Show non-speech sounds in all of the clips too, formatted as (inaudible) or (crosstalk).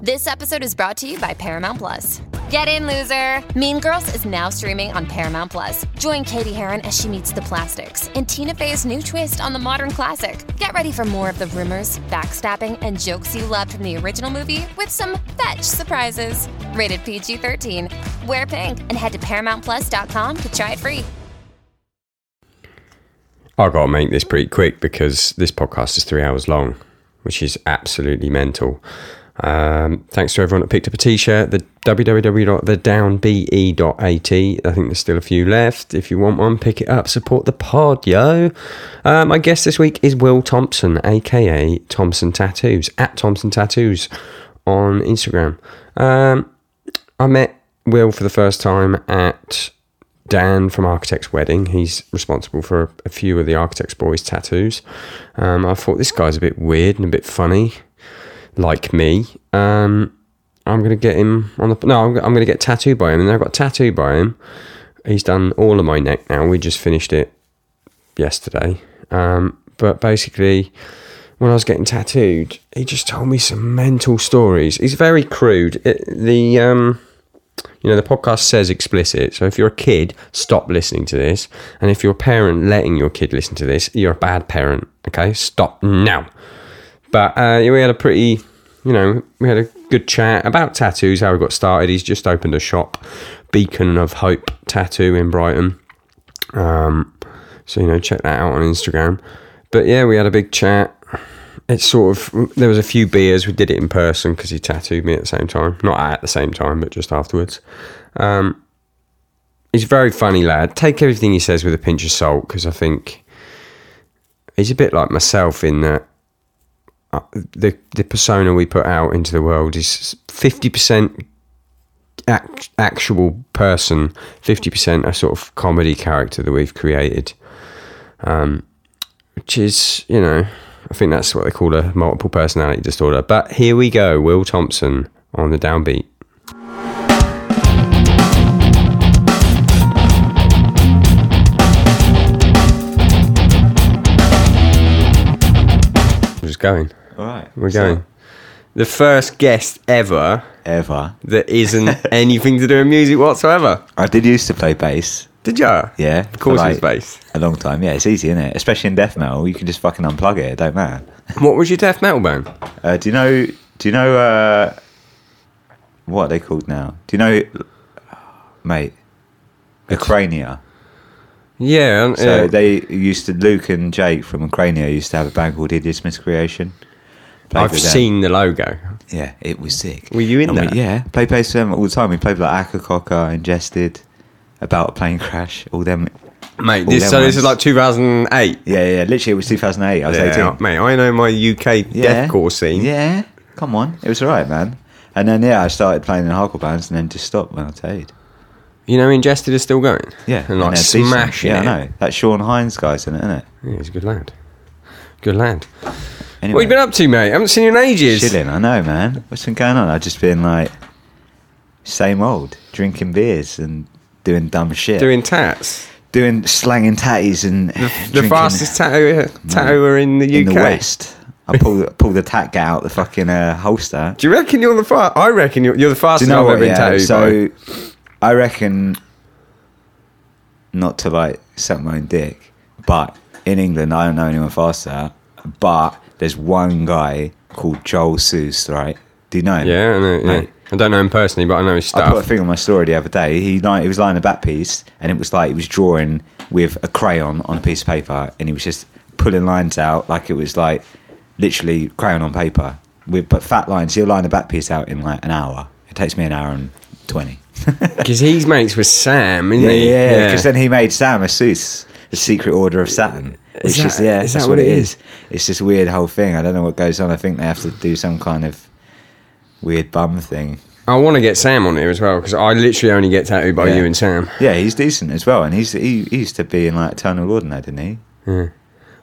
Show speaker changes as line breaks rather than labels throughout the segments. This episode is brought to you by Paramount Plus. Get in, loser! Mean Girls is now streaming on Paramount Plus. Join Katie Heron as she meets the plastics in Tina Fey's new twist on the modern classic. Get ready for more of the rumors, backstabbing, and jokes you loved from the original movie with some fetch surprises. Rated PG 13. Wear pink and head to ParamountPlus.com to try it free.
I gotta make this pretty quick because this podcast is three hours long, which is absolutely mental. Um, thanks to everyone that picked up a t-shirt. The E www.thedownbe.at. I think there's still a few left. If you want one, pick it up. Support the pod, yo. Um, my guest this week is Will Thompson, aka Thompson Tattoos at Thompson Tattoos on Instagram. Um, I met Will for the first time at Dan from Architect's Wedding. He's responsible for a few of the Architect's Boys tattoos. Um, I thought this guy's a bit weird and a bit funny, like me. Um, I'm gonna get him on the no. I'm, I'm gonna get tattooed by him, and I got tattooed by him. He's done all of my neck now. We just finished it yesterday. Um, but basically, when I was getting tattooed, he just told me some mental stories. He's very crude. It- the um, you know, the podcast says explicit. So if you're a kid, stop listening to this. And if you're a parent letting your kid listen to this, you're a bad parent. Okay, stop now. But uh, yeah, we had a pretty, you know, we had a good chat about tattoos, how we got started. He's just opened a shop, Beacon of Hope Tattoo in Brighton. Um, so you know, check that out on Instagram. But yeah, we had a big chat. It's sort of there was a few beers. We did it in person because he tattooed me at the same time, not at the same time, but just afterwards. Um, he's a very funny lad. Take everything he says with a pinch of salt because I think he's a bit like myself in that uh, the the persona we put out into the world is fifty percent act, actual person, fifty percent a sort of comedy character that we've created, um, which is you know I think that's what they call a multiple personality disorder. But here we go, Will Thompson on the downbeat. We're just going.
All right.
We're going. (laughs) the first guest ever
Ever.
that
(laughs)
isn't anything to do with music whatsoever.
I did used to play bass.
Did ya?
Yeah.
Of course
for
it was bass.
A long time. Yeah, it's easy, isn't it? Especially in death metal, you can just fucking unplug it. It don't matter.
What was your death metal band?
Uh, do you know? Do you know? Uh, what are they called now? Do you know, mate? Acrania.
Yeah. and,
So
uh,
they used to Luke and Jake from Acrania used to have a band called Idiot's Miscreation. Played
I've
with them.
seen the logo.
Yeah, it was sick.
Were you in
and we-
that?
yeah, played bass with them all the time. We played with, like Akakoka, Ingested, About a Plane Crash, all them.
Mate,
all
this,
them
so this is
ones.
like 2008.
Yeah, yeah, literally it was 2008. I was 18.
mate, I know my UK
Yeah.
deathcore scene.
Yeah, come on. It was all right, man. And then, yeah, I started playing in hardcore bands and then just stopped when I tailed.
You know, Ingested is still going.
Yeah.
And like
they're decent.
smashing
Yeah,
it.
I know. That's Sean Hines, guys, isn't it? Isn't it?
Yeah, he's a good lad. Good lad.
Anyway,
What have you been up to, mate? I haven't seen you in ages.
Chilling, I know, man. What's been going on? I've just been like, same old, drinking beers and doing dumb shit.
Doing tats.
doing slanging tatties and the, (laughs)
The fastest tattooer, tattooer in the UK.
in the West. I pull pull the tat guy out the fucking uh, holster.
Do you reckon you're the fast? I reckon you're, you're the
Do
fastest
you know
I've
what?
ever been
Yeah,
tattooed
so I reckon not to like suck my own dick, but in England I don't know anyone faster. But there's one guy called Joel Seuss, right? Do you know
by.
him?
Yeah, I know. Yeah.
Mate. Oh,
I don't know him personally, but I know his
I put a
stuff.
thing on my story the other day. He like, he was lying in a back piece, and it was like he was drawing with a crayon on a piece of paper, and he was just pulling lines out like it was like literally crayon on paper with but fat lines. He'll line a back piece out in like an hour. It takes me an hour and twenty.
Because he's mates with Sam, isn't
Yeah,
he?
yeah. Because then he made Sam a Seuss, the Secret Order of Saturn.
Is
It's just
that-
yeah,
is
that's
that
what
what
it
it
is. It's this weird whole thing. I don't know what goes on. I think they have to do some kind of weird bum thing.
I want to get Sam on here as well because I literally only get tattooed by
Yeah.
you and Sam.
Yeah, he's decent as well, and he's he, he used to be in like Eternal Lord now, didn't he?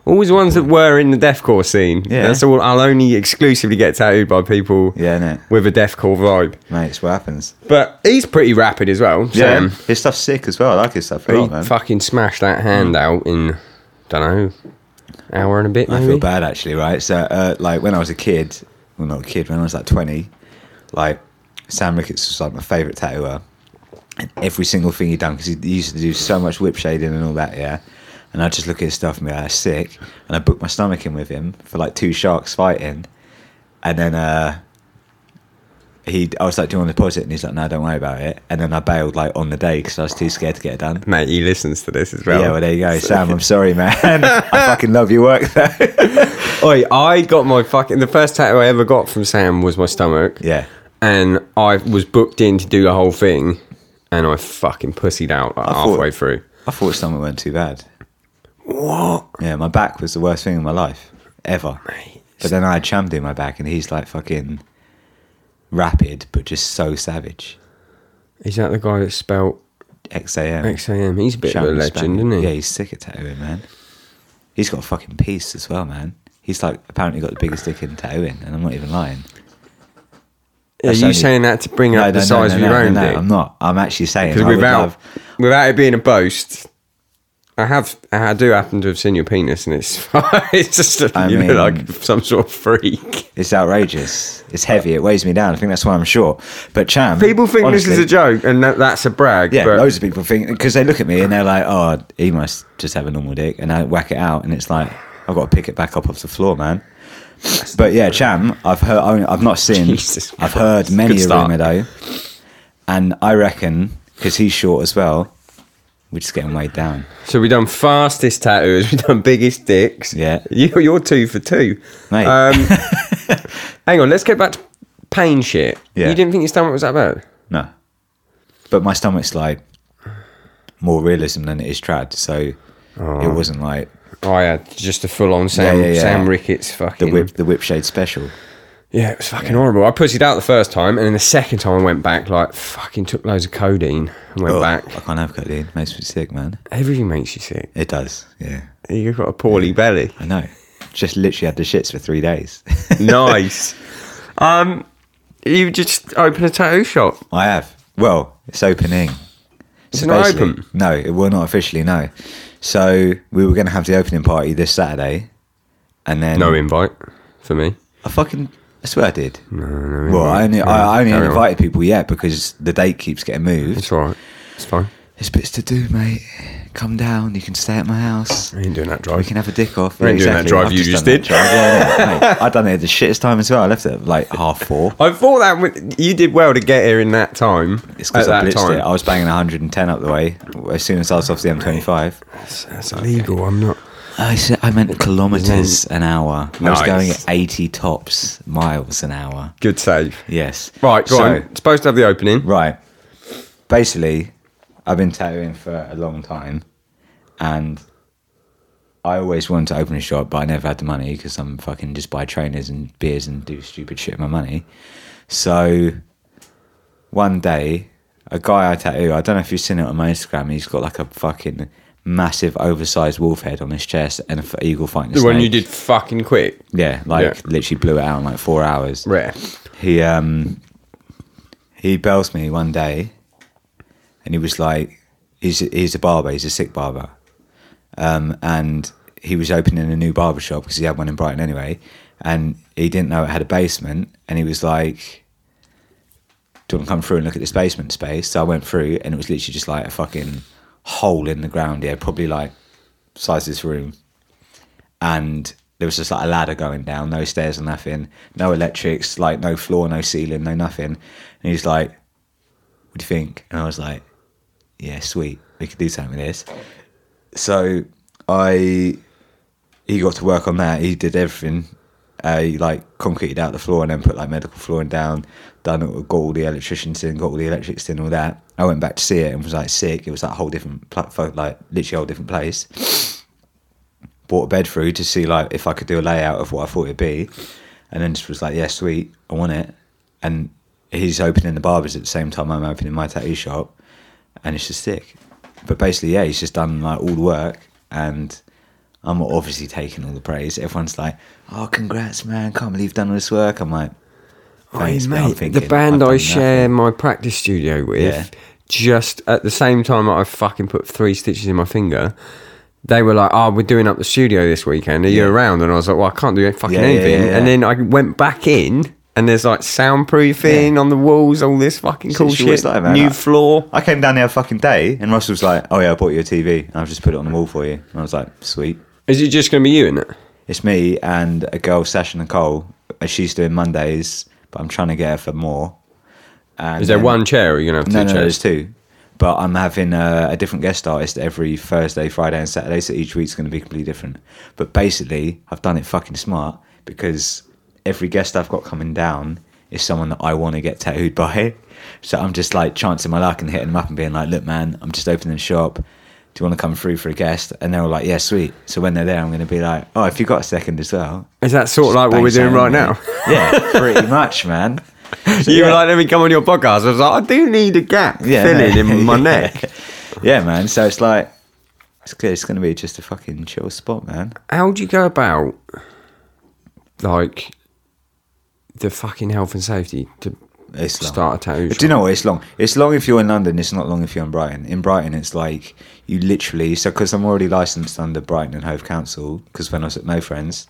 Always ones that were in the deathcore scene.
Yeah.
That's all. I'll only exclusively get tattooed by people
Yeah, no,
with a deathcore vibe.
mate, it's what happens.
But he's pretty rapid as well, Sam.
his stuff's sick as well. I like his stuff a lot,
he
man. Mm.
fucking smashed that hand out in, don't know, hour and a bit
I
maybe.
feel bad actually, right? So, uh, like when I was a kid, well, not a kid, when I was like twenty, Like Sam Ricketts was like my favorite tattooer, and every single thing he done because he used to do so much whip shading and all that. Yeah, and I just look at his stuff and be like, "That's sick. And I booked my stomach in with him for like two sharks fighting, and then uh, he, I was like, "Do you want to deposit?" And he's like, "No, don't worry about it." And then I bailed like on the day because I was too scared to get it done.
Mate, he listens to this as well.
Yeah, well, there you go, Sam. I'm sorry, man. (laughs) I fucking love your work, though.
Oi, I got my fucking the first tattoo I ever got from Sam was my stomach.
Yeah.
And I was booked in to do the whole thing and I fucking pussied out like,
thought-
halfway through.
I thought stomach weren't too bad. What? Yeah, my back was the worst thing in my life ever. But then I had Cham do my back, and he's like fucking rapid, but just so savage.
Is that the guy that spelt
XAM.
XAM? He's a bit
Cham
of a
is
legend,
Spaniard.
isn't he?
Yeah, he's sick at tattooing, man. He's got a fucking piece as well, man. He's like apparently got the biggest dick in tattooing, and I'm not even lying.
Are
that's
you
only-
saying that to bring up the size of your own
no,
dick?
I'm not. I'm actually saying I
Because
would
without
love-
without it being a boast, I have I do happen to have seen your penis, and it's (laughs) it's just
I
you
mean-
know, like some sort of freak.
It's outrageous. It's heavy. It weighs me down. I think that's why I'm short. But Cham,
People think this is
honestly-
a joke, and that, that's a brag.
Yeah,
but
loads of people think because they look at me and they're like, "Oh, he must just have a normal dick," and I whack it out, and it's like I've got to pick it back up off the floor, man. But yeah, Cham, I've heard, I-
(laughs)
I've not seen,
Jesus
I've
Christ.
heard many
Good
a
start.
rumour though, and I reckon because he's short as well, we're just getting weighed down.
so we done fastest tattoos, (laughs) we done biggest dicks.
Yeah.
you, you're two for two.
Mate.
Um, hang on, let's get back to pain shit.
Yeah.
you didn't think your stomach was that bad.
No. But my stomach's like more realism than it is trad, so it wasn't like
Oh, I had just a full on Sam
Yeah, yeah, yeah.
Sam Ricketts fucking
the whip the whip shade special.
Yeah, it was fucking horrible. I pussied out the first time, and then the second time I went back, like, fucking took loads of codeine and went
Ugh,
back.
I can't have codeine. It makes me sick, man.
Everything makes you sick.
It does. Yeah.
You've got a poorly belly.
I know. Just literally had the shits for three days.
(laughs)
(laughs)
nice. (laughs) Um, you just open a tattoo shop.
I have. Well, it's opening.
It's not
basically-
open.
No, it will not officially. No. So we were going to have the opening party this Saturday, and then
No invite for me.
I fucking I swear I did. No, no. Well, I only I, I only
Carry on.
invited people yet because the date keeps getting moved.
It's all right. It's fine.
There's bits to do, mate. Come down. You can stay at my house.
I ain't doing that
We
drive.
can have a dick off.
You ain't doing that drive
I've
you just
done that
did.
drive.
(laughs)
Yeah, yeah, mate. I done it at the shittest time as well. I left it at like half four.
I thought that would, you did well to get here in that time.
It's
at
because
that
I blitzed
time.
it. I was banging 110 up the way as soon as I was off the M25.
That's illegal. I'm not.
Oh, I said I meant kilometres an hour. I was
Nice.
going at 80 tops miles an hour.
Good save.
Yes.
Right, go
So-
on. Supposed to have the opening.
Right. Basically, I've been tattooing for a long time, and I always wanted to open a shop, but I never had the money because I'm fucking just buy trainers and beers and do stupid shit with my money. So one day, a guy I tattoo, I don't know if you've seen it on my Instagram, he's got like a fucking massive oversized wolf head on his chest and an eagle fighting a
The one
snake.
you did fucking quick.
Yeah, like
Yeah.
literally blew it out in like four hours
Rare.
he um he bells me one day and he was like he's he's a barber he's a sick barber um and he was opening a new barber shop because he had one in Brighton anyway and he didn't know it had a basement and he was like do you want to come through and look at this basement space so I went through and it was literally just like a fucking hole in the ground yeah probably like size of this room and there was just like a ladder going down, no stairs or nothing, no electrics, like no floor, no ceiling, no nothing. And he's like, "What do you think?" And I was like, "Yeah, sweet, we could do something with this." So I, he got to work on that. He did everything. Uh, he like concreted out the floor and then put like medical flooring down. Done it, got all the electricians in, got all the electrics in, all that. I went back to see it and was like sick. It was like a whole different platform, like literally a whole different place bought a bed through to see like if I could do a layout of what I thought it'd be, and then just was like, yeah, sweet, I want it. And he's opening the barbers at the same time I'm opening my tattoo shop, and it's just sick. But basically, yeah, he's just done like all the work, and I'm obviously taking all the praise. Everyone's like, oh, congrats, man! Can't believe you've done all this work. I'm like,
Hey,
thanks, but I'm
mate, the
thinking I've
band
done
I
nothing."
share my practice studio with,
Yeah.
just at the same time that I fucking put three stitches in my finger, they were like, "Oh, we're doing up the studio this weekend. Are you around?" And I was like, "Well, I can't do fucking
Yeah, yeah,
anything."
yeah, yeah.
And then I went back in, and And there's like soundproofing on the walls, all this fucking cool
she
shit.
was like, man,
New
I-
floor.
I came down the other fucking day, and Russell was like, "Oh yeah, I bought you a TV, and I've just put it on the wall for you." And I was like, "Sweet."
Is it just going to be you in it?
It's me and a girl, Sasha Nicole. and She's doing Mondays, but I'm trying to get her for more. And
Is there
then-
one chair or are you going to
No,
have two
no,
chairs?
there's two. But I'm having a, a different guest artist every Thursday, Friday, and Saturday, so each week's going to be completely different. But basically, I've done it fucking smart because every guest I've got coming down is someone that I want to get tattooed by. So I'm just like chancing my luck and hitting them up and being like, "Look, man, I'm just opening shop. Do you want to come through for a guest?" And they're all like, "Yeah, sweet." So when they're there, I'm going to be like, "Oh, if you got a second as well."
Is that sort of like Oh, what we're
Bang,
doing right
bang,
now?
mate.
(laughs)
Yeah, pretty much, man. So,
You were
yeah.
like, let me come on your podcast. I was like, I do need a gap
Yeah,
filling
no. (laughs)
in my
Yeah.
neck.
yeah, man. So it's like it's clear it's gonna be just a fucking chill spot, man.
How do you go about, like, the fucking health and safety to
It's long.
start a tattoo
But
shop?
do you know what? It's long. It's long if you're in London. It's not long if you're in Brighton. In Brighton, it's like you literally. So because I'm already licensed under Brighton and Hove Council. Because when I was at No Friends,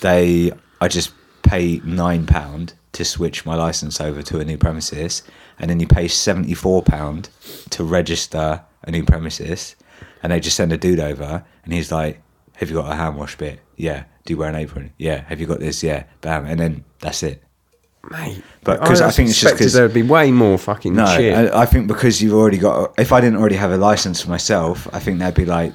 they I just pay nine pound to switch my license over to a new premises, and then you pay seventy four pound to register a new premises, and they just send a dude over, and he's like, "Have you got a hand wash bit? Yeah. Do you wear an apron? Yeah. Have you got this? Yeah. Bam. And then that's it.
Mate.
But 'cause I
was
think it's just
expected
'cause-
there'd be way more fucking
No,
shit.
I, I think because you've already got. If I didn't already have a license for myself, I think that'd be like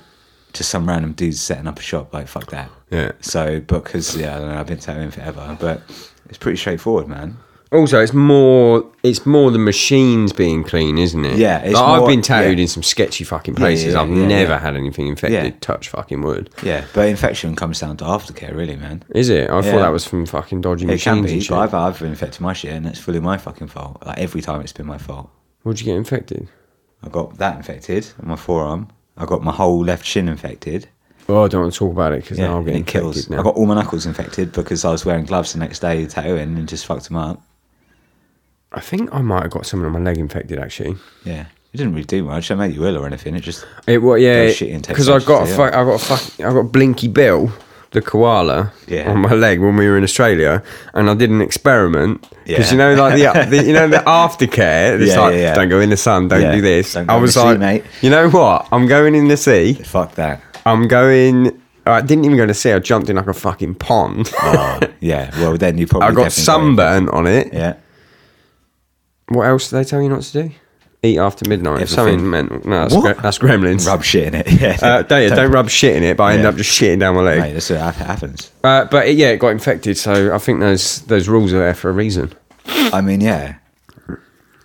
just some random dude setting up a shop. Like fuck that.
Yeah.
So, because yeah, I don't know. I've been tattooing forever, but it's pretty straightforward, man.
Also, it's more it's more the machines being clean, isn't it?
Yeah, it's
like, I've
more-
been tattooed
yeah.
in some sketchy fucking
yeah,
places.
yeah,
I've
yeah,
never
yeah.
had anything infected.
Yeah.
Touch fucking wood.
Yeah, but infection comes down to aftercare, really, man.
Is it? I thought
Yeah.
that was from fucking dodgy
It
machines
can
and
be,
shit.
but I've, I've infected my shit, and it's fully my fucking fault. Like every time, it's been my fault.
What'd you get infected?
I got that infected on my forearm. I got my whole left shin infected.
Well, I don't want to talk about it because
Yeah,
now I'll
and
get
it
infected
kills.
now.
I got all my knuckles infected because I was wearing gloves the next day tattooing and just fucked them up.
I think I might have got someone on my leg infected actually.
Yeah, it didn't really do much. I made you ill or anything. It just
It was yeah,
Those shitty intake
because I got a
sections,
fu- I got a fuck, I got Blinky Bill, the koala,
Yeah.
on my leg when we were in Australia, and I did an experiment because
Yeah.
you know like
(laughs)
the, the you know the aftercare. It's
Yeah,
like
yeah, yeah.
don't go in the sun, don't
Yeah,
do this.
don't go
I
in the
was
sea,
like,
mate.
you know what? I'm going in the sea. (laughs)
fuck that.
I'm going. I didn't even go to sea. I jumped in like a fucking
(laughs)
pond.
Oh, yeah. Well, then you probably
I got
definitely
sunburn on it.
Yeah,
What else do they tell you not to do? Eat after midnight.
Everything.
Something mental. No, that's,
What?
gre- that's gremlins.
rub shit in it. (laughs) Yeah,
Uh, don't, yeah, don't rub shit in it, but I end
Yeah.
up just shitting down my leg.
Mate, that's what happens.
Uh, but it, yeah, it got infected, so I think those those rules are there for a reason.
I mean, yeah,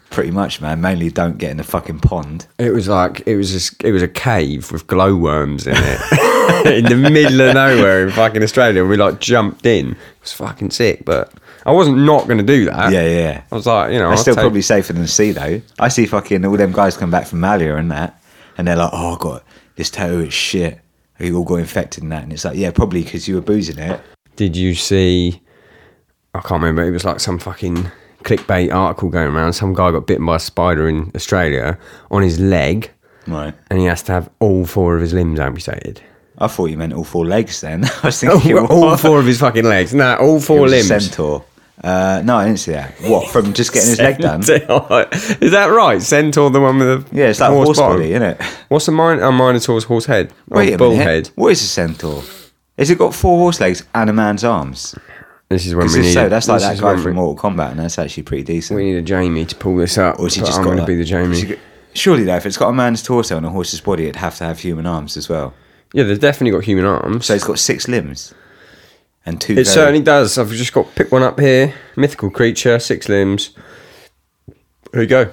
pretty much, man. Mainly, don't get in the fucking pond.
It was like it was just, it was a cave with glowworms in (laughs) it in the middle of nowhere in fucking Australia. We like jumped in. It was fucking sick, but I wasn't not going to do that.
Yeah, yeah, yeah.
I was like, you know, Uh, I'll
That's still
take-
probably safer than the sea, though. I see fucking all them guys come back from Malia and that, and they're like, "Oh, I got this tattoo is shit." You all got infected in that, and it's like, yeah, probably because you were boozing it.
Did you see? I can't remember. It was like some fucking clickbait article going around. Some guy got bitten by a spider in Australia on his leg,
Right.
and he has to have all four of his limbs
(laughs)
amputated.
I thought you meant all four legs. Then (laughs) I was
Oh,
thinking,
(laughs)
what?
all four of his fucking legs. Nah, all
It
four
was a
limbs.
Centaur. Uh, no, I didn't see that. What from just getting his leg done?
(laughs) Is that right? Centaur, the one with the
Yeah, it's like a horse
bottom?
body, isn't it?
What's a, min- a minotaur's horse head? Or
Wait a
bull
minute.
head.
What is a centaur? Is it got four horse legs and a man's arms?
This is when
Is
we
this
need.
so that's like
this
that
is
guy
when
from
we,
Mortal Kombat, and that's actually pretty decent.
we need a Jamie to pull this up.
or is he
but
just
I'm
got
going to
like-
be the
has he
Jamie.
got- Surely though, if it's got a man's torso and a horse's body, it'd have to have human arms as well.
Yeah, they've definitely got human arms.
So it's got six limbs and two.
it
very-
certainly does. I've just got pick one up here. Mythical creature, six limbs. There you go.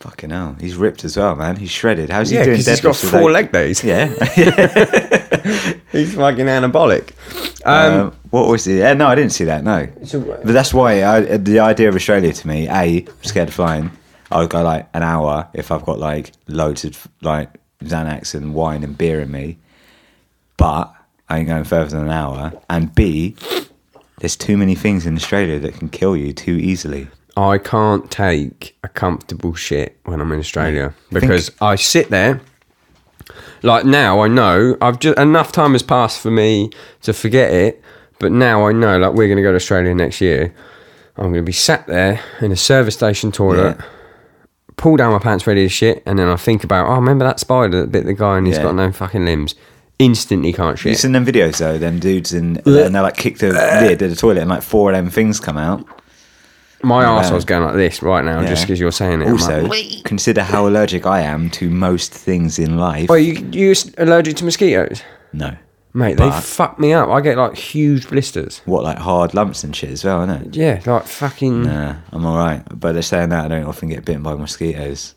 fucking hell. He's ripped as well, man. He's shredded. How's he
Yeah,
doing?
because he's got
deadlifts with
four
that-
leg days.
Yeah.
He's fucking anabolic.
Um, what was it? Yeah, no, I didn't see that. No,
So- uh,
but that's why I, the idea of Australia to me, a, I'm scared of flying. I would go like an hour if I've got like loads of like Xanax and wine and beer in me, but I ain't going further than an hour. And b, there's too many things in Australia that can kill you too easily.
I can't take a comfortable shit when I'm in Australia because I sit there. Like now, I know I've just enough time has passed for me to forget it, but now I know. Like we're going to go to Australia next year. I'm going to be sat there in a service station toilet, pull down my pants ready to shit, and then I think about, oh, remember that spider that bit the guy and he's
Yeah.
got no fucking limbs. Instantly can't
You
shit.
seen them videos though, them dudes in, and they like kick the lid of the toilet and like four of them things come out.
My arsehole's going like this right now just
Yeah.
because you're saying it. I'm like,
Also, consider how allergic I am to most things in life.
oh, you, you're allergic to mosquitoes?
no.
Mate, they
But-
fuck me up. I get like huge blisters.
What, like hard lumps and shit as well, innit?
Yeah, like fucking. (laughs)
Nah, I'm alright. But they're saying that I don't often get bitten by mosquitoes.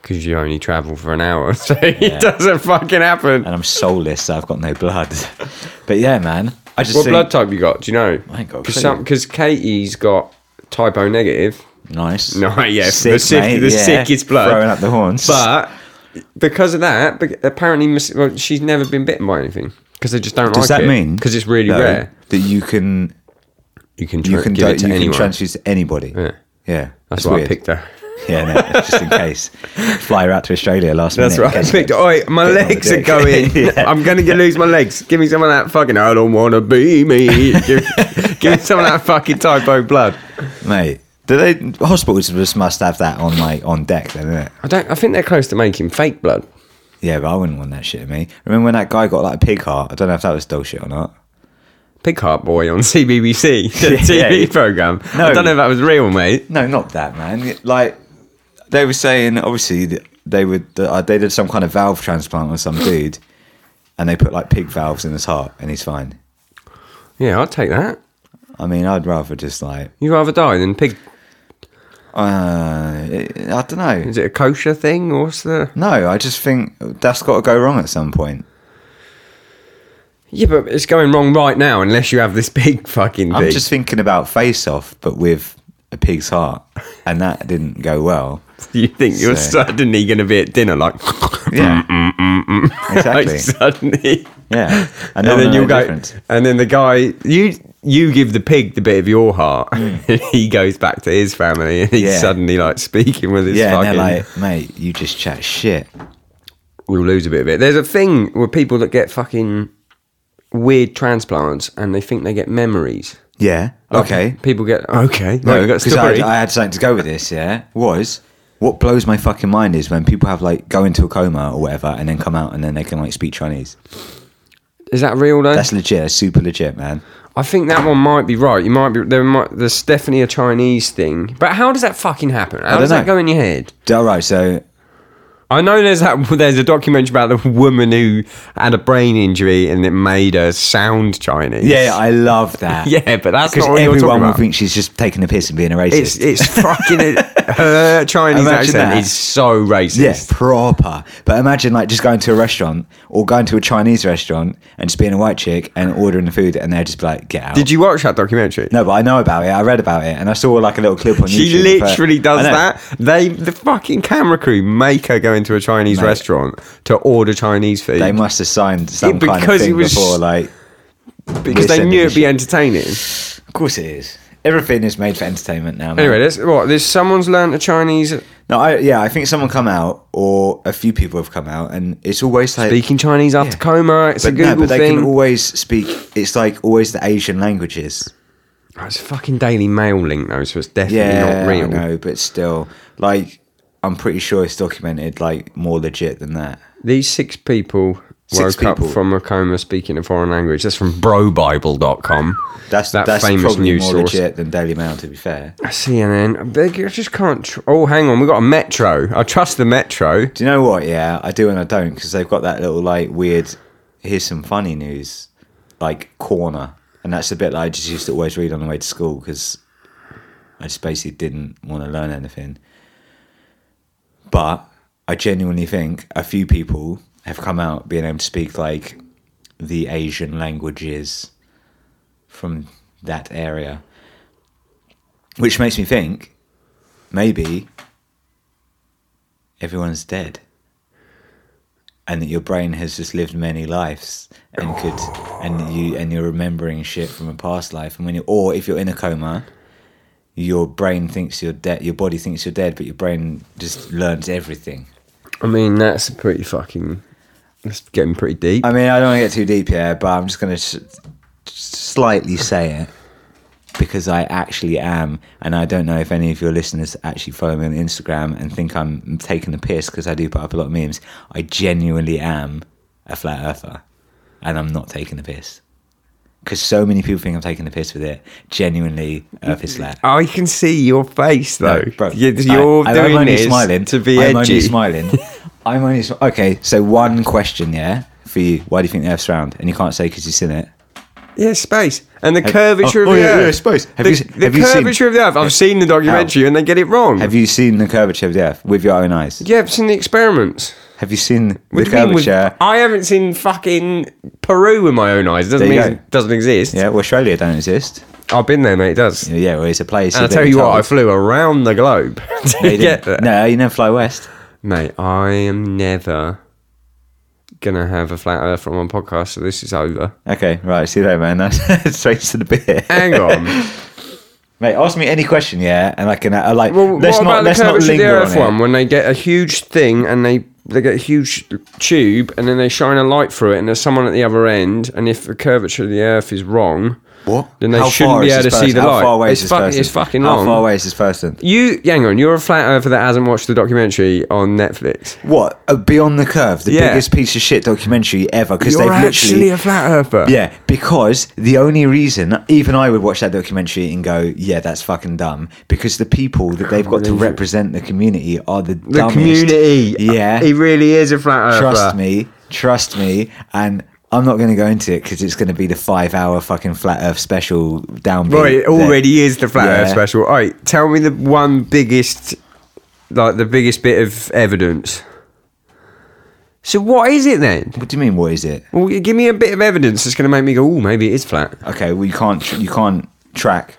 Because you only travel for an hour, (laughs) so it doesn't fucking happen.
And I'm soulless, so I've got no blood. (laughs) but yeah, man. I just
What
think,
blood type you got? Do you know?
I ain't got a clue.
Because Katie's got type O
(laughs)
negative.
Nice.
No, yeah, the sick-
mate,
the sickest blood.
Throwing up the horns.
But because of that, bec- apparently mis- well, she's never been bitten by anything because they just don't
does
like
that
it.
mean?
Because it's really
though,
rare.
That you can
You can
you
tr-
can
give
do-
it to
you
anyone.
can transfuse to anybody.
Yeah.
yeah.
That's why I
weird.
picked her.
Yeah, no, just in
(laughs)
case. Fly her out to Australia last
That's
minute.
right. (laughs) I picked her. Oi, my
Bitten on the
legs are (laughs)
dick.
going.
Yeah.
I'm gonna get, lose my legs. Give me some of that fucking. I don't wanna be me. (laughs) give, give me some of that fucking type O blood.
right, mate. Do they hospitals just must have that on like on deck then, innit?
I don't. I think they're close to making fake blood.
Yeah, but I wouldn't want that shit in me. Remember when that guy got like a pig heart? I don't know if that was dog shit or not.
Pig Heart Boy on CBBC, (laughs) the
Yeah.
TV program. I
No.
don't know if that was real, mate.
No, not that man. Like they were saying, obviously th- they would uh, they did some kind of valve transplant on some dude, and they put like pig valves in his heart, and he's fine.
Yeah, I'd take that.
I mean, I'd rather just like
You'd rather die than pig.
uh, it- I don't know.
Is it a kosher thing or what's the?
No, I just think that's got to go wrong at some point.
Yeah, but it's going wrong right now unless you have this (laughs) big fucking thing.
I'm just thinking about Face Off, but with a pig's heart, and that didn't go well.
you think you're
So-
suddenly going to be at dinner like, (laughs)
Yeah,
like
(laughs) exactly.
suddenly,
(laughs) Yeah, and,
and then you'll go,
difference.
and then the guy you you give the pig the bit of your heart, and (laughs) he goes back to his family, and he's
Hmm. Yeah.
suddenly like speaking with his
Yeah, and
fucking.
they're like, mate, you just chat shit.
we'll lose a bit of it. There's a thing with people that get fucking weird transplants and they think they get memories.
Yeah.
Like,
Okay.
People get okay. No,
No,
we got a
because I,
story.
I had something to go with this. Yeah, was what blows my fucking mind is when people have like go into a coma or whatever, and then come out and then they can like speak Chinese.
Is that real though?
That's legit. That's super legit, man.
I think that one might be right. You might be there. Might there's definitely a Chinese thing. But how does that fucking happen? How
don't
does that
know.
go in your head?
D- All right. So
I know there's that. (laughs) There's a documentary about the woman who had a brain injury and it made her sound Chinese.
yeah, I love
(laughs)
that.
yeah, but that's
Because
not what you're
everyone
talking
will
about.
think she's just taking a piss and being a
it's
racist.
it's fucking
(laughs)
her Chinese
Imagine
accent
that.
is so racist.
Yeah, proper. But imagine like just going to a restaurant or going to a Chinese restaurant and just being a white chick and ordering the food and they're just be like, get out.
Did you watch that documentary?
No, but I know about it. I read about it and I saw like a little clip on YouTube.
She
of her-
literally
I
does
know.
that. They, the fucking camera crew, make her go into a Chinese
Mate.
restaurant to order Chinese food
They must have signed some
Yeah,
kind of
because it
thing
was-
before. Like,
because they
listen,
knew
you
it'd be
should-
entertaining.
of course it is. Everything is made for entertainment now. Man.
Anyway, that's what. This someone's learned a Chinese
no, I, yeah, I think someone come out or a few people have come out, and it's always like
speaking Chinese after coma. It's a
But no,
Google
but they
thing.
can always speak. It's like always the Asian languages.
Oh, it's a fucking Daily Mail link though, so it's definitely
Yeah,
not real.
I know, but still, like, I'm pretty sure it's documented like more legit than that.
These six people
Six
woke
people.
up from a coma speaking a foreign language. That's from BroBible.com.
That's
That
that's
famous
probably
news
more
source.
legit than Daily Mail, to be fair.
CNN. They- I just can't. Tr- oh, hang on. We got a metro. I trust the metro.
Do you know what? Yeah, I do and I don't because they've got that little like weird. Here's some funny news, like corner, and that's the bit that I just used to always read on the way to school because I just basically didn't want to learn anything. But I genuinely think a few people have come out being able to speak like the Asian languages from that area, which makes me think maybe everyone's dead and that your brain has just lived many lives and could and you and you're remembering shit from a past life and when you or if you're in a coma your brain thinks you're dead your body thinks you're dead but your brain just learns everything
I mean, that's pretty fucking. That's getting pretty deep.
i mean i don't want to get too deep here but i'm just going to s slightly say it because I actually am. And I don't know if any of your listeners actually follow me on Instagram and think I'm taking the piss because I do put up a lot of memes. I genuinely am a flat earther and I'm not taking the piss. Because so many people think I'm taking the piss with it. Genuinely, Earth is flat.
Oh, I can see your face though.
No, bro.
You-
I-
You're
and
doing
I'm only
this
smiling.
to be
I'm
edgy.
only smiling. (laughs) I'm only sm- okay. So one question, yeah, for you. Why do you think the Earth's round? And you can't say because you've seen it.
Yeah, space and the curvature
oh,
of the
yeah,
earth.
yeah, space. Have
the
you-
the
have you seen-
curvature of the earth. I've seen the documentary and they get it wrong.
Have you seen the curvature of the Earth with your own eyes?
yeah, I've seen the experiments.
Have you seen
What
the
do you mean with-
curvature?
I haven't seen fucking Peru with my own eyes. It doesn't
There you
mean
go.
it doesn't exist.
Yeah, well, Australia don't exist.
I've been there, mate. It does.
Yeah, Yeah, well, it's a place.
and I
that
tell
they
you what, I
told-
flew around the globe (laughs) to
they
get
didn't-
there.
No, you never fly west.
Mate, I am never gonna have a flat earth from my podcast, so this is over.
Okay, right. See you later, man. (laughs) That's straight to the bit.
Hang on.
(laughs) Mate, ask me any question, yeah, and I can. I like.
Well,
let's
what
not.
about
let's
the
not
curvature of the
linger on
earth
it.
one when they get a huge thing and they they get a huge tube and then they shine a light through it and there's someone at the other end and if the curvature of the earth is wrong,
What?
Then they
How
shouldn't
far
be
is
able
this
to see the
person?
light.
How far away
It's
is this
fucking-
person?
it's fucking
How
long.
far away is this person?
you hang on, you're a flat earther that hasn't watched the documentary on Netflix.
What? Uh, Beyond the Curve, the
Yeah.
biggest piece of shit documentary ever because
You're
they've
actually
literally.
a flat earther.
yeah, because the only reason even I would watch that documentary and go, yeah, that's fucking dumb, because the people that they've got to represent the community are the,
The
dumbest.
community. uh,
Yeah,
He really is a flat earther.
trust me, trust me, and I'm not going to go into it because it's going to be the five-hour fucking flat Earth special down.
Right, it already is the flat
Yeah.
Earth special. All right, tell me the one biggest, like the biggest bit of evidence. So what is it then?
What do you mean? What is it?
Well, you give me a bit of evidence that's going to make me go, oh, maybe it is flat.
okay, well you can't tr- you can't track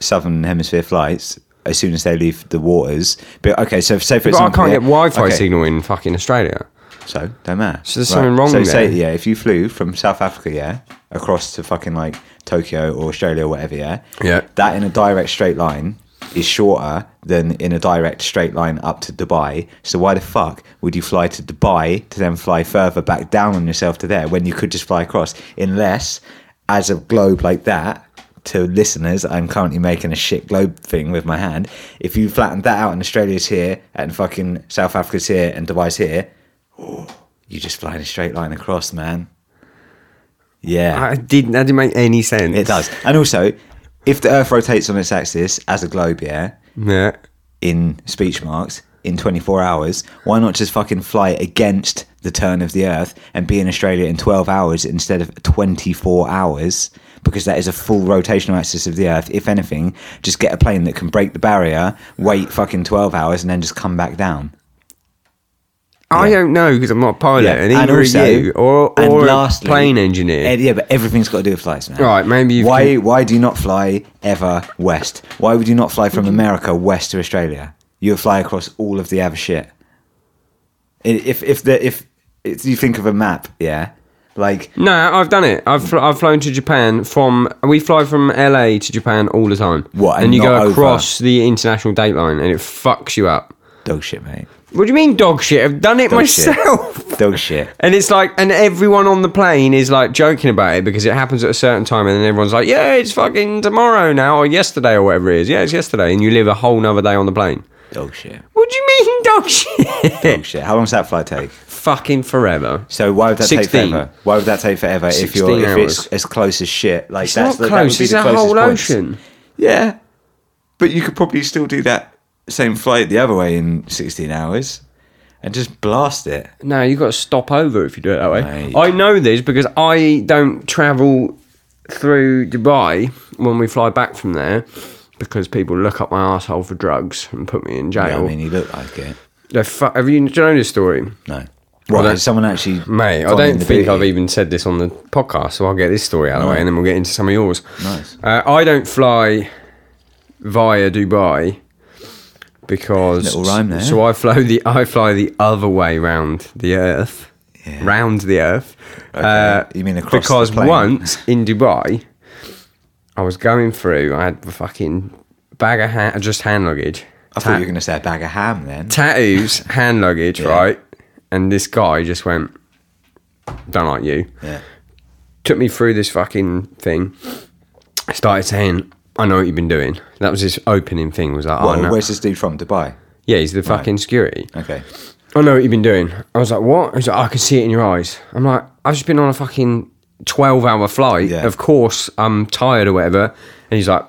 southern hemisphere flights as soon as they leave the waters. But okay, so say for
But I
example,
can't
yeah,
get Wi-Fi
okay,
signal in fucking Australia.
So don't matter.
So there's something wrong
So say
there.
yeah, if you flew from South Africa, yeah, across to fucking like Tokyo or Australia or whatever, yeah,
Yeah.
that in a direct straight line is shorter than in a direct straight line up to Dubai. So why the fuck would you fly to Dubai to then fly further back down on yourself to there when you could just fly across? Unless, as a globe like that, to listeners, I'm currently making a shit globe thing with my hand. If you flattened that out and Australia's here and fucking South Africa's here and Dubai's here, you just fly in a straight line across, man. Yeah.
I didn't. That didn't make any sense.
It does. And also, if the Earth rotates on its axis as a globe, yeah,
Yeah.
in speech marks, in 24 hours, why not just fucking fly against the turn of the Earth and be in Australia in 12 hours instead of 24 hours? Because that is a full rotational axis of the Earth. If anything, just get a plane that can break the barrier, wait fucking 12 hours, and then just come back down.
I don't know because I'm not a pilot, and either are
also-
you or,
and
or
lastly-
a plane engineer.
Eh, Yeah, but everything's got to do with flights, man.
Right, maybe you've
why
con-
why do you not fly ever west? Why would you not fly from America west to Australia? You would fly across all of the other shit. I- If if the if, if you think of a map, yeah, like
no, I've done it. I've fl- I've flown to Japan from. We fly from LA to Japan all the time.
What,
And,
and
you
not
go
over?
across the international date line, and it fucks you up.
dog shit, mate.
What do you mean dog shit? I've done it
Dog
myself.
shit. Dog shit.
And it's like, and everyone on the plane is like joking about it because it happens at a certain time, and then everyone's like, "Yeah, it's fucking tomorrow now, or yesterday, or whatever it is." Yeah, it's yesterday, and you live a whole nother day on the plane.
Dog shit.
What do you mean (laughs) dog shit?
Dog shit. How long does that flight take?
fucking forever.
So why would that
16.
take forever? Why would that take forever if
16
you're if
hours.
it's as close as shit? Like
It's
that's
not
the,
close.
That would be
It's
the
a
closest
whole
points.
ocean.
Yeah. But you could probably still do that same flight the other way in 16 hours and just blast it.
No, you've got to stop over if you do it that way.
Mate.
I know this because I don't travel through Dubai when we fly back from there because people look up my asshole for drugs and put me in jail.
I mean, you look like it.
They fu- have you do you know this story?
No. Right.
that-
has someone actually.
Mate, I
gone in
don't
the
think
booty?
I've even said this on the podcast, so I'll get this story out of the way and then we'll get into some of yours.
Nice.
Uh, I don't fly via Dubai because
Little rhyme there.
so I fly the I fly the other way round the earth, round the earth.
Uh, you mean across the
because
plane?
once in Dubai, I was going through. I had a fucking bag of ha- just hand luggage,
I thought you were going to say a bag of ham then.
tattoos, hand luggage,
(laughs) Yeah.
right? And this guy just went, "Don't like you."
yeah.
took me through this fucking thing. Started saying, I know what you've been doing. That was his opening thing. Was like,
Well,
oh, no.
where's this dude from? Dubai.
yeah, he's the fucking security.
Okay.
I know what you've been doing. I was like, what? He's like, I can see it in your eyes. I'm like, I've just been on a fucking 12 hour flight.
Yeah.
Of course, I'm tired or whatever. And he's like,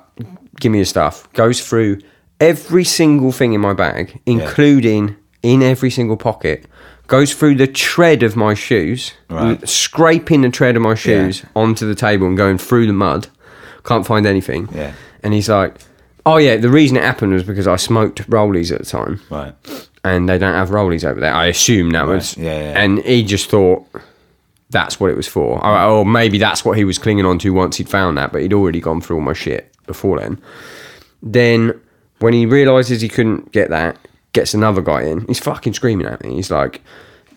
give me your stuff. Goes through every single thing in my bag, including in every single pocket. Goes through the tread of my shoes,
Right.
l- scraping the tread of my shoes onto the table and going through the mud. Can't find anything.
Yeah.
And he's like, oh, yeah, the reason it happened was because I smoked rollies at the time
Right.
and they don't have rollies over there. I assume that was.
yeah, yeah.
And he just thought that's what it was for, or, or maybe that's what he was clinging on to once he'd found that. But he'd already gone through all my shit before then. Then when he realizes he couldn't get that, gets another guy in. He's fucking screaming at me. He's like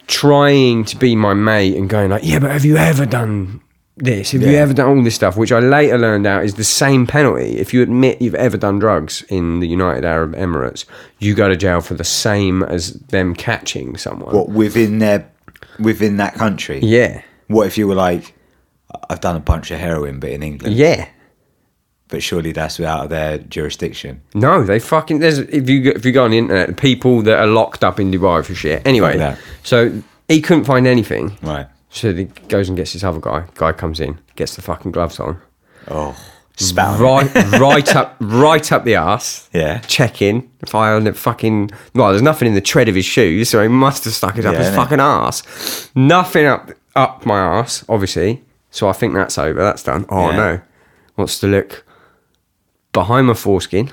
trying to be my mate and going like, "Yeah, but have you ever done?" This, have you
Yeah.
ever done all this stuff? Which I later learned out is the same penalty. If you admit you've ever done drugs in the United Arab Emirates, you go to jail for the same as them catching someone.
What within their within that country?
Yeah,
What if you were like, I've done a bunch of heroin, but in England?
yeah.
But surely that's out of their jurisdiction.
No, they fucking there's if you go- if you go on the internet, the people that are locked up in Dubai for shit. Anyway,
Yeah.
so he couldn't find anything,
Right.
so he goes and gets this other guy. Guy comes in, gets the fucking gloves on,
(laughs) Oh, spout.
right, right up, right up the ass.
Yeah.
checking if I on the fucking well, there's nothing in the tread of his shoes, so he must have stuck it up
Yeah,
his
innit?
fucking ass. Nothing up up my ass, obviously. So I think that's over. That's done. Oh
Yeah.
no, wants to look behind my foreskin.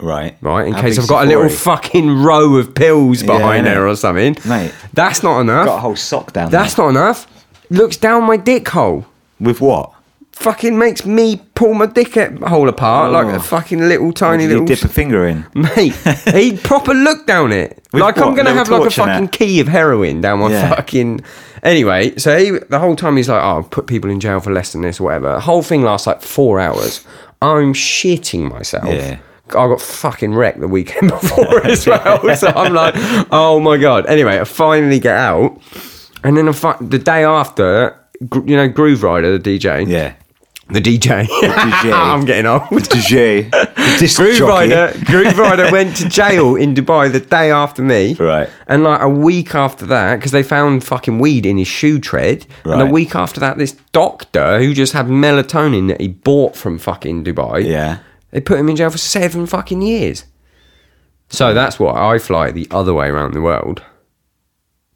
Right.
right? In
How
case
big's
I've got a
your
little
forehead?
fucking row of pills
Yeah,
behind
I know.
there or something.
Mate.
That's not enough.
got a whole sock down
That's
there.
not enough. Looks down my dick hole.
With what?
Fucking makes me pull my dick hole apart like a fucking little tiny
Oh. you
little.
dip a (laughs)
(laughs)
finger in.
Mate, he proper looked down it.
With
like I'm
what?
gonna
Little
have like a
torch in
fucking
it?
key of heroin down my
Yeah.
fucking. Anyway, so he, the whole time he's like, "Oh, I'll put people in jail for less than this, or whatever." The whole thing lasts like four hours. I'm shitting myself.
Yeah.
I got fucking wrecked the weekend (laughs) before as
(laughs)
well, so I'm like, "Oh my god." Anyway, I finally get out, and then I fu- the day after, gr- you know, Groove Rider, the DJ, (laughs)
Yeah.
the DJ, (laughs)
DJ.
I'm getting old.
DJ. The disc
Groove
jockey.
Rider, Groove Rider went to jail in Dubai the day after me.
Right.
And like a week after that, because they found fucking weed in his shoe tread. And
Right.
a week after that, this doctor who just had melatonin that he bought from fucking Dubai.
Yeah.
They put him in jail for seven fucking years. So that's why I fly the other way around the world.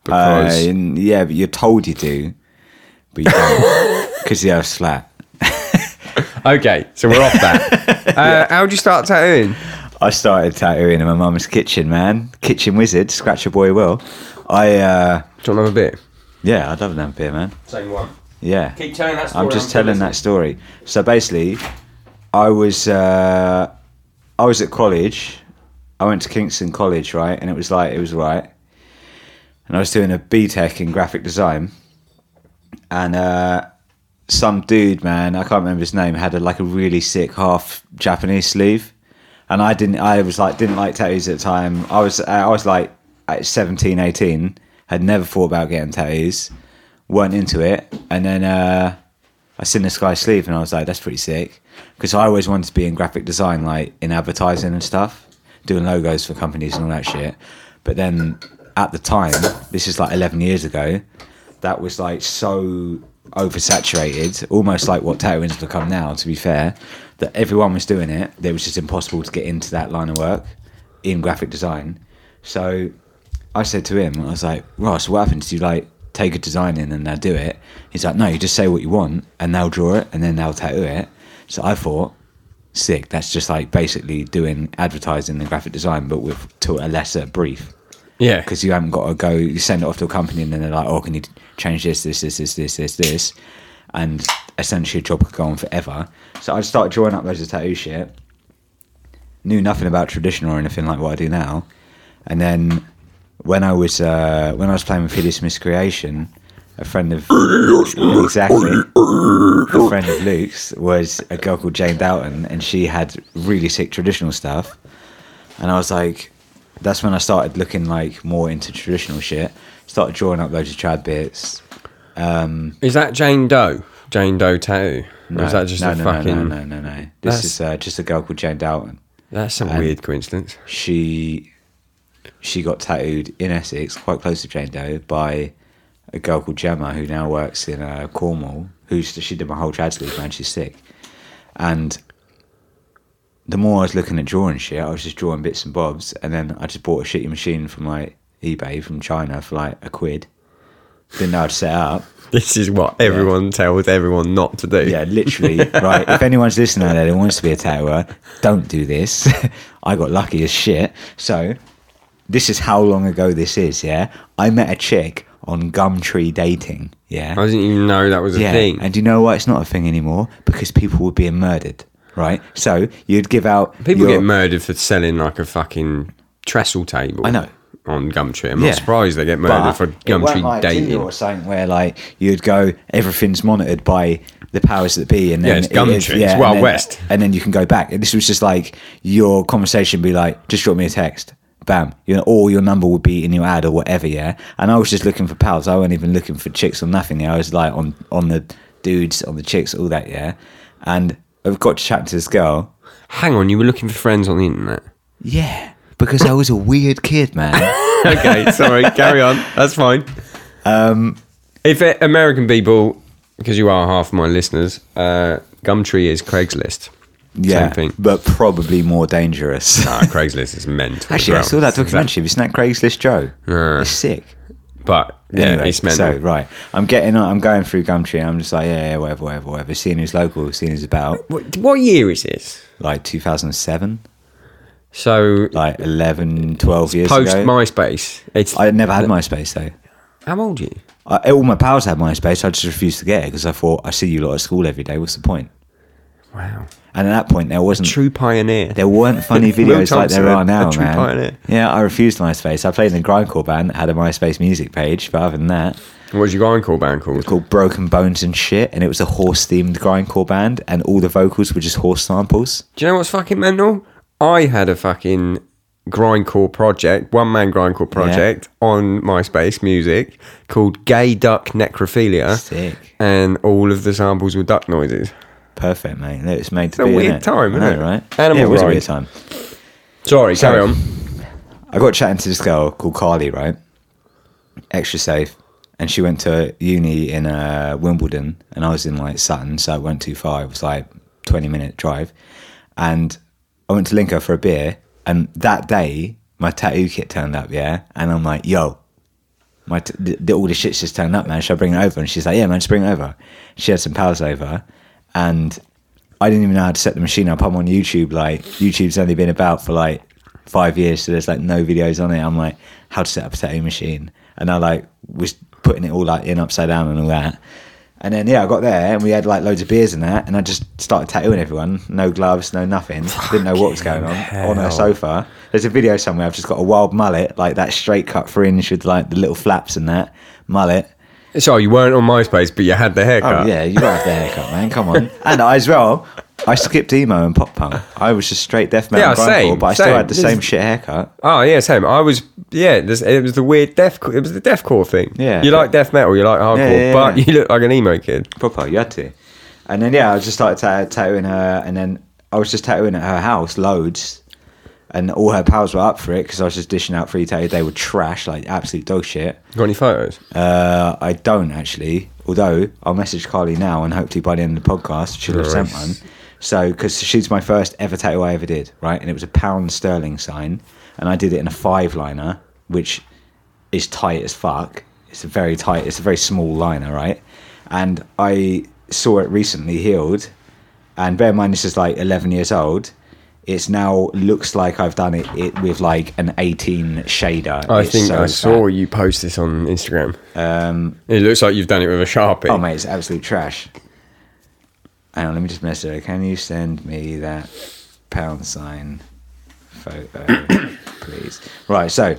Uh,
Because
and- yeah, but you're told you do, but you don't.
(laughs)
Because you have slat.
okay, so we're off
(laughs)
that. uh, how would you start tattooing?
I started tattooing in my mum's kitchen, man. Kitchen wizard, scratch a boy will. I, uh,
Do you want another bit?
yeah, I'd love that beer, man.
Same one.
Yeah.
Keep telling that
I'm
story,
just
I'm
telling that story. So basically, I was uh, I was at college. I went to Kingston College, right? And it was like it was right. And I was doing a B Tech in graphic design, and uh, some dude, man, I can't remember his name, had a, like a really sick half Japanese sleeve, and I didn't. I was like didn't like tattoos at the time. I was uh, I was like at 17, 18, had never thought about getting tattoos, weren't into it, and then. Uh, I seen this guy's sleeve and I was like, that's pretty sick. Because I always wanted to be in graphic design, like in advertising and stuff, doing logos for companies and all that shit. But then at the time, this is like 11 years ago, that was like so oversaturated, almost like what tattooing's become now, to be fair, that everyone was doing it. It was just impossible to get into that line of work in graphic design. So I said to him, I was like, Ross, what happens? Do you like take a design in and they'll do it? He's like, no, you just say what you want and they'll draw it and then they'll tattoo it. So I thought, sick, that's just like basically doing advertising and graphic design, but with to a lesser brief.
Yeah.
Because you haven't got to go, you send it off to a company and then they're like, oh, can you change this, this, this, this, this, this, this? And essentially a job could go on forever. So I started drawing up loads of tattoo shit knew nothing about traditional or anything like what I do now. And then when I was uh, when I was playing with Hideous Miscreation, a friend of exactly a friend of Luke's was a girl called Jane Dalton, and she had really sick traditional stuff. And I was like, that's when I started looking like more into traditional shit. Started drawing up loads of trad bits.
Is that Jane Doe? Jane Doe tattoo? or is that just
no,
a
no,
fucking?
no, no, no, no, no. This
That's-
is uh, just a girl called Jane Dalton.
That's some weird coincidence. (laughs)
She she got tattooed in Essex, quite close to Jane Doe, by a girl called Gemma who now works in uh, Cornwall. Who's she did my whole trad sleeve man. She's sick, and the more I was looking at drawing shit, I was just drawing bits and bobs, and then I just bought a shitty machine from like eBay from China for like a quid. Didn't know how to set it up.
This is what everyone tells everyone not to do.
Yeah, literally. right. If anyone's listening out there that wants to be a tattooer, don't do this. (laughs) I got lucky as shit. So, this is how long ago this is. Yeah, I met a chick on Gumtree dating. Yeah,
I didn't even know that was a
yeah.
thing.
And you know what? It's not a thing anymore because people were being murdered. Right. So you'd give out
People
your-
get murdered for selling like a fucking trestle table.
I know.
On Gumtree. I'm not
Yeah.
surprised they get murdered
But
for
it weren't
Gumtree
like
dating.
Tinder or something where like you'd go, everything's monitored by the powers that be, and then
Yeah, it's
it- it's-
Gumtree, it's
and
Wild
then-
West.
and then you can go back. And this was just like your conversation would be like, just drop me a text. Bam, you know, or your number would be in your ad or whatever, yeah. And I was just looking for pals. I wasn't even looking for chicks or nothing. Yeah, I was like on on the dudes, on the chicks, all that, yeah. And I've got to chat to this girl,
Hang on, you were looking for friends on the internet.
yeah, because I was a weird kid,
(laughs)
man. (laughs)
okay, sorry, carry on. That's fine. Um, if uh, American people, because you are half my listeners, uh, Gumtree is Craigslist.
Yeah,
Same thing.
but probably more dangerous. (laughs)
Ah, Craigslist is mental. as
Actually, I
well.
saw that documentary. Isn't that Craigslist Joe?
Yeah.
It's sick.
But yeah,
Anyway,
it's mental.
so right, I'm getting, on- I'm going through Gumtree. And I'm just like, yeah, yeah, whatever, whatever, whatever. Seeing who's local, seeing who's about,
what, what year is this?
like 2007,
So
like 11, 12 years
post
ago.
MySpace. It's
I never had MySpace though.
how old are you?
I, all my pals had MySpace. I just refused to get it because I thought I see you lot at school every day. What's the point?
Wow,
And at that point, there wasn't
true pioneer. (laughs)
There weren't funny
Will
videos like
Thompson,
there
a
are now,
true
man.
pioneer.
Yeah, I refused MySpace. I played in a grindcore band that had a MySpace music page, but other than that,
What was your grindcore band called?
called Broken Bones and Shit, and it was a horse themed grindcore band, and all the vocals were just horse samples.
Do you know what's fucking mental? I had a fucking grindcore project, one man grindcore project on MySpace Music called Gay Duck Necrophilia.
Sick.
And all of the samples were duck noises.
Perfect, mate. It's made
a
to be
weird
innit?
time,
I
isn't
know,
it?
right?
Animal
yeah, it was a
ride.
weird time.
Sorry, carry on.
I got chatting to this girl called Carly, right? Extra safe. And she went to uni in uh, Wimbledon, and I was in like Sutton, so I went too far. It was like 20 minute drive. And I went to Linker for a beer, and that day, my tattoo kit turned up, yeah? And I'm like, yo, my t- th- th- all the shit's just turned up, man. Should I bring it over? And she's like, yeah, man, just bring it over. She had some pals over, and I didn't even know how to set the machine up. I'm on YouTube, like YouTube's only been about for like five years, so there's like no videos on it. I'm like, how to set up a tattoo machine, and I like was putting it all like in upside down and all that. And then yeah, I got there and we had like loads of beers and that, and I just started tattooing everyone. No gloves, no nothing. Didn't know what was going on on her sofa. There's a video somewhere. I've just got a wild mullet, like that straight cut fringe with like the little flaps and that mullet.
So you weren't on MySpace, but you had the haircut.
Oh yeah, you gotta have the haircut, man. Come on.
(laughs)
And I, as well, I skipped emo and pop punk. I was just straight death metal,
Yeah,
and grindcore,
same,
but I still
same.
had the
This-
same shit haircut.
Oh yeah, same. I was yeah. This, it was the weird death. It was the deathcore thing.
Yeah.
You like death metal. You like hardcore,
yeah, yeah.
but you look like an emo kid.
proper. You had to. And then yeah, I just started ta- tattooing her, and then I was just tattooing at her house loads, and all her pals were up for it because I was just dishing out free tattoos. They were trash, like absolute dog shit.
Got any photos?
Uh, I don't actually. Although I'll message Carly now, and hopefully by the end of the podcast she'll have sent one. So, because she's my first ever tattoo I ever did, right? And it was a pound sterling sign, and I did it in a five liner, which is tight as fuck. It's a very tight. It's a very small liner, right? And I saw it recently healed, and bear in mind this is like 11 years old. It's now looks like I've done it, it with like an 18 shader.
I
It's
think
so
I saw
fat.
you post this on Instagram. Um, it looks like you've done it with a sharpie.
Oh mate, it's absolute trash. Hang on, let me just mess it. up. Can you send me that pound sign photo, (coughs) please? Right, so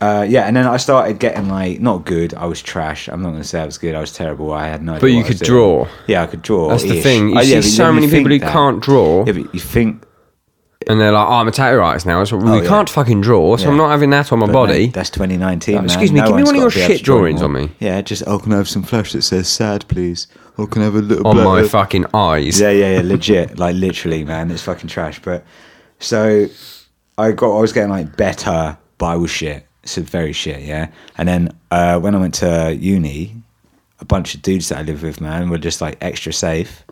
uh, yeah, and then I started getting like not good. I was trash. I'm not going to say I was good. I was terrible. I had no. idea
But you
what I
could
was doing.
draw.
Yeah, I could draw.
That's the thing. You see
but
so
then
many
think
people who
that-
can't draw.
Yeah, but you think
and they're like, oh, I'm a tattoo artist now. So we
Oh, yeah.
can't fucking draw, so I'm
Yeah.
not having that on my
But
body.
mate, that's 2019.
Oh,
man.
excuse me,
No
give me
one's
one of
got
your
to be able
shit
to draw
drawings
anymore.
on me.
Yeah, just oh, can I have some flesh that says sad, please? Or can I have a little
on
blur
my
of-"
fucking eyes.
Yeah, yeah, yeah, legit, like literally, man, it's fucking trash. But so I got, I was getting like better, but I was shit. So very shit, yeah. And then uh, when I went to uni, a bunch of dudes that I lived with, man, were just like extra safe.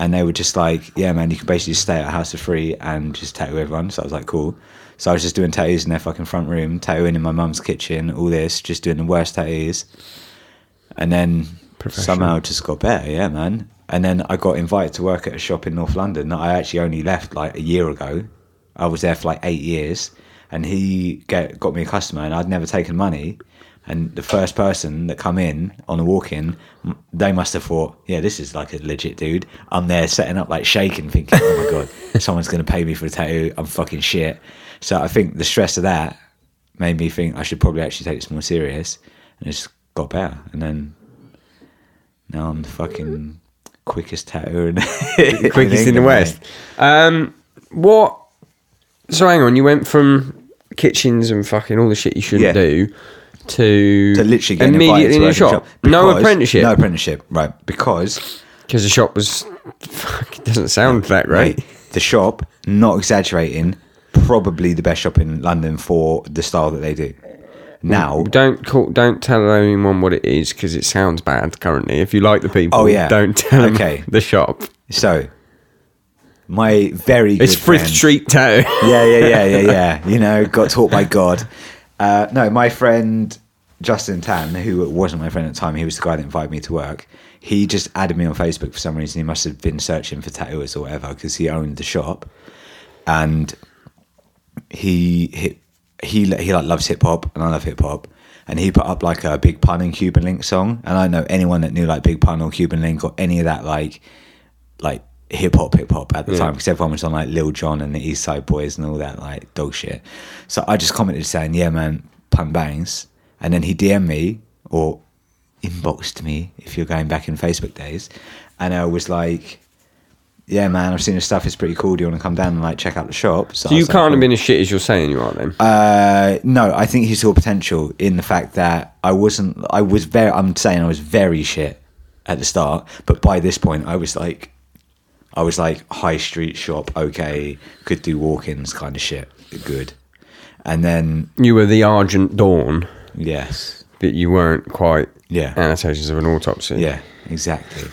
And they were just like, yeah, man, you can basically just stay at a house for free and just tattoo everyone. So I was like, cool. So I was just doing tattoos in their fucking front room, tattooing in my mum's kitchen, all this, just doing the worst tattoos. And then somehow just got better, yeah, man. And then I got invited to work at a shop in North London that I actually only left like a year ago. I was there for like eight years, and he get, got me a customer, and I'd never taken money. And the first person that come in on a walk-in, m- they must have thought, "Yeah, this is like a legit dude." I'm there setting up, like shaking, thinking, "Oh my god, someone's going to pay me for a tattoo." I'm fucking shit. So I think the stress of that made me think I should probably actually take this more serious, and it's got better. And then now I'm the fucking quickest tattooer in (laughs) the
Quickest in the West. Um, what? So hang on, you went from kitchens and fucking all the shit you shouldn't
Yeah.
do to,
To literally get
immediately in
invited to
a
work in a
shop. no
because-
apprenticeship
No apprenticeship, right? Because
because the shop was. Fuck, it doesn't sound that right.
mate, the shop, not exaggerating, probably the best shop in London for the style that they do. Now,
Don't call, don't tell anyone what it is because it sounds bad currently. If you like the people,
Oh, yeah.
don't tell them
Okay.
the shop.
so my very good
It's Frith
friend-
Street
(laughs)
Tattoo.
yeah, yeah, yeah, yeah, yeah. You know, got taught by God. Uh, no, my friend Justin Tan, who wasn't my friend at the time, he was the guy that invited me to work. He just added me on Facebook for some reason. He must have been searching for tattooers or whatever because he owned the shop, and he he he, he like loves hip hop and I love hip hop. And he put up like a Big Pun and Cuban Link song, and I don't know anyone that knew like Big Pun or Cuban Link or any of that like like hip hop, hip hop at the time because everyone was on like Lil Jon and the East Side Boys and all that like dog shit. So I just commented saying, "Yeah, man, pun bangs," and then he DM'd me or inboxed me if you're going back in Facebook days, and I was like, "Yeah, man, I've seen your stuff. It's pretty cool. Do you want to come down and like check out the shop?" So,
So
I
you
was like,
can't
"Cool."
have been as shit as you're saying you are then.
Uh, no, I think he saw potential in the fact that I wasn't. I was very. I'm saying I was very shit at the start, but by this point, I was like, I was like high street shop, okay, could do walk-ins kind of shit, good. And then
you were the Argent Dawn,
yes,
but you weren't quite
Yeah.
annotations of an autopsy.
yeah, exactly.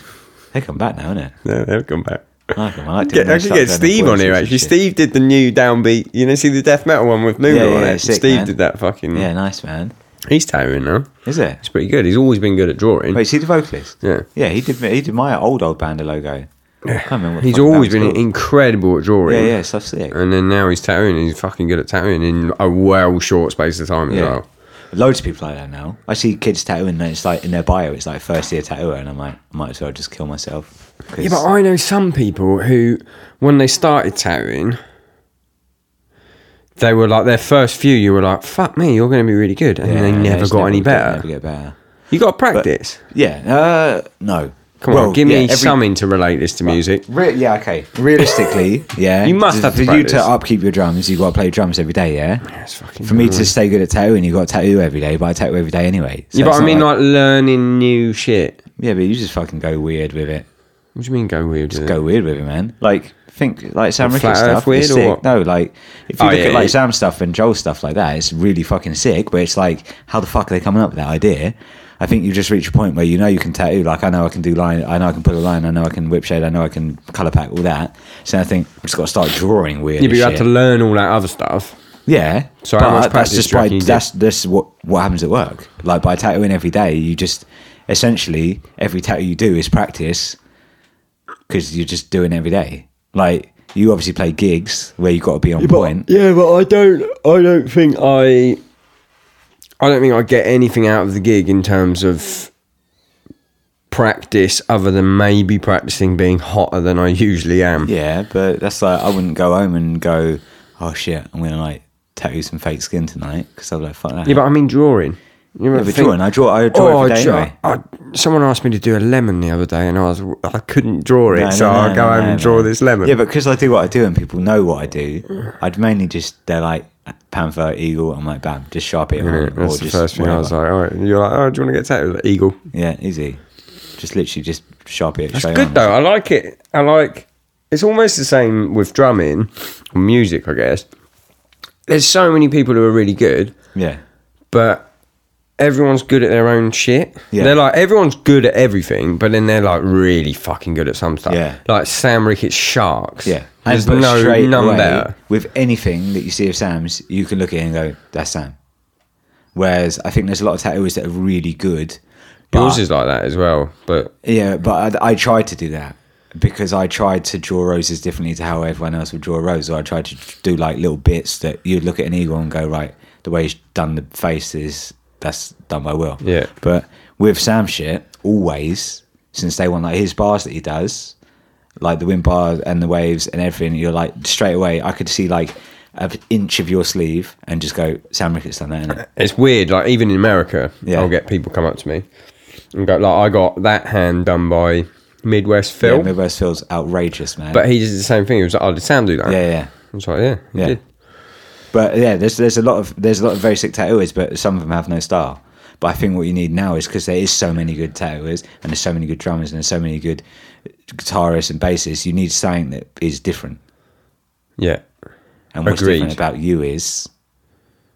They come back now, innit?
No, they'll come back.
I like 'em, I like
Get,
doing
I
their
could
stuff,
get
doing
Steve
their
on here
voices and
actually.
shit.
Steve did the new downbeat. You know, see the death metal one with Noodle
Yeah, yeah,
on
yeah,
it.
sick,
Steve
man.
did that fucking.
Yeah, nice man.
He's tattooing now.
Is it?
It's pretty good. He's always been good at drawing.
Wait, is he the vocalist?
Yeah.
yeah. He did. He did my old old band logo. I can't remember what the
he's
fuck that
always
was
been
called.
incredible at drawing.
Yeah, yeah, so sick.
And then now he's tattooing. And he's fucking good at tattooing in a well short space of time as
Yeah.
well.
Loads of people like that now. I see kids tattooing and it's like in their bio, it's like first year tattooer, and I'm like, I might as well just kill myself. 'Cause-
Yeah, but I know some people who, when they started tattooing, they were like their first few. You were like, "Fuck me, you're going to be really good," and
Yeah,
they never
it's
got any
they
better.
Never get better.
You got to practice.
Yeah. Uh, no.
Come
Well,
on, give
yeah,
me
every-
something to relate this to music.
Re- yeah, okay.
(laughs)
Realistically, yeah.
You must
to-
have to
for you to
practice.
upkeep your drums. You've got to play drums every day, yeah.
That's fucking
For me to stay good at tattooing, you've got to tattoo every day. But I tattoo every day anyway. So
yeah, but
it's
I
not
mean, like, learning new shit.
yeah, but you just fucking go weird with it.
What do you mean, go weird? with it?
go weird with it, man. Like think like Sam
What,
Ricketts
Flat Earth
stuff.
weird
is
or
sick.
what?
No, like if you
Oh,
look
yeah,
at like
yeah.
Sam's stuff and Joel's stuff like that, it's really fucking sick. But it's like, how the fuck are they coming up with that idea? I think you just reach a point where you know you can tattoo. Like I know I can do line. I know I can put a line. I know I can whip shade. I know I can color pack all that. So I think I just got to start drawing weird.
Yeah, but
as
you
shit.
had to learn all that other stuff.
Yeah.
So
but
how much
that's
practice
just
do you
by
reckon you did?
that's this is what what happens at work. Like by tattooing every day, you just essentially every tattoo you do is practice because you're just doing every day. Like you obviously play gigs where you got to be on point.
Yeah, but I don't. I don't think I. I don't think I get anything out of the gig in terms of practice, other than maybe practicing being hotter than I usually am.
Yeah, but that's like I wouldn't go home and go, oh shit, I'm gonna like tattoo some fake skin tonight because I'm like fuck that.
Yeah, but I mean drawing. You
I
ever
have a
think-
drawing. I draw. I draw
Oh, I
every day.
draw-
anyway.
I- someone asked me to do a lemon the other day, and I was I couldn't draw it,
No,
so
no, no,
I'll go
no,
home
no,
and draw
no.
this lemon.
Yeah, but because I do what I do and people know what I do, I'd mainly just they're like panther, eagle. I'm like bam, just sharp it.
Yeah,
on,
that's
or
the
just
first thing I was
whatever.
like. All right, you're like, oh, do you want to get tattooed? Like, Eagle.
Yeah, easy. Just literally just sharp it.
It's good though. I like it. I like. It's almost the same with drumming, or music, I guess. There's so many people who are really good,
Yeah,
but everyone's good at their own shit.
Yeah.
They're like everyone's good at everything, but then they're like really fucking good at some stuff.
Yeah.
Like Sam Rickett's Sharks.
yeah.
There's
but
no
straight
none
away,
better.
With anything that you see of Sam's, you can look at it and go, "That's Sam." Whereas I think there's a lot of tattooers that are really good. but-
Yours is like that as well, but
Yeah, but I, I tried to do that because I tried to draw roses differently to how everyone else would draw a rose. Or I tried to do like little bits that you'd look at an eagle and go, right, the way he's done the face is that's done by Will.
Yeah.
But with Sam shit, always since day one, like his bars that he does, like the wind bars and the waves and everything, you're like straight away. I could see like an inch of your sleeve and just go, Sam Ricketts done that. innit?"
it's weird. Like even in America,
Yeah.
I'll get people come up to me and go like, "I got that hand done by Midwest Phil,"
Yeah, Midwest feels outrageous, man.
but he did the same thing. He was like, "Oh, did Sam do that?"
yeah, yeah.
I was like, "Yeah, he
Yeah.
did."
But yeah, there's there's a lot of there's a lot of very sick tattooers, but some of them have no style. But I think what you need now is because there is so many good tattooers and there's so many good drummers and there's so many good guitarists and bassists. You need something that is different.
Yeah.
And what's
Agreed.
different about you is,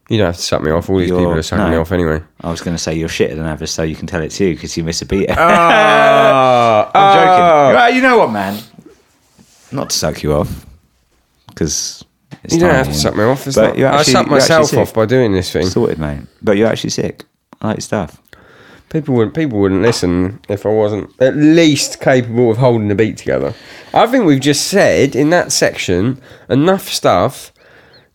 You don't have to suck me off. All these
You're-
people are sucking me
no.
off anyway.
I was going to say you're shitter than ever, so you can tell it to you because you miss
(laughs)
a beat.
Oh,
I'm joking. (laughs) Well, you know what, man? Not to suck you off, because
You don't have to suck me off. It's
But
not,
you're
I
actually-
suck
you're actually
myself
sick.
off by doing this thing.
Sorted, mate. But you're actually sick. I like your stuff.
People wouldn't. People wouldn't listen if I wasn't at least capable of holding the beat together. I think we've just said in that section enough stuff.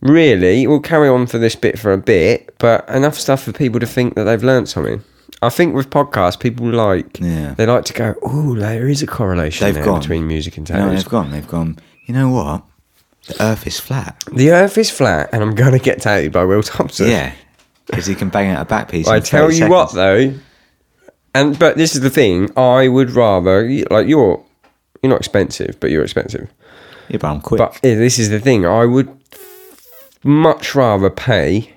Really, we'll carry on for this bit for a bit, but enough stuff for people to think that they've learned something. I think with podcasts, people like
Yeah.
they like to go. Oh, there is a correlation
They've
there
gone.
between music and
No,
tattoos.
they've gone. They've gone. You know what? The Earth is flat.
the Earth is flat, and I'm gonna get tattooed by Will Thompson.
Yeah, because he can bang out a back piece.
I
in
tell
30
you what,
seconds.
though, and but this is the thing. I would rather like you're you're not expensive, but you're expensive.
Yeah, but I'm quick.
But eh, this is the thing. I would much rather pay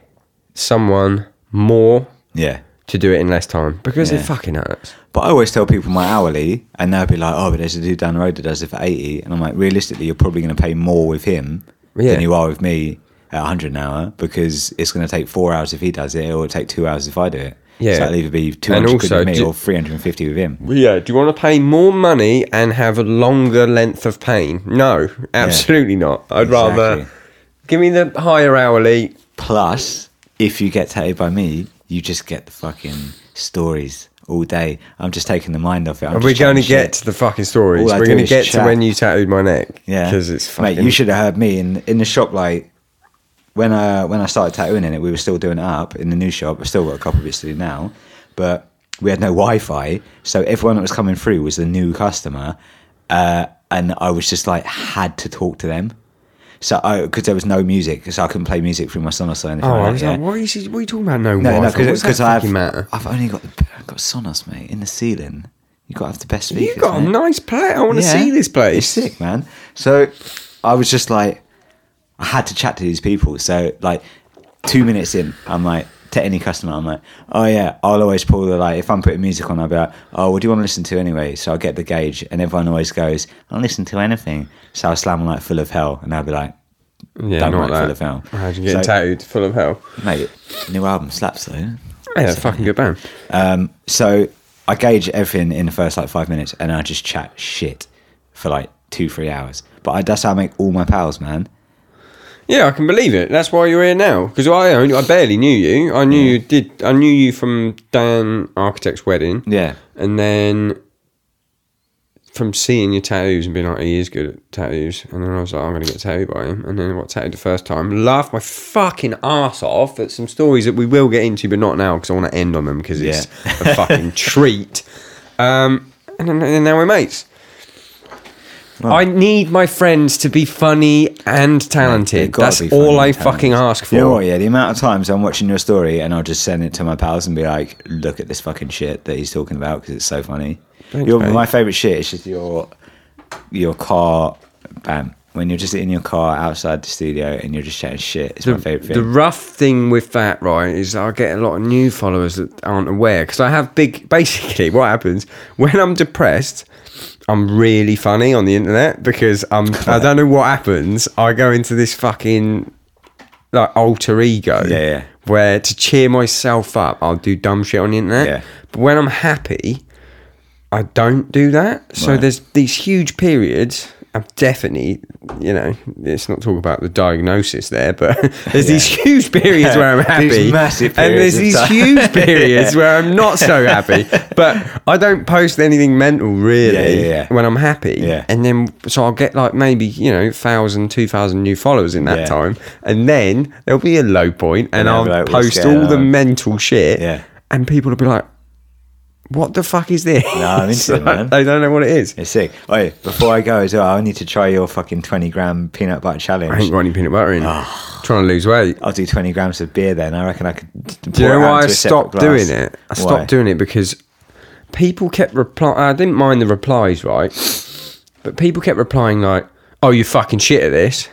someone more
yeah,
to do it in less time because
Yeah.
it fucking hurts.
but I always tell people my hourly, and they'll be like, "Oh, but there's a dude down the road that does it for 80. And I'm like, realistically, you're probably going to pay more with him
Yeah.
than you are with me at 100 an hour because it's going to take four hours if he does it, or it'll take two hours if I do it.
Yeah.
so it'll either be two
And
hundred quid
also,
with me
ju-
or three hundred and fifty with him.
Yeah. Do you want to pay more money and have a longer length of pain? No, absolutely not. I'd rather
Exactly.
give me the higher hourly.
Plus, if you get tattooed by me, you just get the fucking stories all day. I'm just taking the mind off it. I'm
Are
just
we going to
chatting shit.
get to the fucking stories?
All I
We're
do
going to
is
get to
chat.
when you tattooed my neck.
Yeah,
Because it's fucking.
Mate, you should have heard me in in the shop. Like when uh when I started tattooing in it, we were still doing it up in the new shop. I've still got a couple of bits to do now, but we had no Wi-Fi, so everyone that was coming through was a new customer, uh, and I was just like had to talk to them. So, because there was no music, so I couldn't play music through my Sonos or anything
Oh, I
like
was
that.
like,
yeah.
what, is he, what are you talking about? No,
No,
Wi-Fi?
no,
What does that
because I've
fucking matter?
I've only got the, I've got Sonos, mate, in the ceiling. You have got to have the best speakers.
You got a
mate.
nice plate. I want to see this
It's
place.
sick, man. So I was just like, I had to chat to these people. So like, two minutes in, I'm like, to any customer, I'm like, oh yeah, I'll always pull the like. If I'm putting music on, I'll be like, oh, what do you want to listen to anyway? So I get the gauge, and everyone always goes, I'll listen to anything. So I slam like full of hell, and I'll be like,
Yeah,
Don't
not
like
that.
Full of Hell.
How'd you get
So-
tattooed full of hell?
mate, new album slaps though.
Yeah, fucking good band.
Um, so I gauge everything in the first like five minutes, and I just chat shit for like two, three hours. But I, that's how I make all my pals, man.
Yeah, I can believe it. That's why you're here now. Because I only, I barely knew you. I knew you did. I knew you from Dan Architect's wedding.
Yeah.
and then from seeing your tattoos and being like, he is good at tattoos, and then I was like, I'm gonna get tattooed by him, and then I got tattooed the first time, laughed my fucking ass off at some stories that we will get into, but not now because I want to end on them because it's
(laughs)
a fucking treat. Um, and then and now we're mates. I need my friends to be funny and talented.
They've gotta
That's
be funny
all I
and talented.
fucking ask for.
You know what? Yeah, the amount of times I'm watching your story and I'll just send it to my pals and be like, "Look at this fucking shit that he's talking about because it's so funny."
Thanks,
Your,
mate.
my favorite shit is just your your car, bam. When you're just in your car outside the studio and you're just chatting shit, it's my favorite
Um, The
thing.
rough thing with that, right, is I get a lot of new followers that aren't aware because I have big. (laughs) Basically, what happens when I'm depressed, I'm really funny on the internet because I'm. I don't know what happens. I go into this fucking like alter ego.
Yeah, yeah.
Where to cheer myself up, I'll do dumb shit on the internet.
Yeah.
But when I'm happy, I don't do that. So
Right.
there's these huge periods. I'm definitely, you know, let's not talk about the diagnosis there, but (laughs) there's these huge periods where I'm happy.
(laughs) These massive
And there's
periods of
these
time. (laughs)
huge periods where I'm not so happy. But I don't post anything mental really
Yeah, yeah, yeah.
when I'm happy.
Yeah.
And then, so I'll get like maybe, you know, 1,000, 2,000 new followers in that
Yeah.
time. And then there'll be a low point and
And they'll
I'll
be like, "What's
post
going
all the
on?"
mental shit.
Yeah.
And people will be like, what the fuck is this?
No,
(laughs)
I'm into it, man.
They don't know what it is.
It's sick. Oh, before I go as well, I need to try your fucking 20 gram peanut butter
I ain't
challenge.
got any peanut butter in.
(sighs)
Trying to lose weight.
I'll do 20 grams of beer then. I reckon I could.
Do you know why I stopped doing it? I stopped doing it because people kept replying. I didn't mind the replies, right? But people kept replying like, "Oh, you fucking shit at this."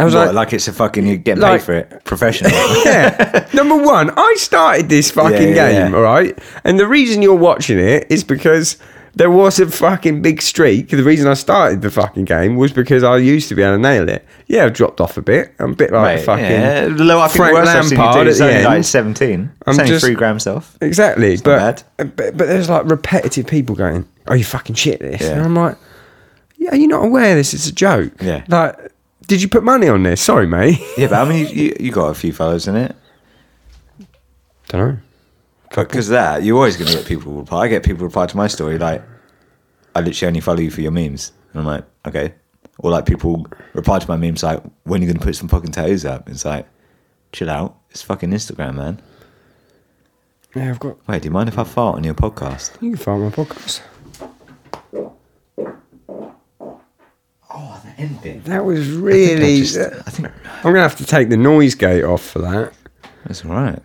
I was
What,
like,
like, it's a fucking you get paid
like-
for
(laughs)
it, professional. (laughs)
yeah. Number one, I started this fucking
Yeah, yeah,
game,
yeah.
all right? And the reason you're watching it is because there was a fucking big streak. The reason I started the fucking game was because I used to be able to nail it. Yeah, I've dropped off a bit. I'm a bit like a
Right,
fucking
yeah. Low, I think
Frank
the worst I've seen you
Lampard
do is
at the
only like
end.
17.
I'm
It's only
just-
three grams off.
Exactly, but,
bad.
but uh, but there's like repetitive people going, "Are you fucking shit at this?"
Yeah.
And I'm like, "Yeah, you're not aware this is a joke."
Yeah.
Like, did you put money on this? Sorry,
(laughs)
mate.
Yeah, but I mean, you, you, you got a few fellows in it.
Don't know.
Because of that, you're always going to get people reply. I get people reply to my story like, I literally only follow you for your memes. And I'm like, okay. Or like people reply to my memes like, when are you going to put some fucking tattoos up? It's like, chill out. It's fucking Instagram, man.
Yeah, I've got.
Wait, do you mind if I fart on your podcast?
You can find my podcast.
Oh, the end bit.
That was really.
Just- I think
I'm gonna have to take the noise gate off for that.
that's all right.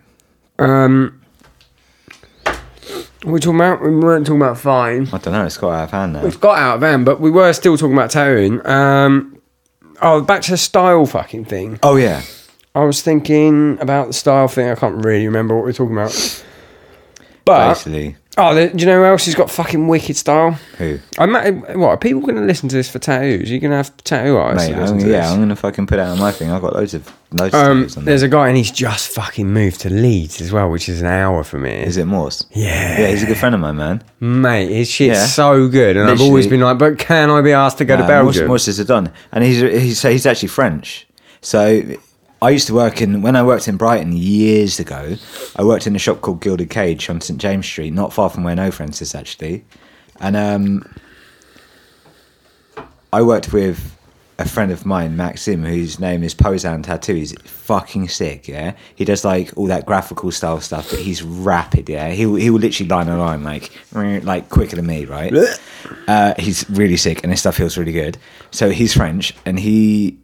We talking about? We weren't talking about fine.
I don't know. It's got out of hand now.
We've got out of hand, but we were still talking about tattooing. Um, oh, back to the style fucking thing.
Oh, yeah.
I was thinking about the style thing. I can't really remember what we are talking about. But
Basically,
oh, the, do you know who else has got fucking wicked style?
who?
I might. What are people going to listen to this for tattoos? You're going to have tattoo artists
Mate,
that listen
I'm,
to
yeah, I'm
this.
gonna fucking put it on my thing. I've got loads of loads of
Um,
tattoos on there.
there's a guy and he's just fucking moved to Leeds as well, which is an hour from here.
Is it Morse?
Yeah.
yeah, he's a good friend of mine, man.
Mate, his shit's
Yeah.
so good, and I've always
Literally.
been like, but can I be asked to go to
Uh,
Belgium?
Morse, Morse is a don, and he's he's so he's actually French. So I used to work in when I worked in Brighton years ago. I worked in a shop called Gilded Cage on St James Street, not far from where No Friends is actually, and um, I worked with a friend of mine, Maxim, whose name is Posan Tattoo. He's fucking sick, yeah. He does like all that graphical style stuff, but he's rapid, yeah. He will- he will literally line a line like like quicker than me, right? Uh, he's really sick, and his stuff feels really good. So he's French, and he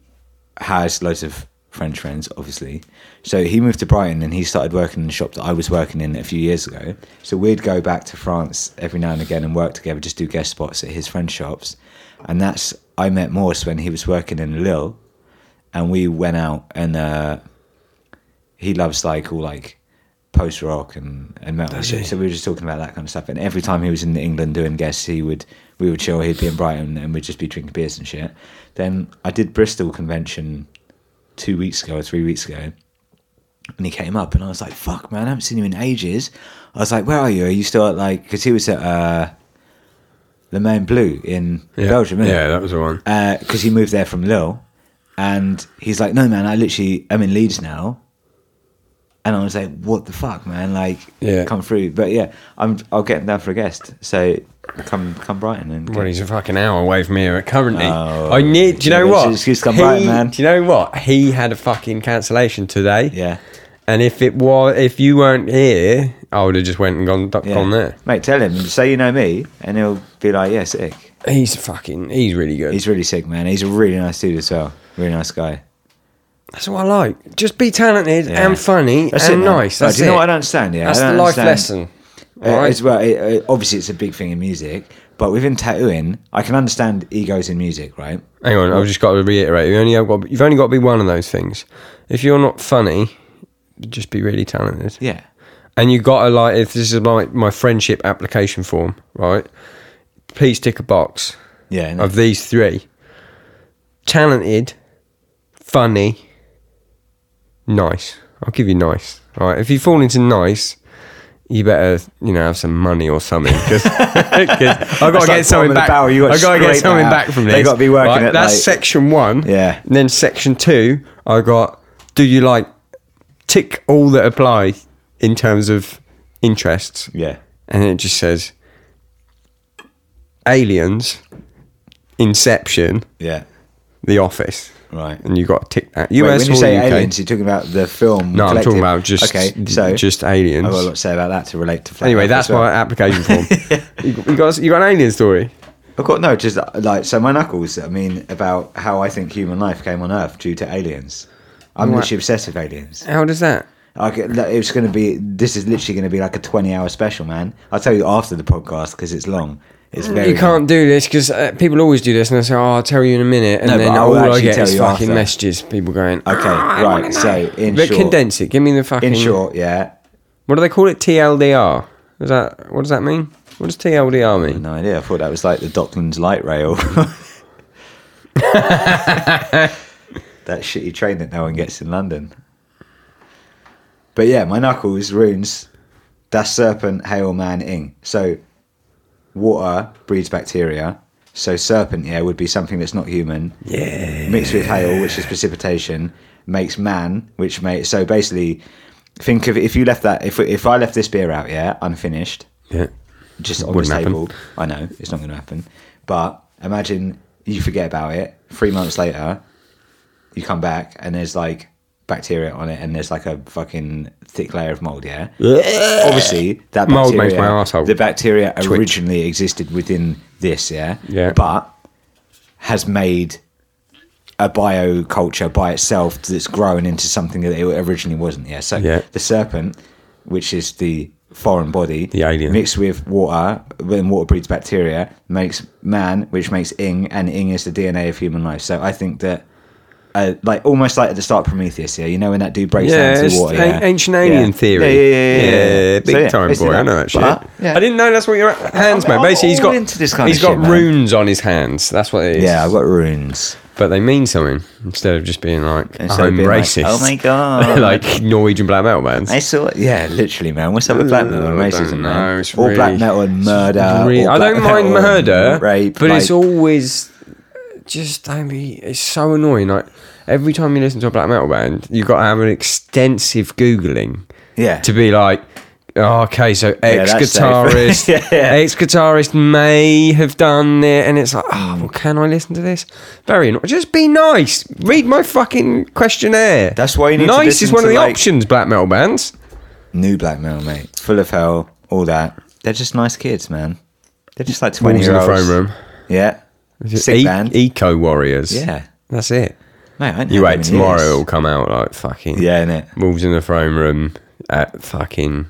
has loads of French friends, obviously. So he moved to Brighton and he started working in the shop that I was working in a few years ago. So we'd go back to France every now and again and work together, just do guest spots at his French shops. And that's, I met Morse when he was working in Lille and we went out and uh, he loves like all like post rock and, and metal. and shit. So we were just talking about that kind of stuff. And every time he was in England doing guests, he would we would chill. He'd be in Brighton and we'd just be drinking beers and shit. Then I did Bristol convention two weeks ago or three weeks ago, and he came up and I was like, "Fuck, man, I haven't seen you in ages." I was like, "Where are you? Are you still at like?" Because he was at uh, Le Main Bleu in Belgium. innit?
yeah, that was the one.
because Uh, he moved there from Lille, and he's like, "No, man, I literally am in Leeds now." And I was like, "What the fuck, man? Like,
Yeah.
come through." But yeah, I'm. I'll get him down for a guest. So come, come Brighton and.
Well,
Get,
he's a fucking hour away from here currently.
Oh.
I need. Do you know
Yeah,
what?
excuse- excuse come back,
He-
man.
Do you know what? He had a fucking cancellation today.
yeah,
And if it was, if you weren't here, I would have just went and gone,
yeah.
gone there.
mate. Tell him. Say you know me, and he'll be like, "Yeah, sick."
He's fucking. He's really good.
He's really sick, man. He's a really nice dude as well. Really nice guy.
That's what I like. Just be talented
Yeah.
and funny
That's
and
it, man.
nice.
Like,
That's
do you know
it.
what I don't understand? Yeah,
That's
I don't
the life
understand-
lesson.
Uh,
All right?
As well, it, uh, obviously, it's a big thing in music, but within tattooing, I can understand egos in music, right?
Hang on, I've just got to reiterate. You only have got. You've only got to be one of those things. If you're not funny, just be really talented.
Yeah.
And you got to like. If this is my my friendship application form, right? Please tick a box
Yeah. no.
of these three: talented, funny, nice. I'll give you nice. All right. If you fall into nice. You better, you know, have some money or something (laughs) because I've got
like
to get something
bottom of the
back.
barrel, you gotta
I've got to get
scrape
something
that out.
back from this.
They gotta be working
right?
at,
That's
like-
section one.
Yeah.
And then section two, I got do you like tick all that apply in terms of interests?
yeah.
And it just says aliens, Inception,
Yeah.
The Office.
Right.
And you got to tick that.
Wait,
US
when you
or
say
UK?
aliens, you're talking about the film.
no, I'm
collective.
talking about just
okay. So
just
I've got a lot
aliens.
to say about that to relate to. Flat
Anyway,
Earth
that's
as well.
my application
(laughs)
form. you, you got you got an alien story.
I've got no, just uh, like so. My knuckles. I mean, about how I think human life came on Earth due to aliens. I'm
Right.
literally obsessed with aliens.
How does that?
Like, it's going to be. This is literally going to be like a 20 hour special, man. I'll tell you after the podcast because it's long. It's very.
Mm. You can't do this because uh, people always do this, and they say, "Oh, I'll tell you in a minute," and
No,
then
but I
all
will
I
actually
get
tell
is
you
fucking
after.
messages. People going, "Ah,
Okay, right. So in
but
short,
condense it. Give me the fucking.
in short, yeah.
what do they call it? TLDR. Is that what does that mean? What does TLDR mean?
No idea. I thought that was like the Docklands light rail. (laughs) that shitty train that no one gets in London. But yeah, my knuckles, runes, that's serpent, hail, man, ing. So water breeds bacteria. So serpent, yeah, would be something that's not human.
Yeah.
Mixed with hail, which is precipitation, makes man, which may. So basically, think of if you left that, if, if I left this beer out, yeah, unfinished,
Yeah.
just on the
Wouldn't happen.
table. I know it's not going to happen, but imagine you forget about it. Three months later, you come back and there's like bacteria on it, and there's like a fucking thick layer of mold. Yeah, obviously that
Mold
bacteria,
makes my arsehole
The bacteria originally existed within this. Yeah,
Yeah.
but has made a bio culture by itself that's grown into something that it originally wasn't. Yeah. So
Yeah.
the serpent, which is the foreign body,
The alien.
mixed with water, when water breeds bacteria, makes man, which makes ing, and ing is the DNA of human life. So I think that. Uh, like almost like at the start of Prometheus, yeah. You know when that dude breaks
Yeah,
down
it's
into water,
an-
yeah?
ancient alien
Yeah.
theory.
Yeah, yeah, yeah, yeah, yeah.
big
So, yeah,
time
basically
boy. I know that shit.
But, yeah.
I didn't know that's what your hands,
I'm-
mate.
I'm
Basically, he's
all
got
into this kind
he's
of
got
shit, man.
runes on his hands. That's what it is.
yeah, I've got runes.
but they mean something instead of just being like
Instead of
I'm
being like,
racist. (laughs)
"Oh my God."
like Norwegian black metal bands.
I saw, yeah, literally, man. What's up with black metal and
I
racism,
don't know,
man?
it's
all
really-
black metal and murder.
Really-
Uh, all
I
black
don't mind
metal and
murder,
rape,
but it's
like-
always just don't be. It's so annoying. Like every time you listen to a black metal band, you got to have an extensive googling.
Yeah.
To be like, "Oh, okay, so ex
that's safe."
guitarist,
(laughs) Yeah, yeah.
ex guitarist may have done it, and it's like,
Hmm.
oh, well, can I listen to this? Very annoying. Just be nice. Read my fucking questionnaire.
That's why you need to
nice is
listen
one
to,
of the
like-
options. Black metal bands.
new black male, mate. Full of hell, all that. They're just nice kids, man. They're just like twenty
Wolves in
year
the
olds.
throne room.
Yeah, sick
E-
band.
Eco warriors.
Yeah.
that's it.
mate, I ain't
You
heard
wait
them in
tomorrow,
years.
it'll come out like fucking
Yeah, innit?
Wolves in the throne room at fucking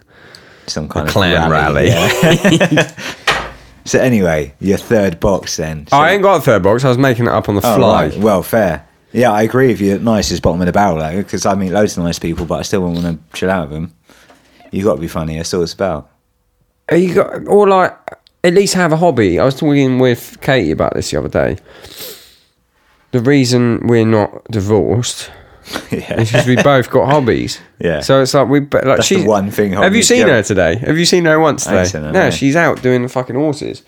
Some kind of
clan rally.
yeah.
(laughs)
so anyway, your third box then. So-
I ain't got a third box. I was making it up on the
Oh,
fly.
right. Well, fair. Yeah, I agree with you. that Nice is bottom of the barrel though, because I meet loads of nice people, but I still wouldn't want to chill out with them. You got to be funny. That's all it's about. (laughs)
Are you got or like at least have a hobby? I was talking with Katie about this the other day. The reason we're not divorced
yeah.
is because
(laughs)
we both got hobbies.
Yeah.
So it's like we but like
That's the
she's
one thing
Have you
hobbies
seen
do.
her today? Have you seen her once
I ain't
today?
seen her,
no,
no.
she's out doing the fucking horses,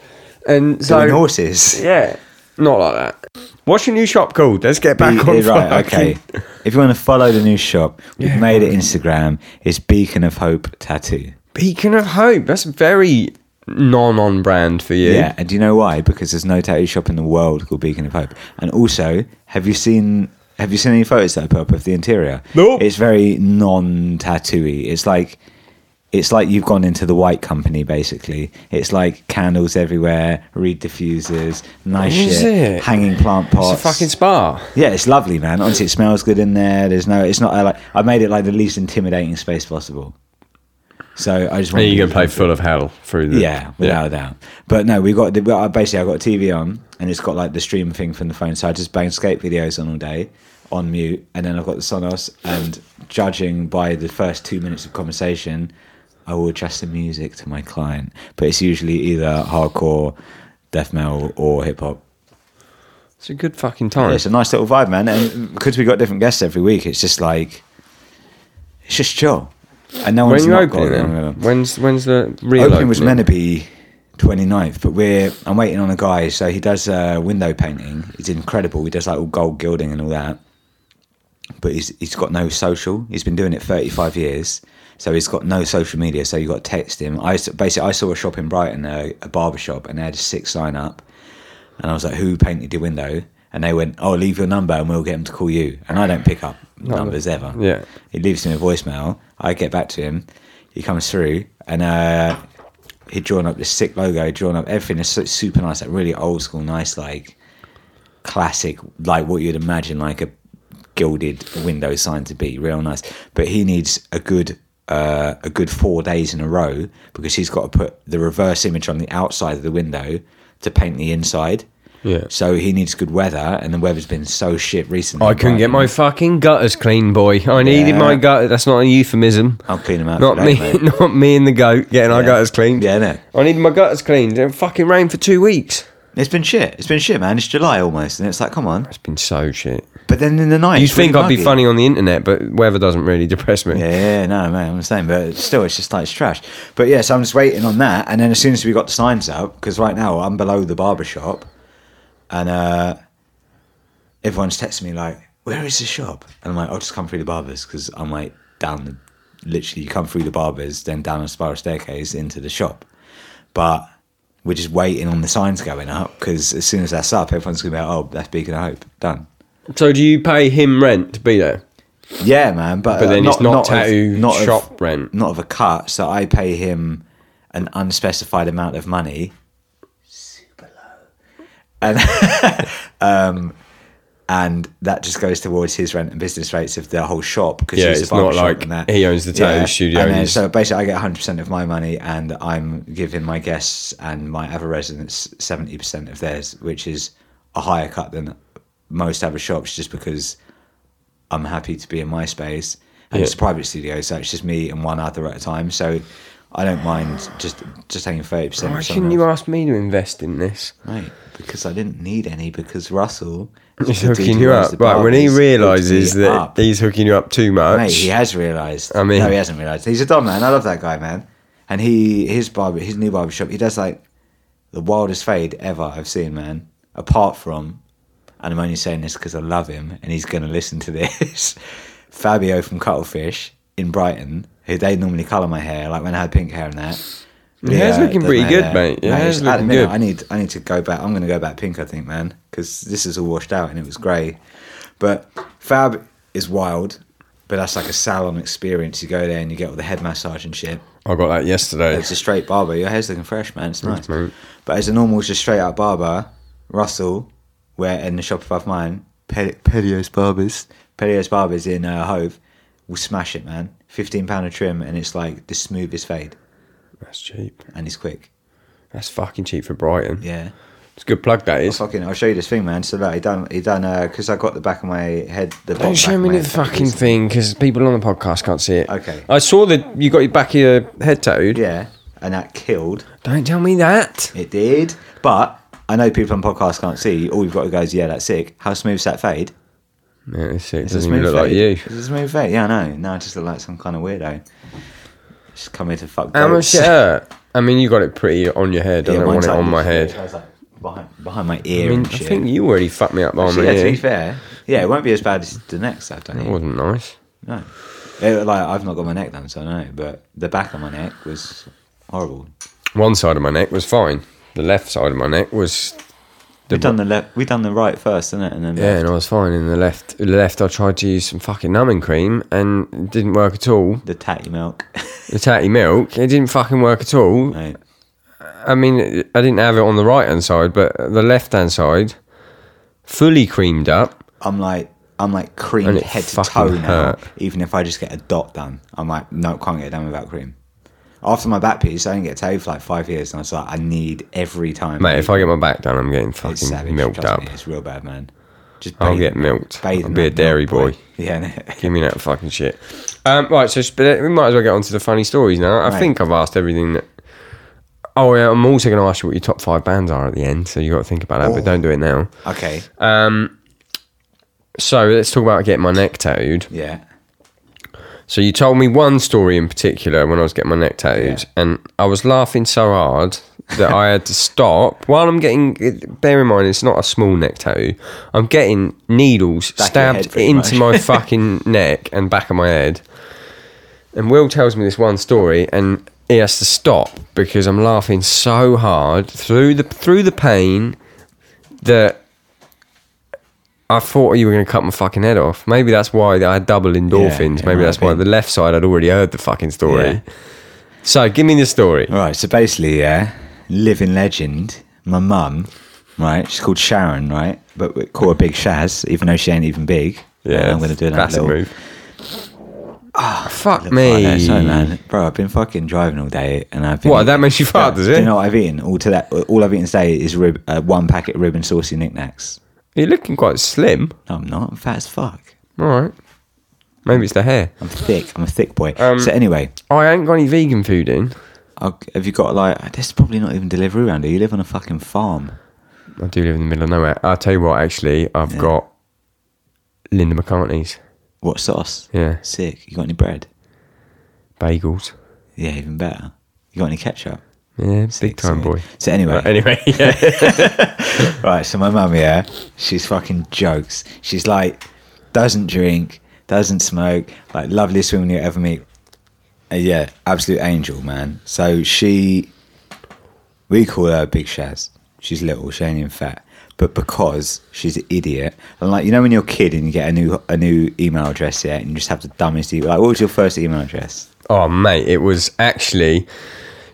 and so
Doing horses.
Yeah, not like that. What's your new shop called? Let's get
Be- eh,
back on.
right,
fucking-
okay. If you want to follow the new shop, we've
Yeah.
made it Instagram. It's Beacon of Hope Tattoo.
Beacon of Hope. That's very non on brand for you.
Yeah. and do you know why? Because there's no tattoo shop in the world called Beacon of Hope. And also, have you seen have you seen any photos that I put up of the interior?
Nope.
It's very non-tattooy. It's like it's like you've gone into the white company basically. It's like candles everywhere, reed diffusers, nice
Is
shit,
it?
hanging plant pots.
It's a fucking spa.
yeah, it's lovely, man. Honestly, it smells good in there. There's no, it's not uh, like I made it like the least intimidating space possible. So I just
And you're
want people
going to play full of hell through the.
yeah, without a doubt. But no, we got the, well, I- basically I got a TV on, and it's got like the stream thing from the phone. So I just bang skate videos on all day on mute, and then I've got the Sonos. And judging by the first two minutes of conversation, I will adjust the music to my client. But it's usually either hardcore, death metal, or hip hop.
It's a good fucking time.
Yeah, it's a nice little vibe, man. And because we got different guests every week, it's just like it's just chill. And no
when
one's
you
not got
opening
it.
then? When's when's the real
opening was
opening?
meant to be 29th but we're i'm waiting on a guy so he does uh, window painting it's incredible he does like all gold gilding and all that but he's he's got no social he's been doing it 35 years so he's got no social media so you got to text him i s- basically i saw a shop in brighton a, a barber shop and they had six sign up and i was like who painted your window and they went oh leave your number and we'll get him to call you and i don't pick up numbers ever
Yeah.
he leaves me a voicemail. I get back to him. He comes through and uh, he'd drawn up this sick logo, drawn up everything. It's so, super nice, like really old school, nice, like classic, like what you'd imagine like a gilded window sign to be, real nice. But he needs a good. Uh, a good four days in a row because he's got to put the reverse image on the outside of the window to paint the inside.
Yeah.
So he needs good weather, and the weather's been so shit recently.
I couldn't get
Brighton.
my fucking gutters clean, boy. I needed
Yeah.
my gutter. That's not a euphemism.
I'll clean 'em out
Not
today,
me. (laughs)
mate.
Not me and the goat getting our
Yeah.
gutters cleaned.
Yeah, innit?
I needed my gutters cleaned. It fucking rained for two weeks.
It's been shit. It's been shit, man. It's July almost, and it's like, come on.
It's been so shit.
But then in the night,
You'd
it's really
think I'd be
muggy.
funny on the internet, but weather doesn't really depress me.
Yeah, yeah, no, man, I'm the same. But still, it's just like it's trash. But yeah, so I'm just waiting on that, and then as soon as we got the signs up, because right now I'm below the barber shop, and uh, everyone's texting me like, "Where is the shop?" And I'm like, "I'll just come through the barbers," because I'm like down the, literally, you come through the barbers, then down a spiral staircase into the shop. But we're just waiting on the signs going up because as soon as that's up, everyone's gonna be like, "Oh, that's Beacon of Hope, done."
So do you pay him rent to be there?
Yeah, man, but
But
uh,
then it's not
of-
tattoo
of-
shop rent.
not of a cut. So I pay him an unspecified amount of money, super low, and (laughs) um, and that just goes towards his rent and business rates of the whole shop. Because
Yeah,
he's a
it's not
barber shop
like
and that.
he owns the tattoo studio
And
and
then,
he's-
so basically, I get 100 percent of my money, and I'm giving my guests and my other residents 70 percent of theirs, which is a higher cut than most other shops, just because. I'm happy to be in my space. And
Yeah.
it's a private studio, so it's just me and one other at a time. So I don't mind just just taking thirty percent.
Why shouldn't you ask me to invest in this?
Mate, because I didn't need any because Russell
(laughs) He's
the dude
hooking
who
you
owns
up.
the
Right, when he
barbers, hooked
realises
me
that
up.
he's hooking you up too much.
Mate, he has realised.
I mean-
no, he hasn't realised. He's a dumb man. I love that guy, man. And he, his barber, his new barber shop, he does like the wildest fade ever I've seen, man. Apart from, and I'm only saying this because I love him, and he's going to listen to this. (laughs) Fabio from Cuttlefish in Brighton, who they normally colour my hair, like when I had pink hair and that.
Your Mm, hair's looking
does
pretty
my
good, mate. Your hair's
it's- at the
looking
minute,
good.
I need, I need to go back. I'm going to go back pink, I think, man, because this is all washed out and it was grey. But Fab is wild, but that's like a salon experience. You go there and you get all the head massage and shit.
I got that yesterday.
It's a straight barber. Your hair's looking fresh, man. It's nice. But as a normal, just straight out barber, Russell, where in the shop above mine, Pe- Pelios Barbers, Pelios Barbers in uh, Hove, will smash it, man. Fifteen pound a trim, and it's like the smoothest fade,
That's cheap.
and it's quick.
That's fucking cheap for Brighton.
Yeah.
It's a good plug, that is.
Fucking, I'll show you this thing, man. So look, he done, he done, uh 'cause I got the back of my head. The bottom
Don't show
back
me
of my
the
head tattoos.
fucking thing because people on the podcast can't see it.
Okay.
I saw that you got your back of your head tattooed.
Yeah, and that killed.
Don't tell me that.
It did, but I know people on podcasts can't see. All we've got to go is, yeah, that's sick. How smooth's that fade?
Yeah, it's, it
It's a
doesn't even
smooth
look like
fade.
you.
It's a smooth fade. Yeah, I know. Now I just look like some kind of weirdo. Just come here to fuck.
How much
(laughs) goats.
it hurt? I mean, you got it pretty on your head. I
Yeah,
don't want
mine's
it
like
on my
this.
head.
Mine's like behind, behind my
I
ear
mean, I
and shit.
think you already fucked me up behind my
yeah, to be
ear.
fair, yeah, it won't be as bad as the next I've done.
It
here.
wasn't nice.
No. It, like I've not got my neck done, so I don't know. But the back of my neck was horrible.
One side of my neck was fine. The left side of my neck was The
We've done the left. We've done the right first, isn't it? And then
Yeah,
left.
and I was fine in the left. Left, I tried to use some fucking numbing cream and it didn't work at all.
the tatty milk. (laughs)
The tatty milk, it didn't fucking work at all.
Mate.
I mean, I didn't have it on the right hand side, but the left hand side, fully creamed up.
I'm like I'm like cream
And it
head to
fucking
toe now.
hurt.
Even if I just get a dot done, I'm like no, can't get it done without cream. After my back piece, I didn't get a tattoo for like five years, and I was like, I need every time.
Mate, if I get my back done, I'm getting
It's
fucking
savage,
milked
trust
up.
me, it's real bad, man. Just
I'll
bathe-
get milked.
bathe
I'll
in
be
that
a dairy
milk,
boy.
(laughs) Yeah,
(laughs)
innit?
Give me that fucking shit. Um, right, so sp- we might as well get on to the funny stories now. I
Right.
think I've asked everything that. Oh, yeah, I'm also going to ask you what your top five bands are at the end, so you got to think about that,
Oh.
but don't do it now.
okay.
So let's talk about getting my neck tattooed.
yeah,
So you told me one story in particular when I was getting my neck tattooed,
Yeah.
and I was laughing so hard that I had to stop while I'm getting. Bear in mind, it's not a small neck tattoo. I'm getting needles
Back of your head,
stabbed
pretty
into
much. (laughs)
my fucking neck and back of my head. And Will tells me this one story, and he has to stop because I'm laughing so hard through the through the pain that. I thought you were going to cut my fucking head off. Maybe that's why I had double endorphins.
it
Maybe
might
that's why
be.
the left side I'd already heard the fucking story.
Yeah.
So give me the story.
All right, so basically, yeah, living legend. My mum, right? She's called Sharon, right? But we call her Big Shaz, even though she ain't even big.
Yeah,
I'm gonna do that
classic
little
move. Fuck
little fart there,
me.
sorry, man. bro. I've been fucking driving all day, and I've been
What, that makes you fart, does
Do
it?
you know what I've eaten? All to that, all I've eaten today is rib, uh, one packet of rib saucy knickknacks.
You're looking quite slim.
No, I'm not. I'm fat as fuck.
All right. Maybe it's the hair.
I'm thick. I'm a thick boy.
Um,
so anyway,
I ain't got any vegan food in.
I'll, have you got like? This is probably not even delivery round. here. You live on a fucking farm.
I do live in the middle of nowhere. I'll tell you what, actually, I've got Linda McCartney's
What sauce?
Yeah.
Sick. You got any bread?
bagels.
Yeah, even better. You got any ketchup?
Yeah, big
Sick,
time
sweet.
boy.
So anyway, (laughs)
But anyway, yeah.
Right, so my mum, yeah, she's fucking jokes. She's like, doesn't drink, doesn't smoke, like loveliest woman you ever meet. Uh, yeah, absolute angel, man. So she, we call her Big Shaz. She's little, she ain't even fat, but because she's an idiot, and like you know when you're a kid and you get a new a new email address, yeah, and you just have the dumbest email. Like, what was your first email address?
Oh mate, it was actually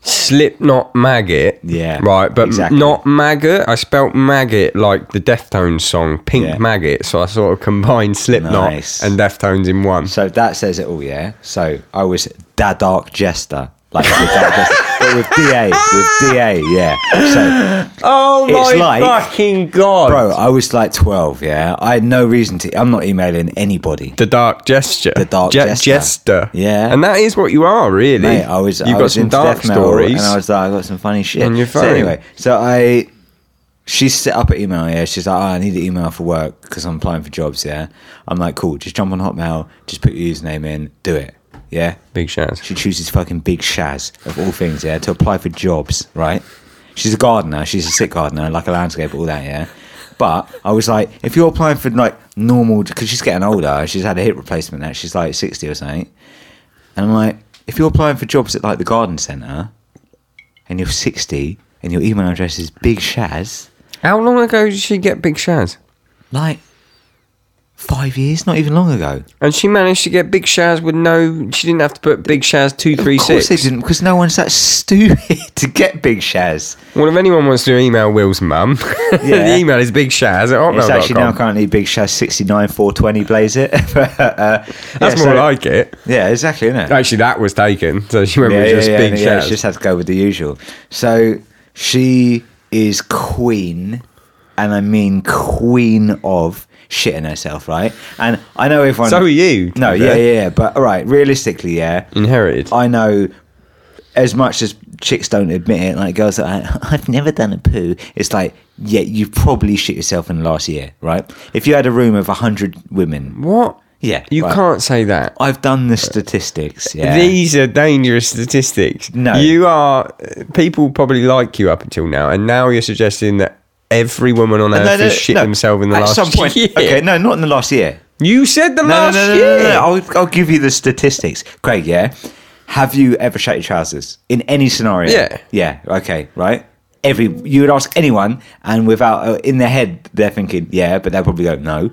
Slipknot Maggot.
Yeah,
Right, but
exactly.
not maggot. I spelt maggot like the Deftones song, Pink
Yeah.
Maggot. So I sort of combined Slipknot
Nice.
and Deftones in one.
So that says it all, yeah. So I was Da Dark Jester, like with Dark Jester, but with DA, with DA, yeah. So,
Oh
It's
my
like-
fucking god.
bro, I was like 12, yeah. I had no reason to. I'm not emailing anybody.
The dark gesture. The
dark jester.
jester.
Yeah.
And that is what you are, really.
Mate, I was.
You've
I
got
was
some
into
dark
death metal,
stories.
and I was like, I got some funny shit.
On your
So
phone.
anyway, so I, she set up an email. Yeah, she's like, oh, I need an email for work because I'm applying for jobs. Yeah, I'm like, cool. Just jump on Hotmail. Just put your username in. Do it. Yeah,
Big shout.
She chooses fucking Big Shaz of all things, yeah, to apply for jobs, right? She's a gardener. She's a sick gardener, like a landscaper, all that, yeah. But I was like, if you're applying for like normal, because she's getting older, she's had a hip replacement now, she's like 60 or something. And I'm like, if you're applying for jobs at like the garden centre and you're 60 and your email address is Big Shaz,
How long ago did she get Big Shaz?
like five years, not even long ago.
And she managed to get Big Shaz with no. She didn't have to put Big Shaz two three
Of course
six.
they didn't, because no one's that (laughs) stupid to get Big Shaz.
Well, if anyone wants to email Will's mum, (laughs) the
Yeah.
email is bigshaz at
It's actually now
hotmail.com.
currently Big Shaz 69 420 blaze it. (laughs) uh,
That's
yeah,
more
so-
like it.
Yeah, exactly, isn't it?
Actually, that was taken, so she went
Yeah,
with
yeah,
just
yeah,
big
yeah, yeah,
shaz.
she just had to go with the usual. So she is queen, and I mean queen of shitting herself, right? And I know everyone.
So are you, to
No,
be
yeah,
fair.
yeah, yeah. But all right, realistically, yeah.
Inherited.
I know as much as chicks don't admit it, like girls are like, (laughs) I've never done a poo. It's like, yeah, you probably shit yourself in the last year, right? If you had a room of 100 women,
what?
Yeah,
You
right.
can't say that.
I've done the statistics. Yeah.
These are dangerous statistics.
No.
You are. People probably like you up until now, and now you're suggesting that every woman on earth has shit themselves in the
at
last
some
(laughs)
point,
year.
(laughs) Okay, no, not in the last year.
You said the
No,
last
no, no, no,
year.
no, no, no. I'll, I'll give you the statistics. Craig, yeah? Have you ever shut your trousers in any scenario?
Yeah.
Yeah, okay, right? every you would ask anyone, and without uh, in their head they're thinking yeah, but they'll probably go no,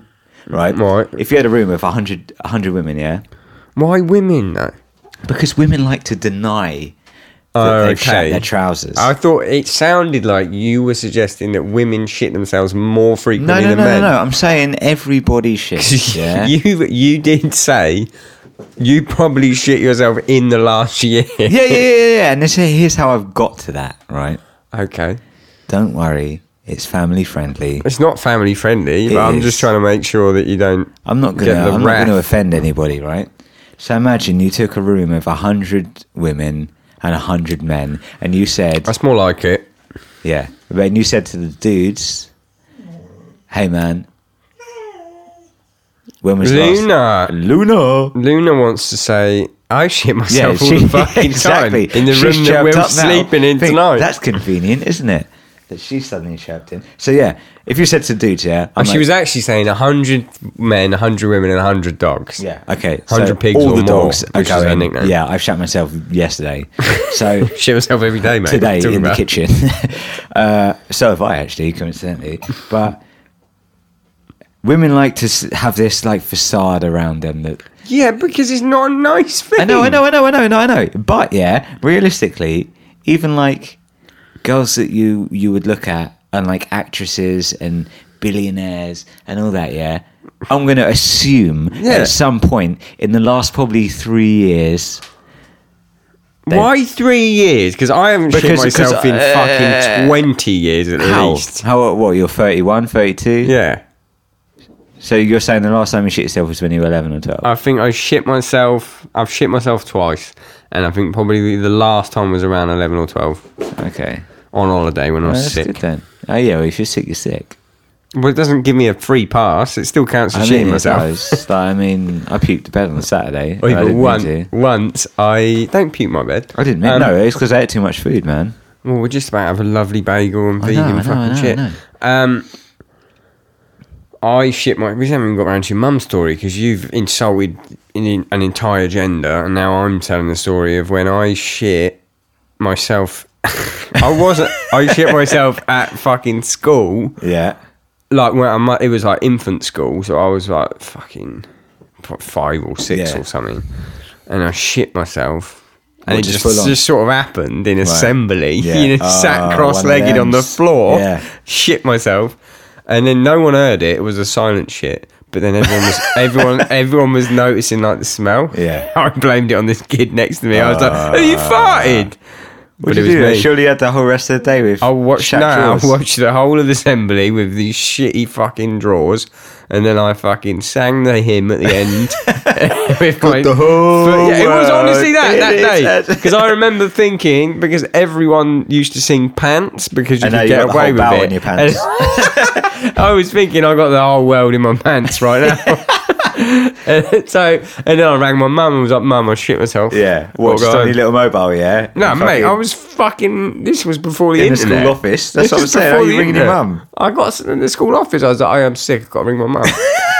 right?
Right.
If you had a room with 100, 100 women, yeah,
Why women though?
because women like to deny that
Oh,
they've shat
okay.
their trousers.
I thought it sounded like you were suggesting that women shit themselves more
no,
frequently
no, no,
than
no,
men. (laughs)
no. I'm saying everybody shits. Yeah.
you you did say you probably shit yourself in the last year. (laughs)
yeah, yeah, yeah, yeah, yeah. And this, here's how I've got to that, right?
Okay.
Don't worry, it's family friendly.
It's not family friendly,
It
but I'm
is.
just trying to make sure that you don't.
I'm not
Get the
gonna, I'm not
wrath.
gonna offend anybody, right? So imagine you took a room of hundred women and hundred men, and you said,
That's more like it.
yeah, and you said to the dudes, "Hey, man, when was the last-
Luna,
Luna."
Luna wants to say I shit myself
(laughs)
all the fucking
exactly.
time in the
She's
room that
chirped
we're
up now.
sleeping in
Think,
tonight.
That's convenient, isn't it? That she's suddenly chirped in. So yeah, if you said to dudes, yeah, I'm
and she
like-
was actually saying hundred men, hundred women, and hundred dogs.
Yeah. Okay.
100 pigs
all
or
the
more,
dogs are
which is her
going-
nickname.
Yeah, I've shat myself yesterday.
(laughs)
So
shit myself every day, mate. What are
today
you talking
in the
about?
kitchen. (laughs) uh, so have I actually, coincidentally. But women like to s- have this like facade around them that
Yeah, because it's not a nice thing.
I know, I know, I know, I know, I know, I know. But yeah, realistically, even like girls that you you would look at and like actresses and billionaires and all that, yeah. I'm going to assume
Yeah.
at some point in the last probably three years,
Why three years? Because I haven't shit
Because-
myself in
because, uh,
fucking twenty years at
how,
least.
how what you're 31, 32?
Yeah,
So you're saying the last time you shit yourself was when you were 11 or 12?
I think I shit myself. I've shit myself twice, and I think probably the last time was around eleven or twelve
okay,
on holiday when I
Well,
was
that's
sick.
good then. Oh yeah, well, if you're sick, you're sick.
Well, it doesn't give me a free pass. It still counts as shitting
it
myself.
does. like, I mean, I puked the bed on Saturday.
Oh,
and I
yeah, but
didn't
one,
mean to.
once I don't puke my bed.
I didn't mean
Um,
no. It's because I ate too much food, man.
Well, we're just about to have a lovely bagel and
I know,
vegan
I know, I
fucking
know, I
shit.
know.
Um, I shit my. We haven't even got around to your mum's story because you've insulted in, an entire gender, and now I'm telling the story of when I shit myself. (laughs) I wasn't. I shit myself at fucking school.
Yeah.
Like when I, mu- it was like infant school, so I was like fucking f- five or six
Yeah.
or something, and I shit myself. And
What,
it just,
just full on?
just sort of happened in assembly. (laughs)
Yeah.
You know,
Ah,
sat
one of
cross-legged on the
them's-
floor,
yeah.
shit myself, and then no one heard it. It was a silent shit. But then everyone
(laughs)
was everyone everyone was noticing like the smell.
Yeah.
(laughs) I blamed it on this kid next to me. I was like, "Have you farted?"
What
But
did
it was
you do?
me.
Surely you had the whole rest of the day with.
I watched
shat
no, I
drawers.
watched the whole of the assembly with these shitty fucking drawers, and then I fucking sang the hymn at the end. (laughs)
(laughs)
with my-
(laughs) the whole
But yeah, it was
world
honestly that
in
that
its
day
head. (laughs)
because I remember thinking because everyone used to sing pants because you
And now
could
you
get
got the
away
whole
with
bow
it.
in your pants.
And (laughs) I was thinking I got the whole world in my pants right
(laughs)
now. (laughs) And so and then I rang my mum and was like, "Mum, I shit myself."
Yeah.
Well,
Watched
go
on
home.
your little mobile. Yeah.
No,
And
mate,
fucking-
I was fucking. This was before the
In the
internet.
school office? That's
This
what I'm
was
saying.
before
Are you
the
ringing your
internet.
mum?
I got s- in the school office. I was like, I am sick. I've got to ring
(laughs)
my mum.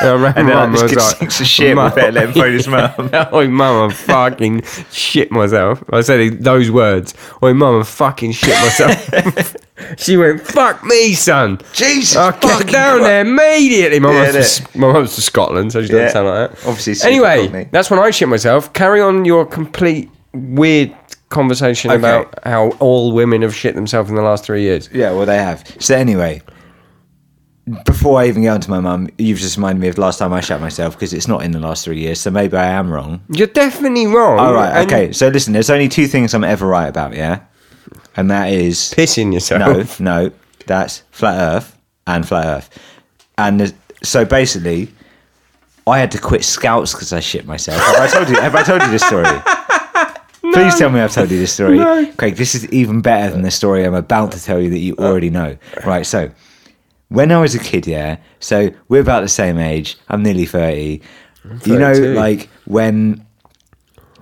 And I rang
And
my
then
mum.
this
I was
kid
like,
stinks of shit. We
"Mum."
better let him phone (laughs) his mum.
(laughs) Oi, mum, I fucking shit myself. I said those words. Oi, mum, I fucking shit myself. (laughs) she went, fuck me, son.
Jesus.
I got
fucking
down
Christ.
there immediately. My
Yeah,
mum's,
innit?
from, my mum's from Scotland, so she doesn't
Yeah.
sound like that.
Obviously, super
Anyway,
Cockney.
that's when I shit myself. Carry on your complete weird conversation
Okay.
about how all women have shit themselves in the last three years.
Yeah, well, they have. So anyway, before I even go on to my mum, you've just reminded me of the last time I shat myself because it's not in the last three years. So maybe I am wrong.
You're definitely wrong.
All right.
and
Okay. So listen, there's only two things I'm ever right about. Yeah, and that is
Pissing yourself.
no, no. That's flat Earth and flat Earth. And there's- so basically, I had to quit Scouts because I shit myself. Have I told you? Have I told you this story? Please tell me I've told you this story, Craig. This is even better than the story I'm about to tell you that you already know. Right. So when I was a kid, yeah. So we're about the same age. I'm nearly thirty. You know,
32.
like when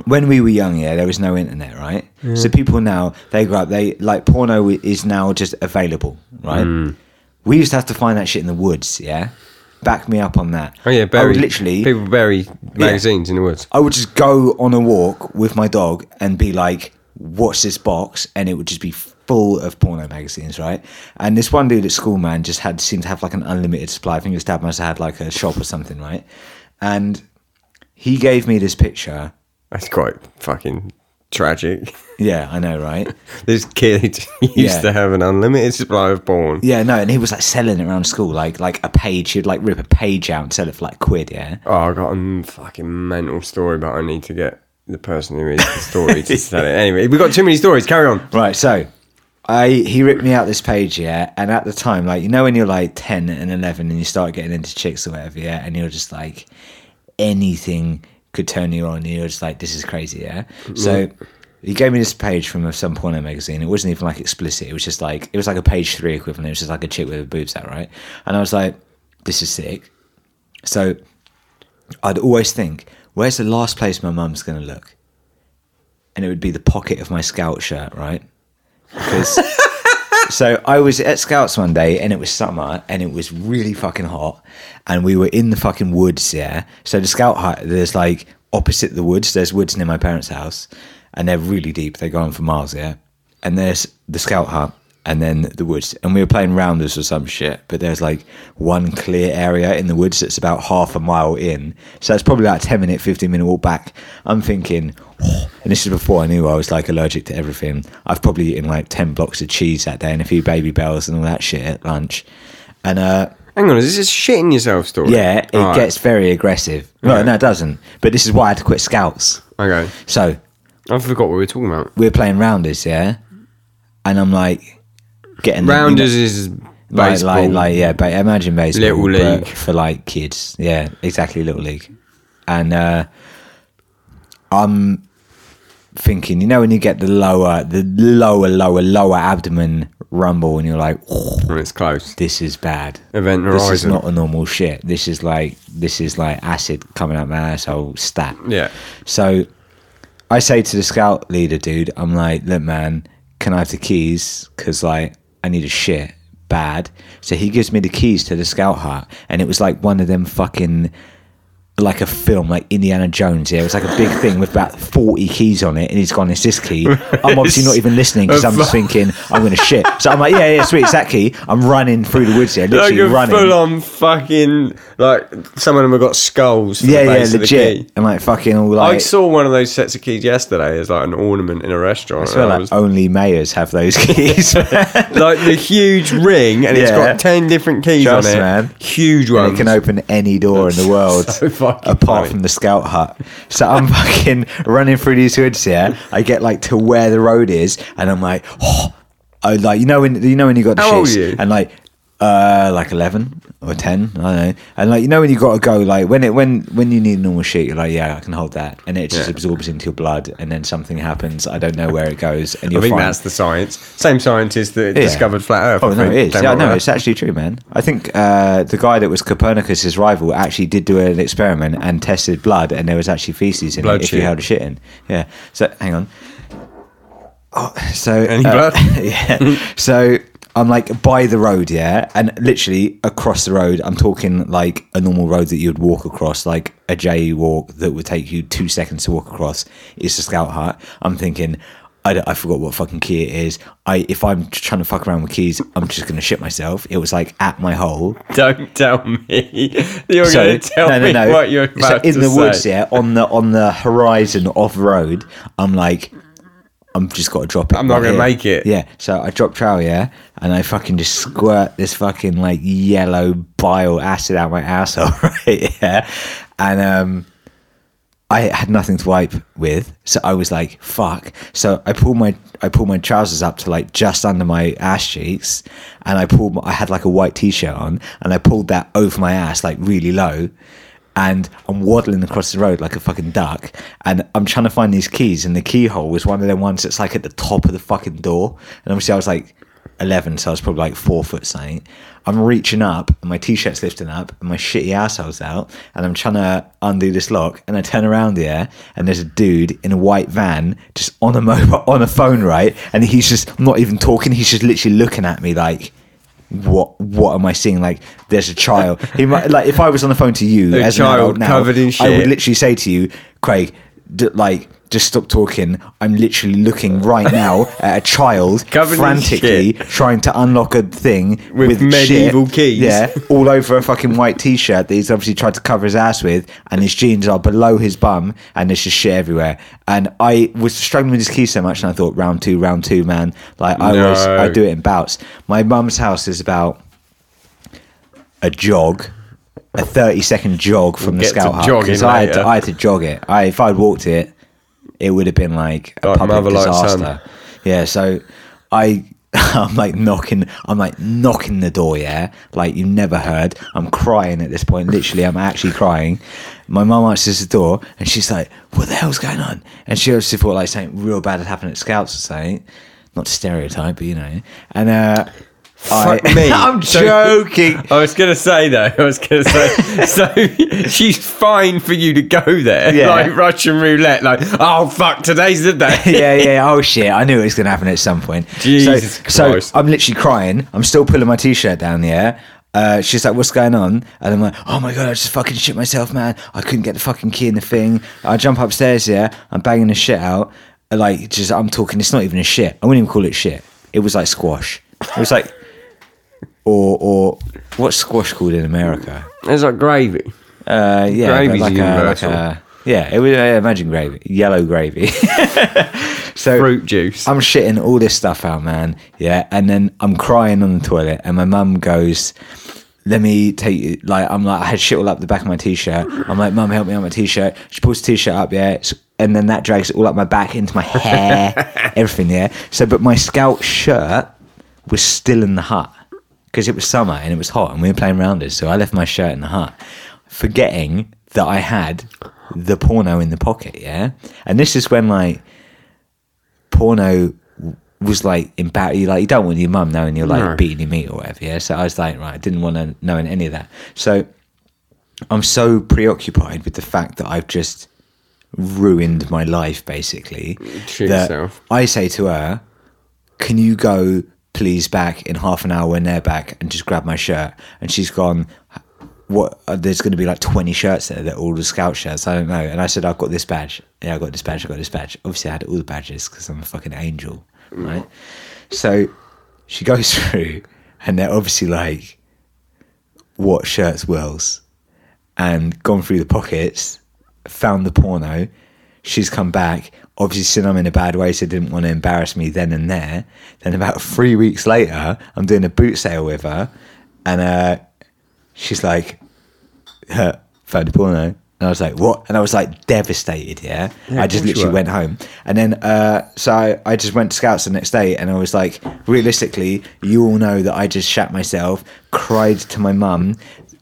when we were young, yeah, there was no internet, right? So people now they grow up, they like porno is now just available, right?
Hmm.
We used to have to find that shit in the woods, yeah. Back me up on that.
Oh yeah,
I
bury
would literally,
people bury magazines in the woods.
I would just go on a walk with my dog and be like, "What's this box?" and it would just be full of porno magazines, right? And this one dude at school, man, just had seemed to have like an unlimited supply. I think his dad must have had like a shop or something, right? And he gave me this picture.
That's quite fucking tragic. (laughs)
Yeah, I know, right? (laughs)
This kid (laughs) used
Yeah.
to have an unlimited supply of porn.
Yeah, no, and he was like selling it around school, like like a page. He'd like rip a page out and sell it for like a quid, yeah.
Oh, I got a m- fucking mental story, but I need to get the person who is the story to tell it. Anyway, we've got too many stories. Carry on.
Right, so I he ripped me out this page, yeah, and at the time, like you know when you're like ten and eleven and you start getting into chicks or whatever, yeah, and you're just like anything could turn you on, and you're just like, this is crazy, yeah. So he gave me this page from some porno magazine. It wasn't even like explicit. It was just like it was like a page three equivalent. It was just like a chick with her boobs out, right? And I was like, this is sick. So I'd always think, where's the last place my mum's gonna look? And it would be the pocket of my scout shirt, right? Because (laughs) so I was at Scouts one day and it was summer and it was really fucking hot and we were in the fucking woods, yeah. So the scout hut there's like opposite the woods, there's woods near my parents' house and they're really deep, they go on for miles, yeah. And there's the scout hut and then the woods. And we were playing rounders or some shit, but there's like one clear area in the woods that's about half a mile in. So it's probably like a 10 minute, 15 minute walk back. I'm thinking, (sighs) and this is before I knew I was like allergic to everything. I've probably eaten like 10 blocks of cheese that day and a few baby bells and all that shit at lunch. And, uh,
Hang on, is this a shitting yourself story?
yeah, it
All right.
gets very aggressive. No, no, it doesn't. But this is why I had to quit scouts.
Okay.
So
I forgot what we were talking about.
we're playing rounders, yeah? And I'm like, getting the-
Rounders is
like,
baseball.
like, like, yeah, but imagine baseball,
Little
but
league.
for like kids. Yeah, exactly, little league. And uh, I'm thinking, you know, when you get the lower, the lower, lower, lower abdomen rumble, and you're like, "Oh,
Oh, it's close.
this is bad.
Event
This is
Horizon.
not a normal shit. This is like, this is like acid coming out my asshole. Stat.
Yeah.
So I say to the scout leader, dude, I'm like, look, man, can I have the keys? Because, like, I need a shit bad. So he gives me the keys to the scout hut. And it was like one of them fucking, like a film, like Indiana Jones. Yeah, it was like a big thing with about 40 keys on it. And he's gone, it's
(laughs)
this key. I'm obviously not even listening because I'm just thinking, I'm going to shit. So I'm like, yeah, yeah, sweet, it's that key. I'm running through the woods here,
Like
literally
a
running.
full on fucking like some of them have got skulls. For
yeah,
the
yeah,
base Of the key.
legit. And like fucking all like.
I saw one of those sets of keys yesterday as like an ornament in a restaurant.
I feel
and I
like only mayors have
(laughs)
those (laughs) keys. man.
was- like the huge ring, and it's
Yeah.
got ten different keys
Trust,
on it.
man.
Huge
And
one.
it can open any
(laughs)
door in the world
so fucking
apart
funny.
from the scout hut.
(laughs)
So I'm fucking running through these woods here. I get like to where the road is, and I'm like, (gasps) oh, I like you know when you know when you got the
How old
shits,
were you?
and like uh like 11 or 10 i don't know and like you know when you gotta go like when it when when you need a normal shit you're like yeah i can hold that and it just
Yeah.
absorbs into your blood and then something happens i don't know where it goes and
I
you're
think
fine.
that's the science. Same scientist that
Yeah.
discovered flat Earth.
Oh
I
no,
think.
it is.
Damn
Yeah,
right
no,
right.
it's actually true, man. I think uh, the guy that was Copernicus's rival actually did do an experiment and tested blood, and there was actually feces in
Blood
it if you
shit.
held a shit in. Yeah. So hang on. Oh, so
Any blood?
(laughs) yeah. So I'm like by the road, yeah, and literally across the road. I'm talking like a normal road that you'd walk across, like a jaywalk that would take you two seconds to walk across. It's the scout hut. I'm thinking. I, don't- I forgot what fucking key it is. I if I'm trying to fuck around with keys, I'm just gonna shit myself. It was like at my hole,
(laughs) Don't tell me. (laughs) You're going to tell me what you're
so
about
in
to
the
say.
woods, yeah, on the on the horizon off road, I'm like, I'm just got to drop it.
I'm not
right
gonna
here.
make it.
Yeah, so I drop trowel, yeah, and I fucking just squirt this fucking like yellow bile acid out my asshole, (laughs) right? Yeah, and um. I had nothing to wipe with, so I was like, "Fuck!" So I pulled my I pulled my trousers up to like just under my ass cheeks, and I pulled my, I had like a white t-shirt on, and I pulled that over my ass like really low, and I'm waddling across the road like a fucking duck, and I'm trying to find these keys, and the keyhole was one of them ones that's like at the top of the fucking door, and obviously I was like 11, so I was probably like four foot something. I'm reaching up, and my t shirt's lifting up, and my shitty asshole's out, and I'm trying to undo this lock. And I turn around here, and there's a dude in a white van just on a mobile, on a phone, right? And he's just not even talking, he's just literally looking at me like, what what am I seeing? Like, there's a child. He might like if I was on the phone to you
A
as
child
an adult now,
covered in
I would
shit.
literally say to you, Craig, d- like just stop talking. I'm literally
(laughs)
looking right now at a child
Covered in
frantically trying to unlock a thing
With
shit.
medieval keys.
Yeah,
(laughs)
all over a fucking white t-shirt that he's obviously tried to cover his ass with, and his jeans are below his bum, and there's just shit everywhere. And I was struggling with his keys so much, and I thought round two, round two, man. Like I was,
No.
I do it in bouts. My mum's house is about a jog, a thirty-second jog from the
get to
scout hut.
jogging
'cause I had, to,
later.
I had to jog it. I, if I'd walked it, it would have been like a
Like
public
mother, like son.
disaster. Yeah, so I (laughs) I'm like knocking I'm like knocking the door, yeah. Like you never heard. I'm crying at this point. Literally, I'm actually crying. My mum answers the door and she's like, What the hell's going on? And she obviously thought like something real bad had happened at Scouts or something. Not to stereotype, but you know. And uh
Fuck
I,
me.
(laughs) I'm
So-
joking.
I was gonna say though, I was gonna
(laughs)
say, so she's fine for you to go there,
Yeah.
like Russian roulette, like oh fuck, today's the
(laughs)
day.
yeah, yeah. Oh shit! I knew it was going to happen at some point.
Jesus
so, so
Christ.
I'm literally crying. I'm still pulling my t-shirt down. Yeah. Uh, she's like, "What's going on?" And I'm like, "Oh my god, I just fucking shit myself, man! I couldn't get the fucking key in the thing." I jump upstairs. Yeah, I'm banging the shit out. Uh, Like, just I'm talking. It's not even a shit. I wouldn't even call it shit. It was like squash. It was like, (laughs) or or what's squash called in America?
It's like gravy.
Uh, yeah, but
Gravy's universal.
yeah, it was, uh, imagine gravy, yellow gravy. (laughs) so
Fruit juice.
I'm shitting all this stuff out, man. Yeah, and then I'm crying on the toilet, and my mum goes, "Let me take you." Like I'm like, I had shit all up the back of my t-shirt. I'm like, "Mum, help me out my t-shirt." She pulls the t-shirt up, yeah, s- and then that drags it all up my back into my hair, everything, yeah. So, but my scout shirt was still in the hut because it was summer and it was hot, and we were playing rounders. So I left my shirt in the hut, forgetting that I had the porno in the pocket, yeah. And this is when like porno w- was like embarrassing. You like you don't want your mum knowing you're like
No.
beating your meat or whatever. Yeah. So I was like, right, I didn't want to knowing any of that. So I'm so preoccupied with the fact that I've just ruined my life basically.
Treat
that
yourself.
I say to her, "Can you go?" Please back in half an hour when they're back and just grab my shirt. And she's gone, what uh, there's going to be like 20 shirts there that are all the scout shirts i don't know and i said i've got this badge yeah i got this badge i got this badge obviously i had all the badges because i'm a fucking angel right so she goes (laughs) through and they're obviously like what shirts wells and gone through the pockets found the porno she's come back obviously seen i'm in a bad way so didn't want to embarrass me then and there then about three weeks later i'm doing a boot sale with her and uh she's like, huh, found a porno. And I was like, what? And I was like devastated, yeah. I
course
just
you
literally
were.
went home. And then, uh, so I, I just went to Scouts the next day and I was like, realistically, you all know that I just shat myself, cried to my mum,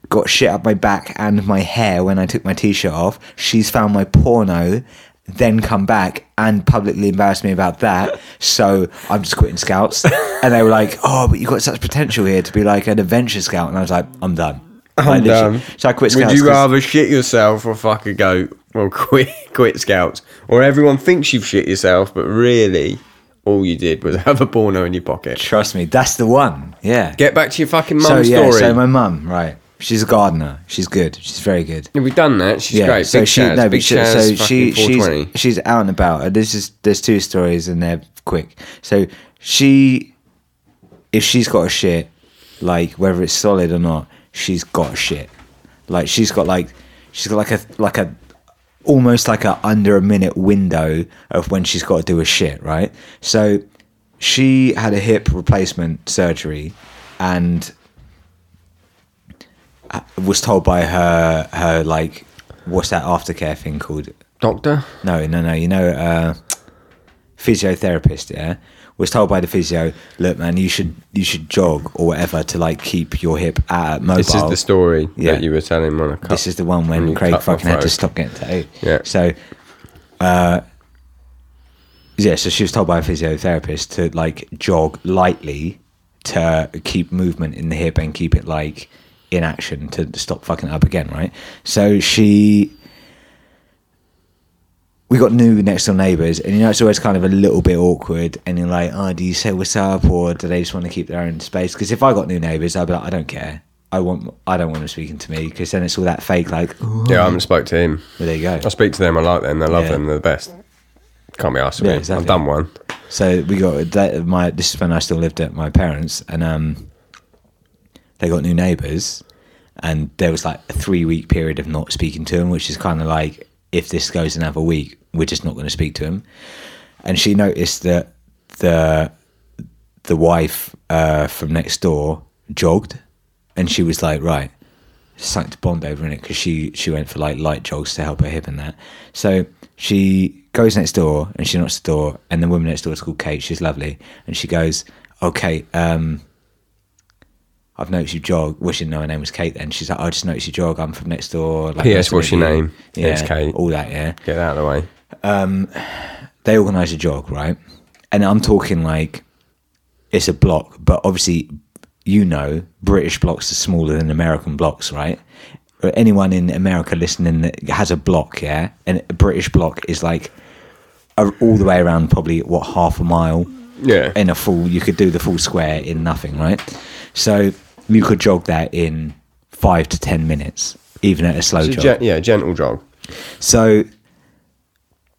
got shit up my back and my hair when I took my t shirt off. She's found my porno, then come back and publicly embarrassed me about that. So I'm just
(laughs)
quitting Scouts. And they were like, oh, but you've got such potential here to be like an adventure scout. And I was like, I'm done. Like, literally. So I quit
Would
Scouts.
you
'cause-
rather shit yourself or fucking go? Well, (laughs) quit, quit Scouts, or everyone thinks you've shit yourself, but really, all you did was (laughs) have a porno in your pocket.
Trust me, that's the one. Yeah.
Get back to your fucking mum
so yeah,
story.
so my mum, right? She's a gardener. She's good. She's very good.
Yeah, We've done that. She's
yeah.
great.
So
Big
she
Chaz.
no,
Big
but she,
Chaz
so
fucking
she
420.
she's she's out and about. And This is there's two stories and they're quick. So she, if she's got a shit, like whether it's solid or not, she's got a shit. Like she's got like she's got like a like a almost like a under a minute window of when she's got to do a shit, right? So she had a hip replacement surgery and uh, was told by her her Oh, like what's that aftercare thing called?
Doctor?
No, no, no. You know, uh, physiotherapist. Yeah, was told by the physio, look, man, you should you should jog or whatever to like keep your hip at mobile.
This is the story
Yeah.
that you were telling Monica.
This is the one
when
when
you
Craig
cut my
fucking had to
throat.
stop getting tattooed.
Yeah.
So, uh, yeah. So she was told by a physiotherapist to like jog lightly to keep movement in the hip and keep it like in action to stop fucking up again, right? So she. We got new next door neighbours, and you know it's always kind of a little bit awkward. And you're like, "Oh, do you say what's up, or do they just want to keep their own space?" Because if I got new neighbours, I'd be like, "I don't care." I want. I don't want them speaking to me because then it's all that fake. Like, "Ooh."
Yeah, I haven't spoke to him.
well, there you go.
I speak to them. I like them. They love
Oh. Yeah.
them. They're the best. Can't be asked with
Yeah,
me.
exactly.
I've done one.
So we got that, my. This is when I still lived at my parents, and um, they got new neighbours, and there was like a three week period of not speaking to them, which is kind of like if this goes another week, we're just not going to speak to him. And she noticed that the the wife uh, from next door jogged, and she was like, right, something to bond over in it because she she went for like light jogs to help her hip and that. So she goes next door and she knocks the door, and the woman next door is called Kate. She's lovely, and she goes, "Okay, um, I've noticed you jog." Well, she didn't know her name was Kate then. She's like, "I just noticed you jog. I'm from next door." Like,
P.S.
nice to
What's
meet
your
you."
name?
Yeah,
It's Kate.
All that, yeah
Get that out of the way.
they organise a jog, right? And I'm talking like it's a block, but obviously, you know, British blocks are smaller than American blocks, right? But Anyone in America listening that has a block, yeah, and a British block is like a, all the way around, probably what half a mile
Yeah.
in a full you could do the full square in nothing right so you could jog that in five to ten minutes even at a slow
It's a
jog
gen- yeah, gentle jog.
so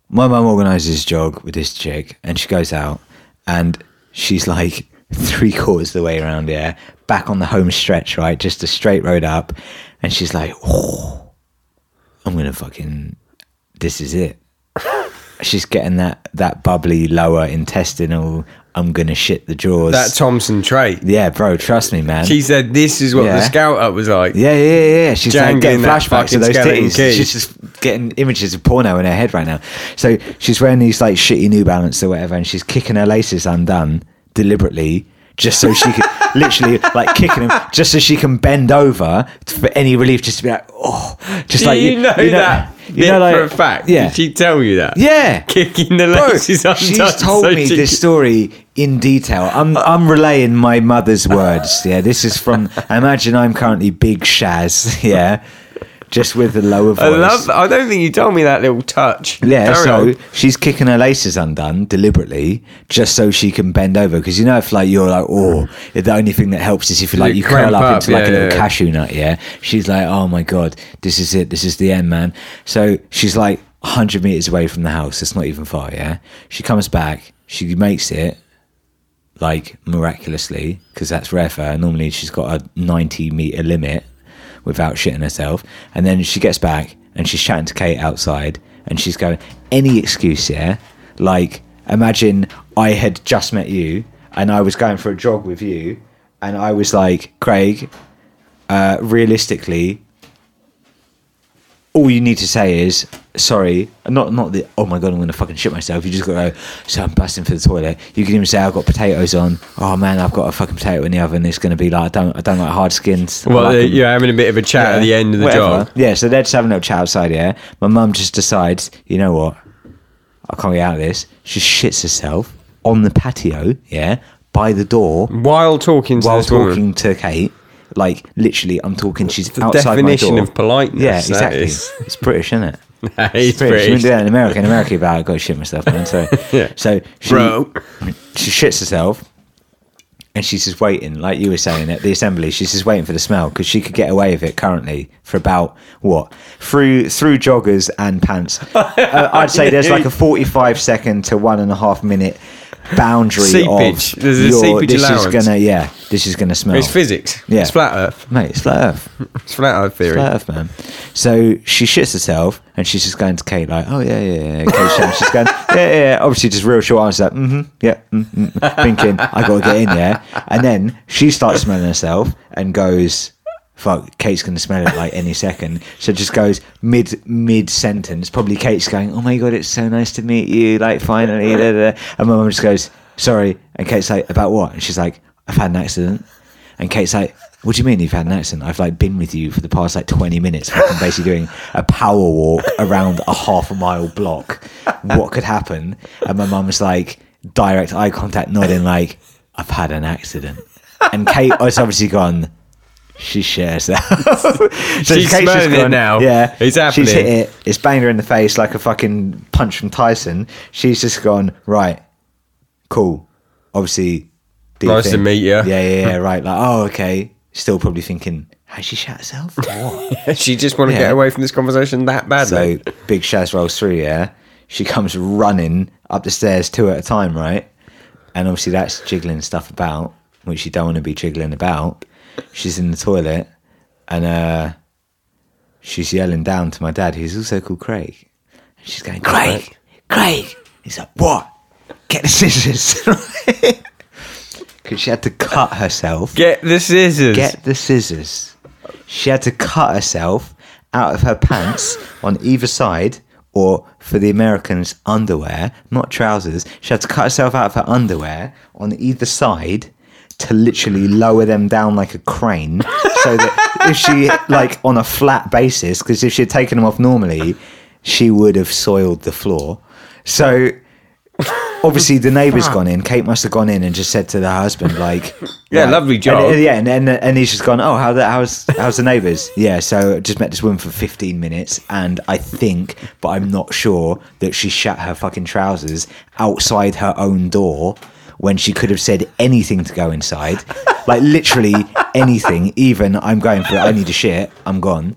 my mum organises a jog with this chick and she goes out and she's like (laughs) three quarters of the way around here, back on the home stretch, right? Just a straight road up. And she's like, oh, I'm going to fucking, this is it. (laughs) She's getting that, that bubbly lower intestinal, I'm going to shit the drawers.
That Thompson trait.
yeah, bro, trust me, man.
She said this is what
Yeah.
the scout up was like.
Yeah, yeah, yeah, yeah. She's like
Jangling
getting
that
flashbacks
fucking
of those
skeleton
titties.
key.
She's just getting images of porno in her head right now. So she's wearing these like shitty New Balance or whatever, and she's kicking her laces undone deliberately, just so she
(laughs)
could literally like kicking them, just so she can bend over to- for any relief, just to be like, oh, just
Do
like
you, know that?
you know, like
for a fact.
yeah,
Did she tell you that?
yeah.
Kicking the
Bro,
laces undone.
she's told
so
me
she
this story in detail. I'm I'm relaying my mother's words. Yeah, this is from. Imagine I'm currently big Shaz. (laughs) Yeah, just with the lower voice.
I love. I don't think you told me that little touch.
Yeah,
Carry
so
on.
she's kicking her laces undone deliberately, just so she can bend over. Because you know, if like you're like, oh, the only thing that helps is if you like
You
you
Mm.
curl
cramp
up
up,
into like
yeah,
a little
yeah.
cashew nut. Yeah, she's like, oh my god, this is it, this is the end, man. So she's like 100 meters away from the house. It's not even far. Yeah, she comes back, she makes it, like miraculously because that's rare for her. Normally she's got a 90 meter limit without shitting herself. And then she gets back and she's chatting to Kate outside and she's going, any excuse, yeah? Like, imagine I had just met you and I was going for a jog with you and I was like, Craig, uh, realistically, all you need to say is sorry not not the oh my god i'm gonna fucking shit myself you just gotta go so i'm busting for the toilet you can even say i've got potatoes on oh man i've got a fucking potato in the oven it's gonna be like i don't i don't like hard skins I
Well,
like
uh,
'em."
you're having a bit of a chat at the end of the
whatever.
job.
yeah so they're just having a little chat outside yeah my mum just decides you know what i can't get out of this she shits herself on the patio yeah by the door
While talking to
while
this (laughs)
talking
woman.
to Kate. Like literally, I'm talking. She's
The
outside
definition
my door.
of politeness,
Yeah,
that
exactly.
is.
It's British, isn't
(laughs)
it?
That is
It's You wouldn't do
British.
that in America. In America, you'd be like, I got to shit myself, man. So,
(laughs) Yeah.
so she,
Bro.
she shits herself, and she's just waiting, like you were saying at the assembly. She's just waiting for the smell because she could get away with it currently for about what through through joggers and
(laughs)
pants. uh, I'd say there's like a 45 second to one and a half minute boundary
Seepage.
of
There's a seepage
this
allowance.
is gonna yeah this is gonna smell
It's physics.
Yeah.
It's flat Earth.
mate it's flat earth
It's flat Earth theory.
Flat Earth, man. So she shits herself and she's just going to Kate like, oh yeah, yeah, yeah. Kate Shan- she's going, yeah, yeah, yeah. Obviously, just real short answer, like, mm-hmm, yeah, mm, mm, mm," thinking I got to get in, yeah. And then she starts smelling herself and goes, fuck, Kate's going to smell it like any second. So just goes mid mid sentence. Probably Kate's going, oh my god, it's so nice to meet you, like finally. da, da, da. And my mum just goes, sorry. And Kate's like, about what? And she's like, I've had an accident. And Kate's like, "What do you mean you've had an accident? I've like been with you for the past like twenty minutes, fucking basically doing a power walk around a half a mile block. What could happen?" And my mum was like, direct eye contact, nodding, like, "I've had an accident." And Kate has obviously gone. She shares
(laughs)
that. so
She's
Kate's just
smelling it now.
Yeah,
It's happening.
She's hit it. It's banged her in the face like a fucking punch from Tyson. She's just gone right. Cool. Obviously, do your
Nice to
thing.
meet ya. (laughs)
Yeah, yeah, yeah, right. Like, oh, okay. Still probably thinking, Has she shat herself? Or what?
she just want to
Yeah.
get away from this conversation that badly.
So big Shaz rolls through, yeah. She comes running up the stairs two at a time, right? And obviously that's jiggling stuff about, which you don't want to be jiggling about. She's in the toilet and uh she's yelling down to my dad, who's also called Craig. And she's going, Craig, Craig. He's like, What? Get the scissors. (laughs) Because she had to cut herself.
get the scissors.
Get the scissors. She had to cut herself out of her pants on either side, or for the Americans, underwear, not trousers. She had to cut herself out of her underwear on either side to literally lower them down like a crane so that if she like on a flat basis because if she had taken them off normally she would have soiled the floor so obviously the neighbour's gone in kate must have gone in and just said to the husband like
Yeah,
right.
lovely
And-
job.
and yeah, and, and and he's just gone. Oh, how the how's how's the neighbours? yeah, so I just met this woman for fifteen minutes, and I think, but I'm not sure that she shat her fucking trousers outside her own door when she could have said anything to go inside, like literally anything. Even I'm going for it. I need a shit. I'm gone.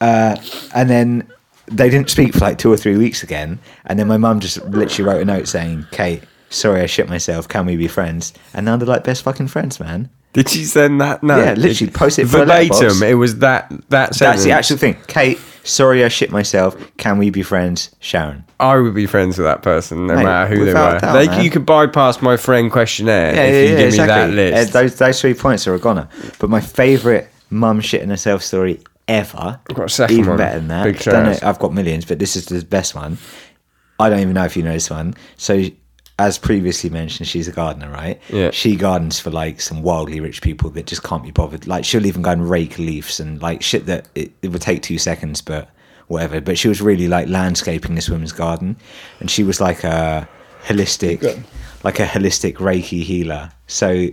Uh, and then they didn't speak for like two or three weeks again. And then my mum just literally wrote a note saying, "Kate." Sorry, I shit myself. Can we be friends? And now they're like best fucking friends, man.
Did she send that? No.
Yeah, literally, post it for a
verbatim.
letterbox.
It was that that
That's
sentence.
the actual thing. Kate, sorry I shit myself. Can we be friends? Sharon.
I would be friends with that person no
Mate,
matter who they
without
were.
doubt,
they,
man.
you could bypass my friend questionnaire if you give me that list.
Uh, those, those three points are a goner. But my favourite mum shitting herself story ever. I've
got a second
Even
one.
better than that.
Big
Don't know,
shout-outs.
I've got millions, but this is the best one. I don't even know if you know this one. So, as previously mentioned, she's a gardener, right?
Yeah.
She gardens for like some wildly rich people that just can't be bothered. Like, she'll even go and rake leaves and like shit that it, it would take two seconds, but whatever. But she was really like landscaping this woman's garden, and she was like a holistic, like a holistic Reiki healer. So.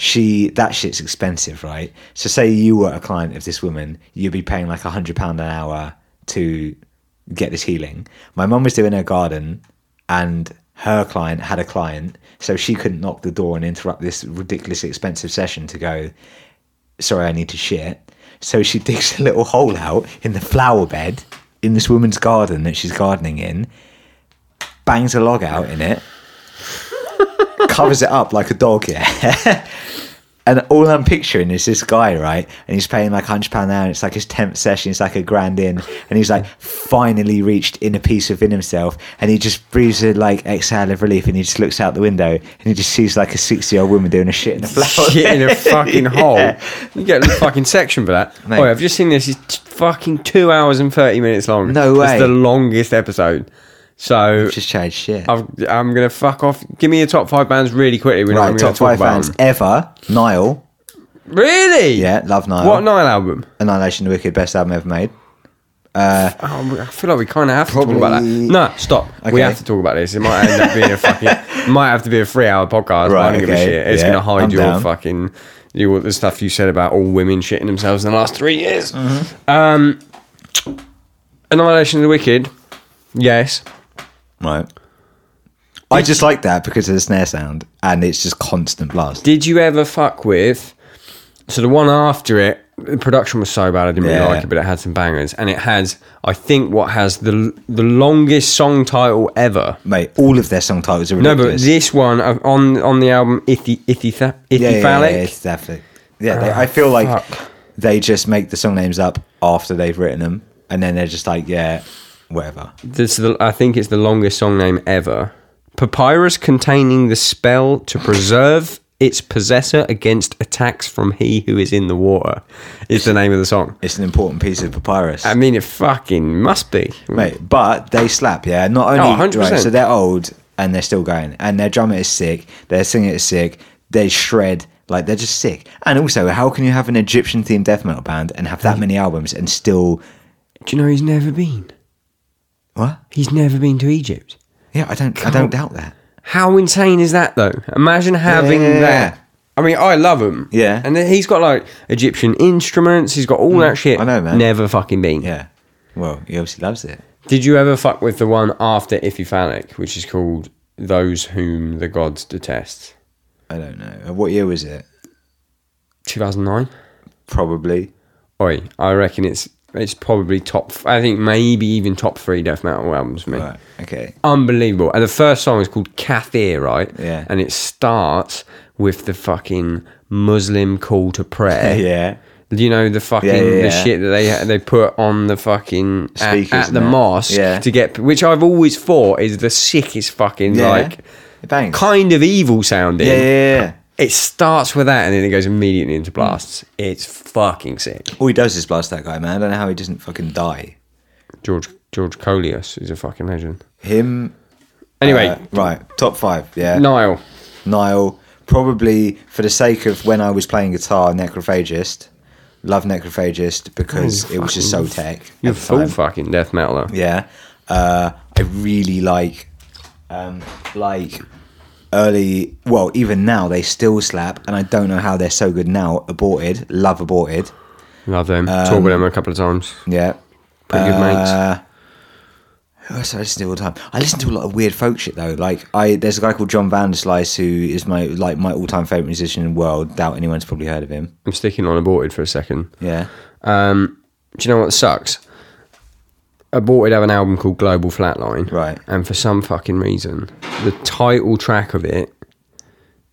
She that shit's expensive, right? So say you were a client of this woman, you'd be paying like a hundred pound an hour to get this healing. My mum was doing her garden and her client had a client, so she couldn't knock the door and interrupt this ridiculously expensive session to go, sorry, I need to shit. So she (laughs) digs a little hole out in the flower bed in this woman's garden that she's gardening in, bangs a log out in it, (laughs) covers it up like a dog, yeah. (laughs) And all I'm picturing is this guy, right? And he's paying like hundred pound an hour. And it's like his tenth session. It's like a grand in, and he's like finally reached inner peace within himself. And he just breathes a like exhale of relief, and he just looks out the window, and he just sees like a sixty year old woman doing a shit in a (laughs)
(laughs)
flower.
Shit in a fucking hole.
Yeah.
You get a fucking section for that.
Mate.
Oh, I've just seen this. It's t- fucking two hours and thirty minutes long.
No way.
It's the longest episode. So
Just tried shit.
I've, I'm gonna fuck off. Give me your top five bands really quickly. We're
right,
not
top
gonna talk
five
about
fans
them.
ever. Niall,
Really?
yeah, uh-huh. love Niall.
What Nile album?
Annihilation of the Wicked, best album ever made.
Oh, I feel like we kind of have to talk about that.
Probably-
No, stop. We
Okay.
have to talk about this. It might end up being a fucking. might have to be a three-hour podcast. I
Right,
don't give a
okay.
shit. It's
Yeah,
gonna hide
I'm
your
down.
fucking. You the stuff you said about all women shitting themselves in the last three years.
Mm-hmm.
Um, Annihilation of the Wicked. Yes.
Right. I just like that because of the snare sound, and it's just constant blast.
Did you ever fuck with? So the one after it, the production was so bad I didn't really
Yeah.
like it, but it had some bangers, and it has, I think, what has the the longest song title ever.
Mate, all of their song titles are
No, but
ridiculous.
this one uh, on on the album Ithi Ithi Tha-
yeah,
Ithyphallic.
yeah, yeah, it's definitely. Yeah, they, I feel like
Ah, fuck.
they just make the song names up after they've written them, and then they're just like, yeah, whatever.
This is the, I think it's the longest song name ever. Papyrus containing the spell to preserve its possessor against attacks from he who is in the water is the name of the song.
It's an important piece of papyrus.
I mean, it fucking must be.
mate. But they slap, yeah. Not only
Oh, 100%.
right, so they're old and they're still going, and their drummer is sick, their singer is sick, they shred. Like they're just sick, and also, how can you have an Egyptian themed death metal band and have that many albums and still
Do you know he's never been?
what?
He's never been to Egypt.
Yeah, I don't, I don't doubt that.
How insane is that though? Imagine having
Yeah.
that. I mean, I love him.
Yeah. Mm.
And then he's got like Egyptian instruments. He's got all that shit.
I know, man.
Never fucking been.
Yeah, well, he obviously loves it.
Did you ever fuck with the one after Iphiphallic, which is called Those Whom the Gods Detest?
I don't know. What year was it?
2009?
Probably.
Oi, I reckon it's it's probably top. f- I think maybe even top three death metal albums. for Me,
Right. Okay.
unbelievable. And the first song is called Kathir, right?
Yeah.
And it starts with the fucking Muslim call to prayer.
(laughs) Yeah.
You know the fucking
Yeah, yeah,
the
yeah.
shit that they they put on the fucking at-
Speakers
at,
and
the
that.
mosque
Yeah.
to get, which I've always thought is the sickest fucking
Yeah.
like
Thanks.
kind of evil sounding.
yeah, Hmm. yeah, yeah.
It starts with that and then it goes immediately into blasts. It's fucking sick.
All he does is blast that guy, man. I don't know how he doesn't fucking die.
George George Coleus is a fucking legend.
Him.
Anyway,
uh, right. Top five. Yeah.
Niall.
Nile, probably for the sake of when I was playing guitar, Necrophagist. Love Necrophagist because it was just so tech. at
Oh, You're
the
full
time.
fucking death metaler.
Yeah. Uh, I really like, um, like early, well, even now they still slap, and I don't know how they're so good now. Aborted, love aborted.
Love them. Talked with them a couple of times.
Yeah.
Pretty good mates.
Uh, who else do I listen to all the time? I listen to a lot of weird folk shit though. Like I, there's a guy called John Vanderslice who is my like my all-time favorite musician in the world. Doubt anyone's probably heard of him.
I'm sticking on aborted for a second.
Yeah.
Um, do you know what sucks? Aborted have an album called Global Flatline.
Right.
And for some fucking reason, the title track of it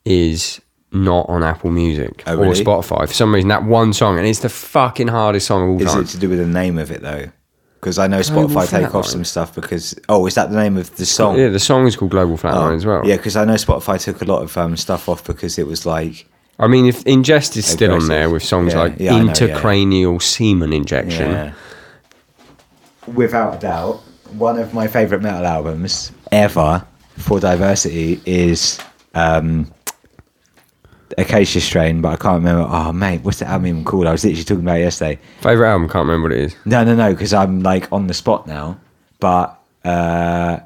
is not on Apple Music
Oh,
or
really?
Spotify. For some reason, that one song, and it's the fucking hardest song of all
Is
time.
it to do with the name of it though? Because I know
Global
Spotify take off
Flatline.
some stuff because oh, is that the name of the song?
Yeah, the song is called Global Flatline as well.
Oh. Yeah, because I know Spotify took a lot of um, stuff off because it was like
I mean, if Ingest is still on there
Aggressive.
with songs
Yeah,
like
yeah, I know, yeah, yeah.
Intracranial Semen Injection.
yeah. without a doubt one of my favorite metal albums ever for diversity is um, Acacia Strain, but I can't remember. Oh mate, what's the album even called? I was literally talking about it yesterday.
Favorite album? Can't remember what it is.
No, no, no, because I'm like on the spot now. But uh,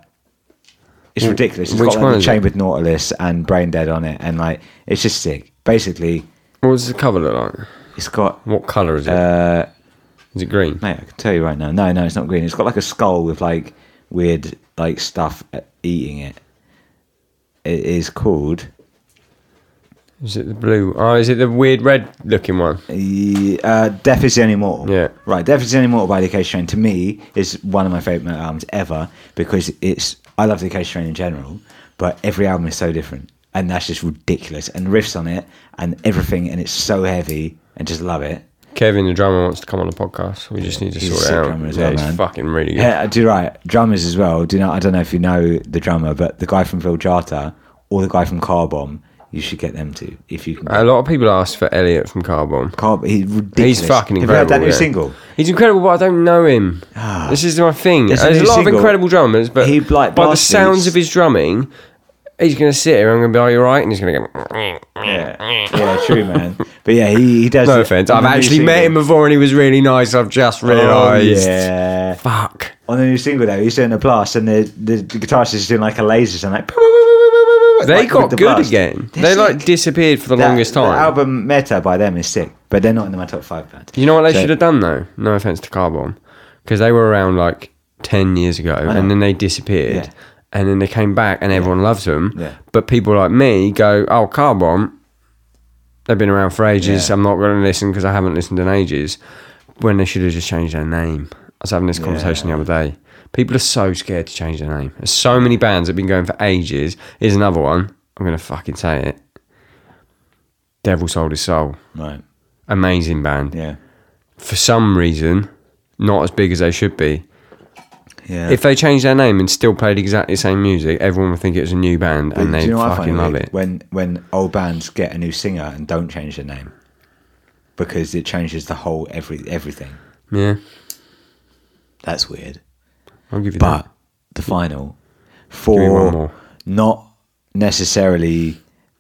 it's ridiculous. It's
which
got
one
like the
is it?
Chambered Nautilus and Brain Dead on it, and like it's just sick. Basically,
What does the cover look like?
it's got.
What colour is it?
Uh,
is it green?
mate, I can tell you right now. No, no, it's not green. It's got like a skull with like weird like stuff uh, eating it. It is called.
Is it the blue? Oh, is it the weird red looking one?
Uh, Death is the Only Mortal.
Yeah.
Right, Death is the Only Mortal by The Case Train to me is one of my favourite albums ever because it's. I love The Case Train in general, but every album is so different. And that's just ridiculous. And riffs on it and everything, and it's so heavy and just love it.
Kevin, the drummer, wants to come on the podcast. We just need to
He's a
sort it
sick
out.
drummer as
yeah,
well,
he's
man.
fucking really good.
Yeah, I do right. Drummers as well. Do you know? I don't know if you know the drummer, but the guy from Phil Jata or the guy from Car Bomb, you should get them too if you can.
A lot of people ask for Elliot from Carbon.
Car, he's ridiculous.
Uh, He's fucking
Have
incredible.
you heard that new
yeah.
single? Ah.
He's incredible, but I don't know him. this is my thing. There's
There's a
a
new
lot of
single.
incredible drummers, but
He, like,
by the
blasts
sounds
these-
of his drumming, he's going to sit here. I'm going to be, "Are you all right?" And he's going to go.
Yeah, yeah, true, man. But yeah, he, he does.
No
it
offense.
on
I've
the new
actually
single.
met him before, and he was really nice. I've just
Oh,
realised.
yeah.
Fuck.
On the new single though, he's doing a blast, and the the, the guitarist is doing like a laser sound, like.
They
like,
got
with the
good
blast.
again. they
They're
like
sick.
disappeared for the
That-
longest
The
time.
album Meta by them is sick, but they're not in my top five band.
You know what they
So-
should have done though? No offense to Carbon, because they were around like ten years ago, and then they disappeared,
Yeah.
and then they came back, and everyone loves them.
Yeah.
But people like me go, "Oh, Carbon, they've been around for ages.
Yeah.
I'm not going to listen because I haven't listened in ages." When they should have just changed their name. I was having this conversation the other day. People are so scared to change their name. There's so many bands that have been going for ages. Here's another one. I'm going to fucking say it. Devil Sold His Soul.
Right.
Amazing band
Yeah.
for some reason, not as big as they should be.
Yeah.
If they changed their name and still played exactly the same music, everyone would think it was a new band and
Do
they
you know what I
fucking
find
love
weird?
it.
When when old bands get a new singer and don't change their name because it changes the whole every everything.
Yeah,
That's weird.
I'll give you
But
that.
the final
me one
for
more.
not necessarily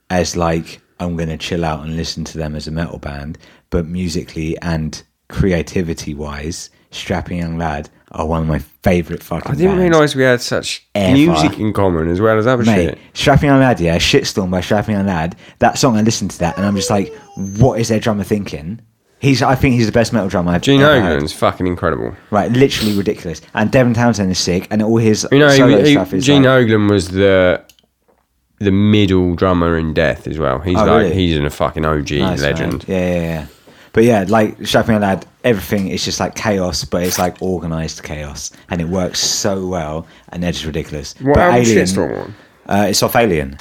as like I'm gonna chill out and listen to them as a metal band, but musically and creativity wise, Strapping Young Lad are one of my favourite fucking
I didn't
bands.
realise we had such
Ever.
music in common as well as other
Mate,
shit.
Strapping on Lad, yeah, Shitstorm by Strapping on Lad. That song, I listened to that and I'm just like, what is their drummer thinking? He's, I think he's the best metal drummer I've
Gene
ever heard.
Hogan's fucking incredible.
Right, literally ridiculous. And Devin Townsend is sick and all his
You know,
solo
he,
stuff
he,
is
Gene
like,
Hoglan was the the middle drummer in Death as well. He's
Oh,
like
really?
he's in a fucking OG
nice, man.
legend.
Yeah, yeah, yeah. But yeah, like Shopping Lad, everything is just like chaos, but it's like organized chaos, and it works so well, and they're just ridiculous.
What
but
album is this from on?
uh, it's off Alien.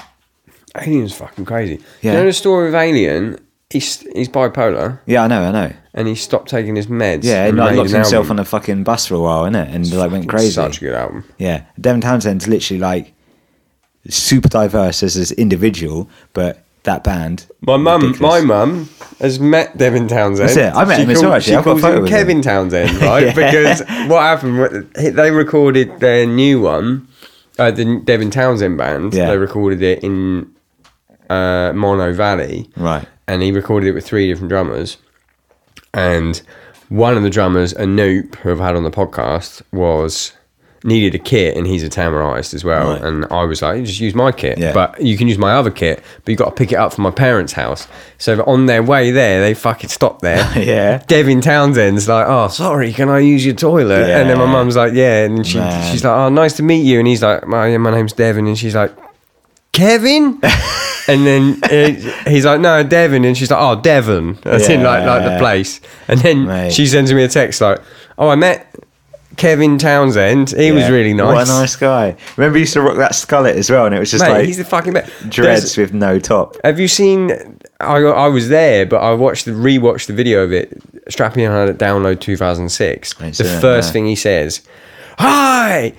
Alien's fucking crazy.
Yeah.
You know the story of Alien? He's he's bipolar
Yeah, I know, I know.
and he stopped taking his meds.
Yeah, and
and
like
made
locked
an
himself
album.
on a fucking bus for a while, innit? And like went crazy.
Such a good album.
Yeah, Devon Townsend's literally like super diverse as this individual, but that band.
My mum, my
ridiculous.
mum has met Devin Townsend.
That's it. I met
She
him as
called-
well, actually.
She
I've got a
calls
photo
him
with him.
Kevin
(laughs)
Townsend, right?
Yeah.
Because what happened? wa- They recorded their new one, uh, the Devin Townsend band.
Yeah.
They recorded it in uh, Mono Valley,
Right.
And he recorded it with three different drummers, and one of the drummers, a Noop, who I've had on the podcast, was. Needed a kit, and he's a Tamar artist as well.
Right.
And I was like, just use my kit.
Yeah.
But you can use my other kit, but you've got to pick it up from my parents' house. So on their way there, they fucking stop there.
(laughs) (laughs) Yeah.
Devin Townsend's like, oh, sorry, can I use your toilet? And then my
Yeah.
mum's like, yeah. And she,
Man.
she's like, oh, nice to meet you. And he's like, my, my name's Devin. And she's like,
(laughs)
Kevin? and then uh, he's like, no, Devin. And she's like, oh, Devon. As in, like, like the
Yeah.
place. And then
Mate.
she sends me a text like, oh, I met Kevin Townsend. He was
Yeah.
really nice.
What a nice guy. Remember, he used to rock that skullet as well, and it was just
Mate,
like
he's the fucking best. There's-
dreads with no top.
Have you seen? I, I was there, but I watched the rewatched the video of it. Strapping on at download 2006.
I ain't
The
seen it,
first
no.
thing he says, "Hi,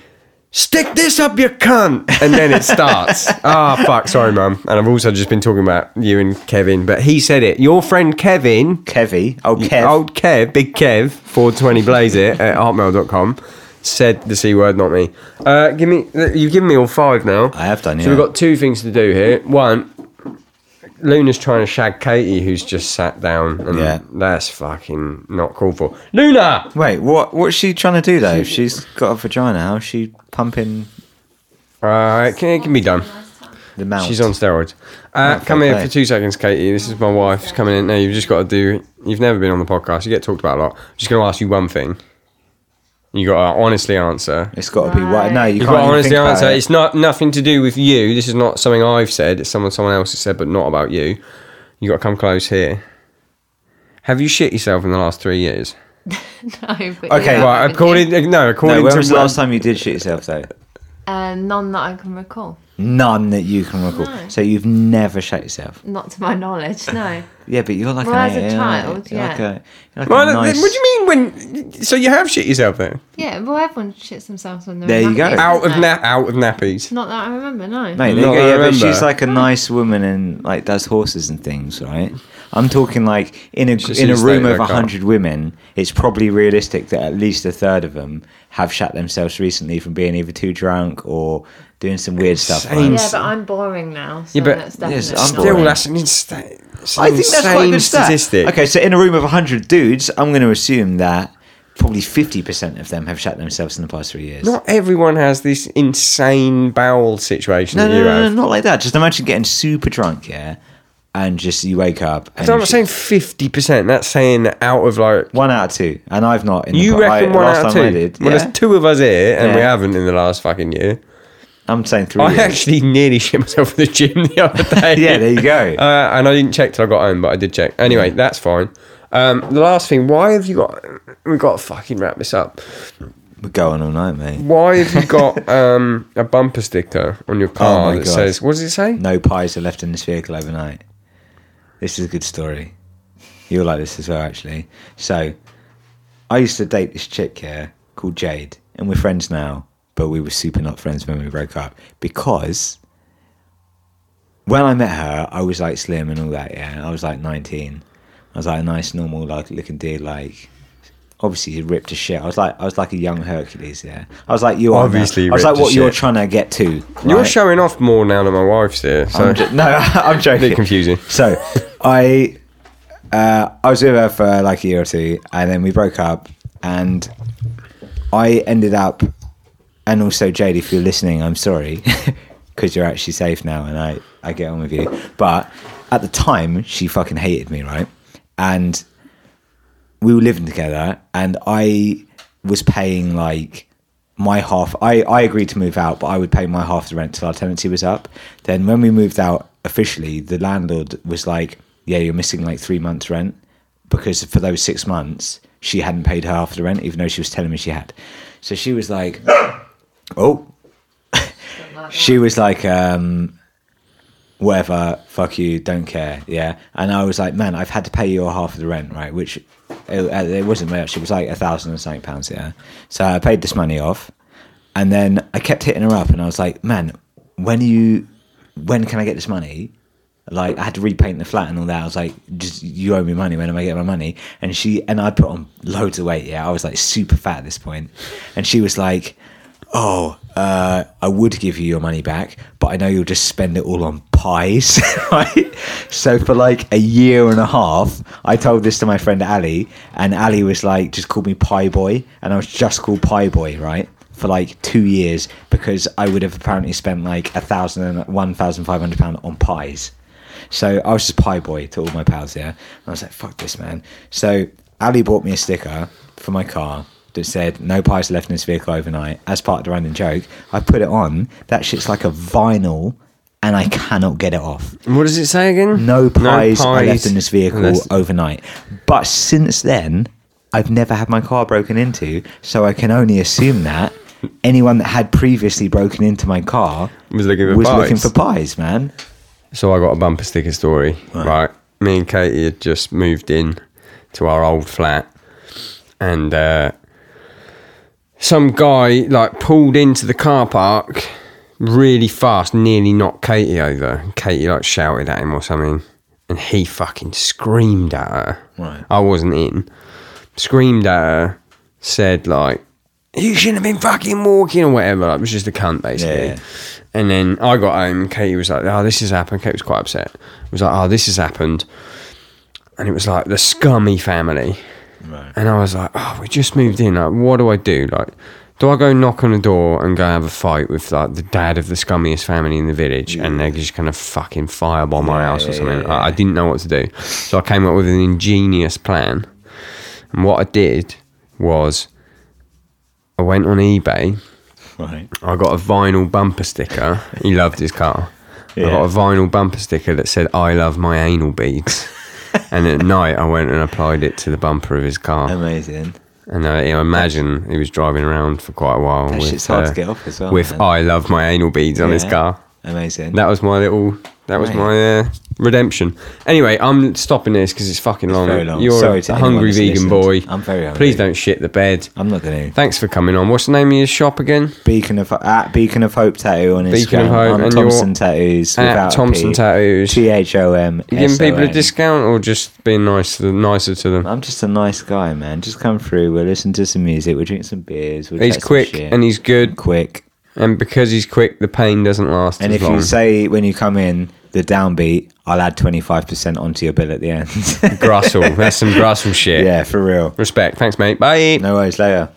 stick this up your cunt," and then it
(laughs)
starts. Ah, fuck. Sorry, mum. And I've also just been talking about you and Kevin, but he said it. Your friend Kevin,
Kevy. Oh, Kev.
old Kev, big Kev, 420 blaze it at hotmail.com. Said the c word, not me. Uh, give me. You've given me all five now.
I have done,
So
yeah.
we've got two things to do here. One, Luna's trying to shag Katie, who's just sat down, and
Yeah.
that's fucking not called for. Luna,
Wait, what? What's she trying to do though? If she's got a vagina, how's she pumping
uh, can, it can be done.
the mouth?
She's on steroids. Uh,
Oh,
come
fair
here
play.
for two seconds, Katie. This is my wife who's coming in. Now you've just got to do. You've never been on the podcast. You get talked about a lot. I'm just going to ask you one thing. You got to honestly answer.
It's got to be white. No, you
You've
can't.
got to
even
honestly
think about
answer.
it.
It's not nothing to do with you. This is not something I've said. It's someone someone else has said, but not about you. You got to come close here. Have you shit yourself in the last three years?
No, but
Okay.
yeah, I
Right,
did.
according no,
No,
according
when
to
was the last time you did shit yourself though?
Uh, none that I can recall.
None that you can recall. So you've never shot yourself.
Not to my knowledge, no.
Yeah, but you're like
Well,
an
as a
you're
child,
like, you're Like
yeah.
a, you're like
Well,
a
then
nice,
What do you mean when? So you have shit yourself then?
Yeah, well, everyone shits themselves when they're
There
in
you go.
nappies,
Out
isn't
of
it?
na- out of nappies.
Not that I remember, no.
Mate, there you
Not
go,
that I
yeah, but
remember.
she's like a nice woman and like does horses and things, right? I'm talking like in a
She's
in a
just
room
like
of
that girl.
hundred women, it's probably realistic that at least a third of them have shat themselves recently from being either too drunk or doing some weird stuff.
Insane.
Right?
Yeah, but I'm boring now. So
Yeah, but-
Yes,
that's definitely
I'm
not-
boring.
Still, that's an insane.
I think that's quite a good stat.
statistic.
Okay, so in a room of 100 dudes, I'm going to assume that probably 50% of them have shat themselves in the past three years.
Not everyone has this insane bowel situation
no,
that
no,
you
no,
have.
no, not like that. Just imagine getting super drunk, yeah, and just you wake up. And
So I'm
you
not
shit-
saying fifty percent. That's saying out of like
one out of two, and I've not. In
You
the, I-
reckon one
last
out of two?
time I did,
Well,
yeah.
there's two of us here, and we
Yeah.
haven't in the last fucking year.
I'm saying three.
I
years.
actually nearly (laughs) shit myself in the gym the
(laughs)
other day. (laughs)
Yeah, there you go.
Uh, and I didn't check till I got home, but I did check. Anyway, that's fine. Um, the last thing, why have you got? We've got to fucking wrap this up.
We're going all night, mate.
Why have you got
(laughs)
um, a bumper sticker on your car
Oh my
that
God.
says? What does it say?
No pies are left in this vehicle overnight. This is a good story. You'll like this as well, actually. So, I used to date this chick here called Jade, and we're friends now, but we were super not friends when we broke up because when I met her, I was like slim and all that, yeah. and I was like 19. I was like a nice, normal, like looking dude, like. Obviously, ripped to shit. I was like, I was like a young Hercules. Yeah, I was like, you are now.
Obviously
I was
ripped
like,
to
what you're
shit.
trying to get to.
You're
right?
showing off more now that my wife's here. So
I'm jo- no, (laughs) I'm joking.
bit confusing.
So I uh, I was with her for like a year or two, and then we broke up, and I ended up, and also Jade, if you're listening, I'm sorry, (laughs) because you're actually safe now, and I I get on with you. But at the time, she fucking hated me, right? And we were living together, and I was paying like my half. I I agreed to move out, but I would pay my half the rent till our tenancy was up. Then when we moved out officially, the landlord was like, "Yeah, you're missing like three months rent." because for those six months she hadn't paid her half the rent, even though she was telling me she had. So she was like, "Oh, she was like, um, whatever, fuck you, don't care, yeah. And I was like, man, I've had to pay your half of the rent, right? Which it, uh, it wasn't much. It was like a thousand and something pounds, yeah. So I paid this money off, and then I kept hitting her up, and I was like, man, when are you, when can I get this money? Like I had to repaint the flat and all that. I was like, just you owe me money. When am I getting my money? And she and I put on loads of weight. Yeah, I was like super fat at this point, and she was like, oh, uh, I would give you your money back, but I know you'll just spend it all on pies. (laughs) right? So for like a year and a half, I told this to my friend Ali, and Ali was like, just call me Pie Boy, and I was just called Pie Boy, right? For like two years because I would have apparently spent like a thousand and one thousand five hundred pound on pies. So I was just pie boy to all my pals, yeah. And I was like, fuck this, man. So Ali bought me a sticker for my car that said, no pies left in this vehicle overnight as part of the random joke. I put it on. That shit's like a vinyl and I cannot get it off.
And What does it say again?
No pies, are left
pies
in this vehicle
unless-
overnight. But since then, I've never had my car broken into. So I can only assume that anyone that had previously broken into my car
Was looking for
was
pies.
looking for pies, man.
So I got a bumper sticker story. Right. Me and Katie had just moved in to our old flat and uh, some guy like pulled into the car park really fast, nearly knocked Katie over. Katie like shouted at him or something. And he fucking screamed at her.
Right.
I wasn't in. Screamed at her, said like you shouldn't have been fucking walking or whatever. Like, it was just a cunt basically.
Yeah.
And then I got home. Katie was like, "Oh, this has happened." Kate was quite upset. Was like, "Oh, this has happened," and it was like the scummy family.
Right.
And I was like, "Oh, we just moved in. Like, what do I do? Like, do I go knock on the door and go have a fight with like the dad of the scummiest family in the village, and they're just gonna fucking firebomb my
Yeah,
house or
yeah,
something?"
yeah,
I, I didn't know what to do, so I came up with an ingenious plan. And what I did was, I went on eBay.
Right.
I got a vinyl bumper sticker. He loved his car. I
Yeah.
got a vinyl bumper sticker that said "I love my anal beads," and at (laughs) night I went and applied it to the bumper of his car.
Amazing.
And I, I imagine he was driving around for quite a while
That
with uh,
shit's hard to get off as well,
With
man.
"I love my anal beads" on his
Yeah.
car.
Amazing.
That was my little. That was
Right.
my uh, redemption. Anyway, I'm stopping this because it's fucking long.
very long.
You're
Sorry
a
to anyone
hungry
that's
vegan
listened.
boy.
I'm very hungry.
Please don't shit the bed.
I'm not going to.
Thanks for coming on. What's the name of your shop again?
Beacon of at Beacon of Hope Tattoo on
Beacon
Instagram.
of Hope
I'm
and
Thompson
you're
Tattoos
at
without
Thompson Tattoos.
T H O M.
You giving people a discount or just being nice to them, nicer to them?
I'm just a nice guy, man. Just come through. We'll listen to some music. We'll drink some beers. We'll
He's
chat some
quick
shit.
and he's good,
quick.
and because he's quick, the pain doesn't last
And
as
if
long.
you say when you come in the downbeat, I'll add 25% onto your bill at the end. (laughs)
Grussel, that's some Grussel shit.
yeah, for real.
Respect. Thanks, mate. Bye.
No worries. Later.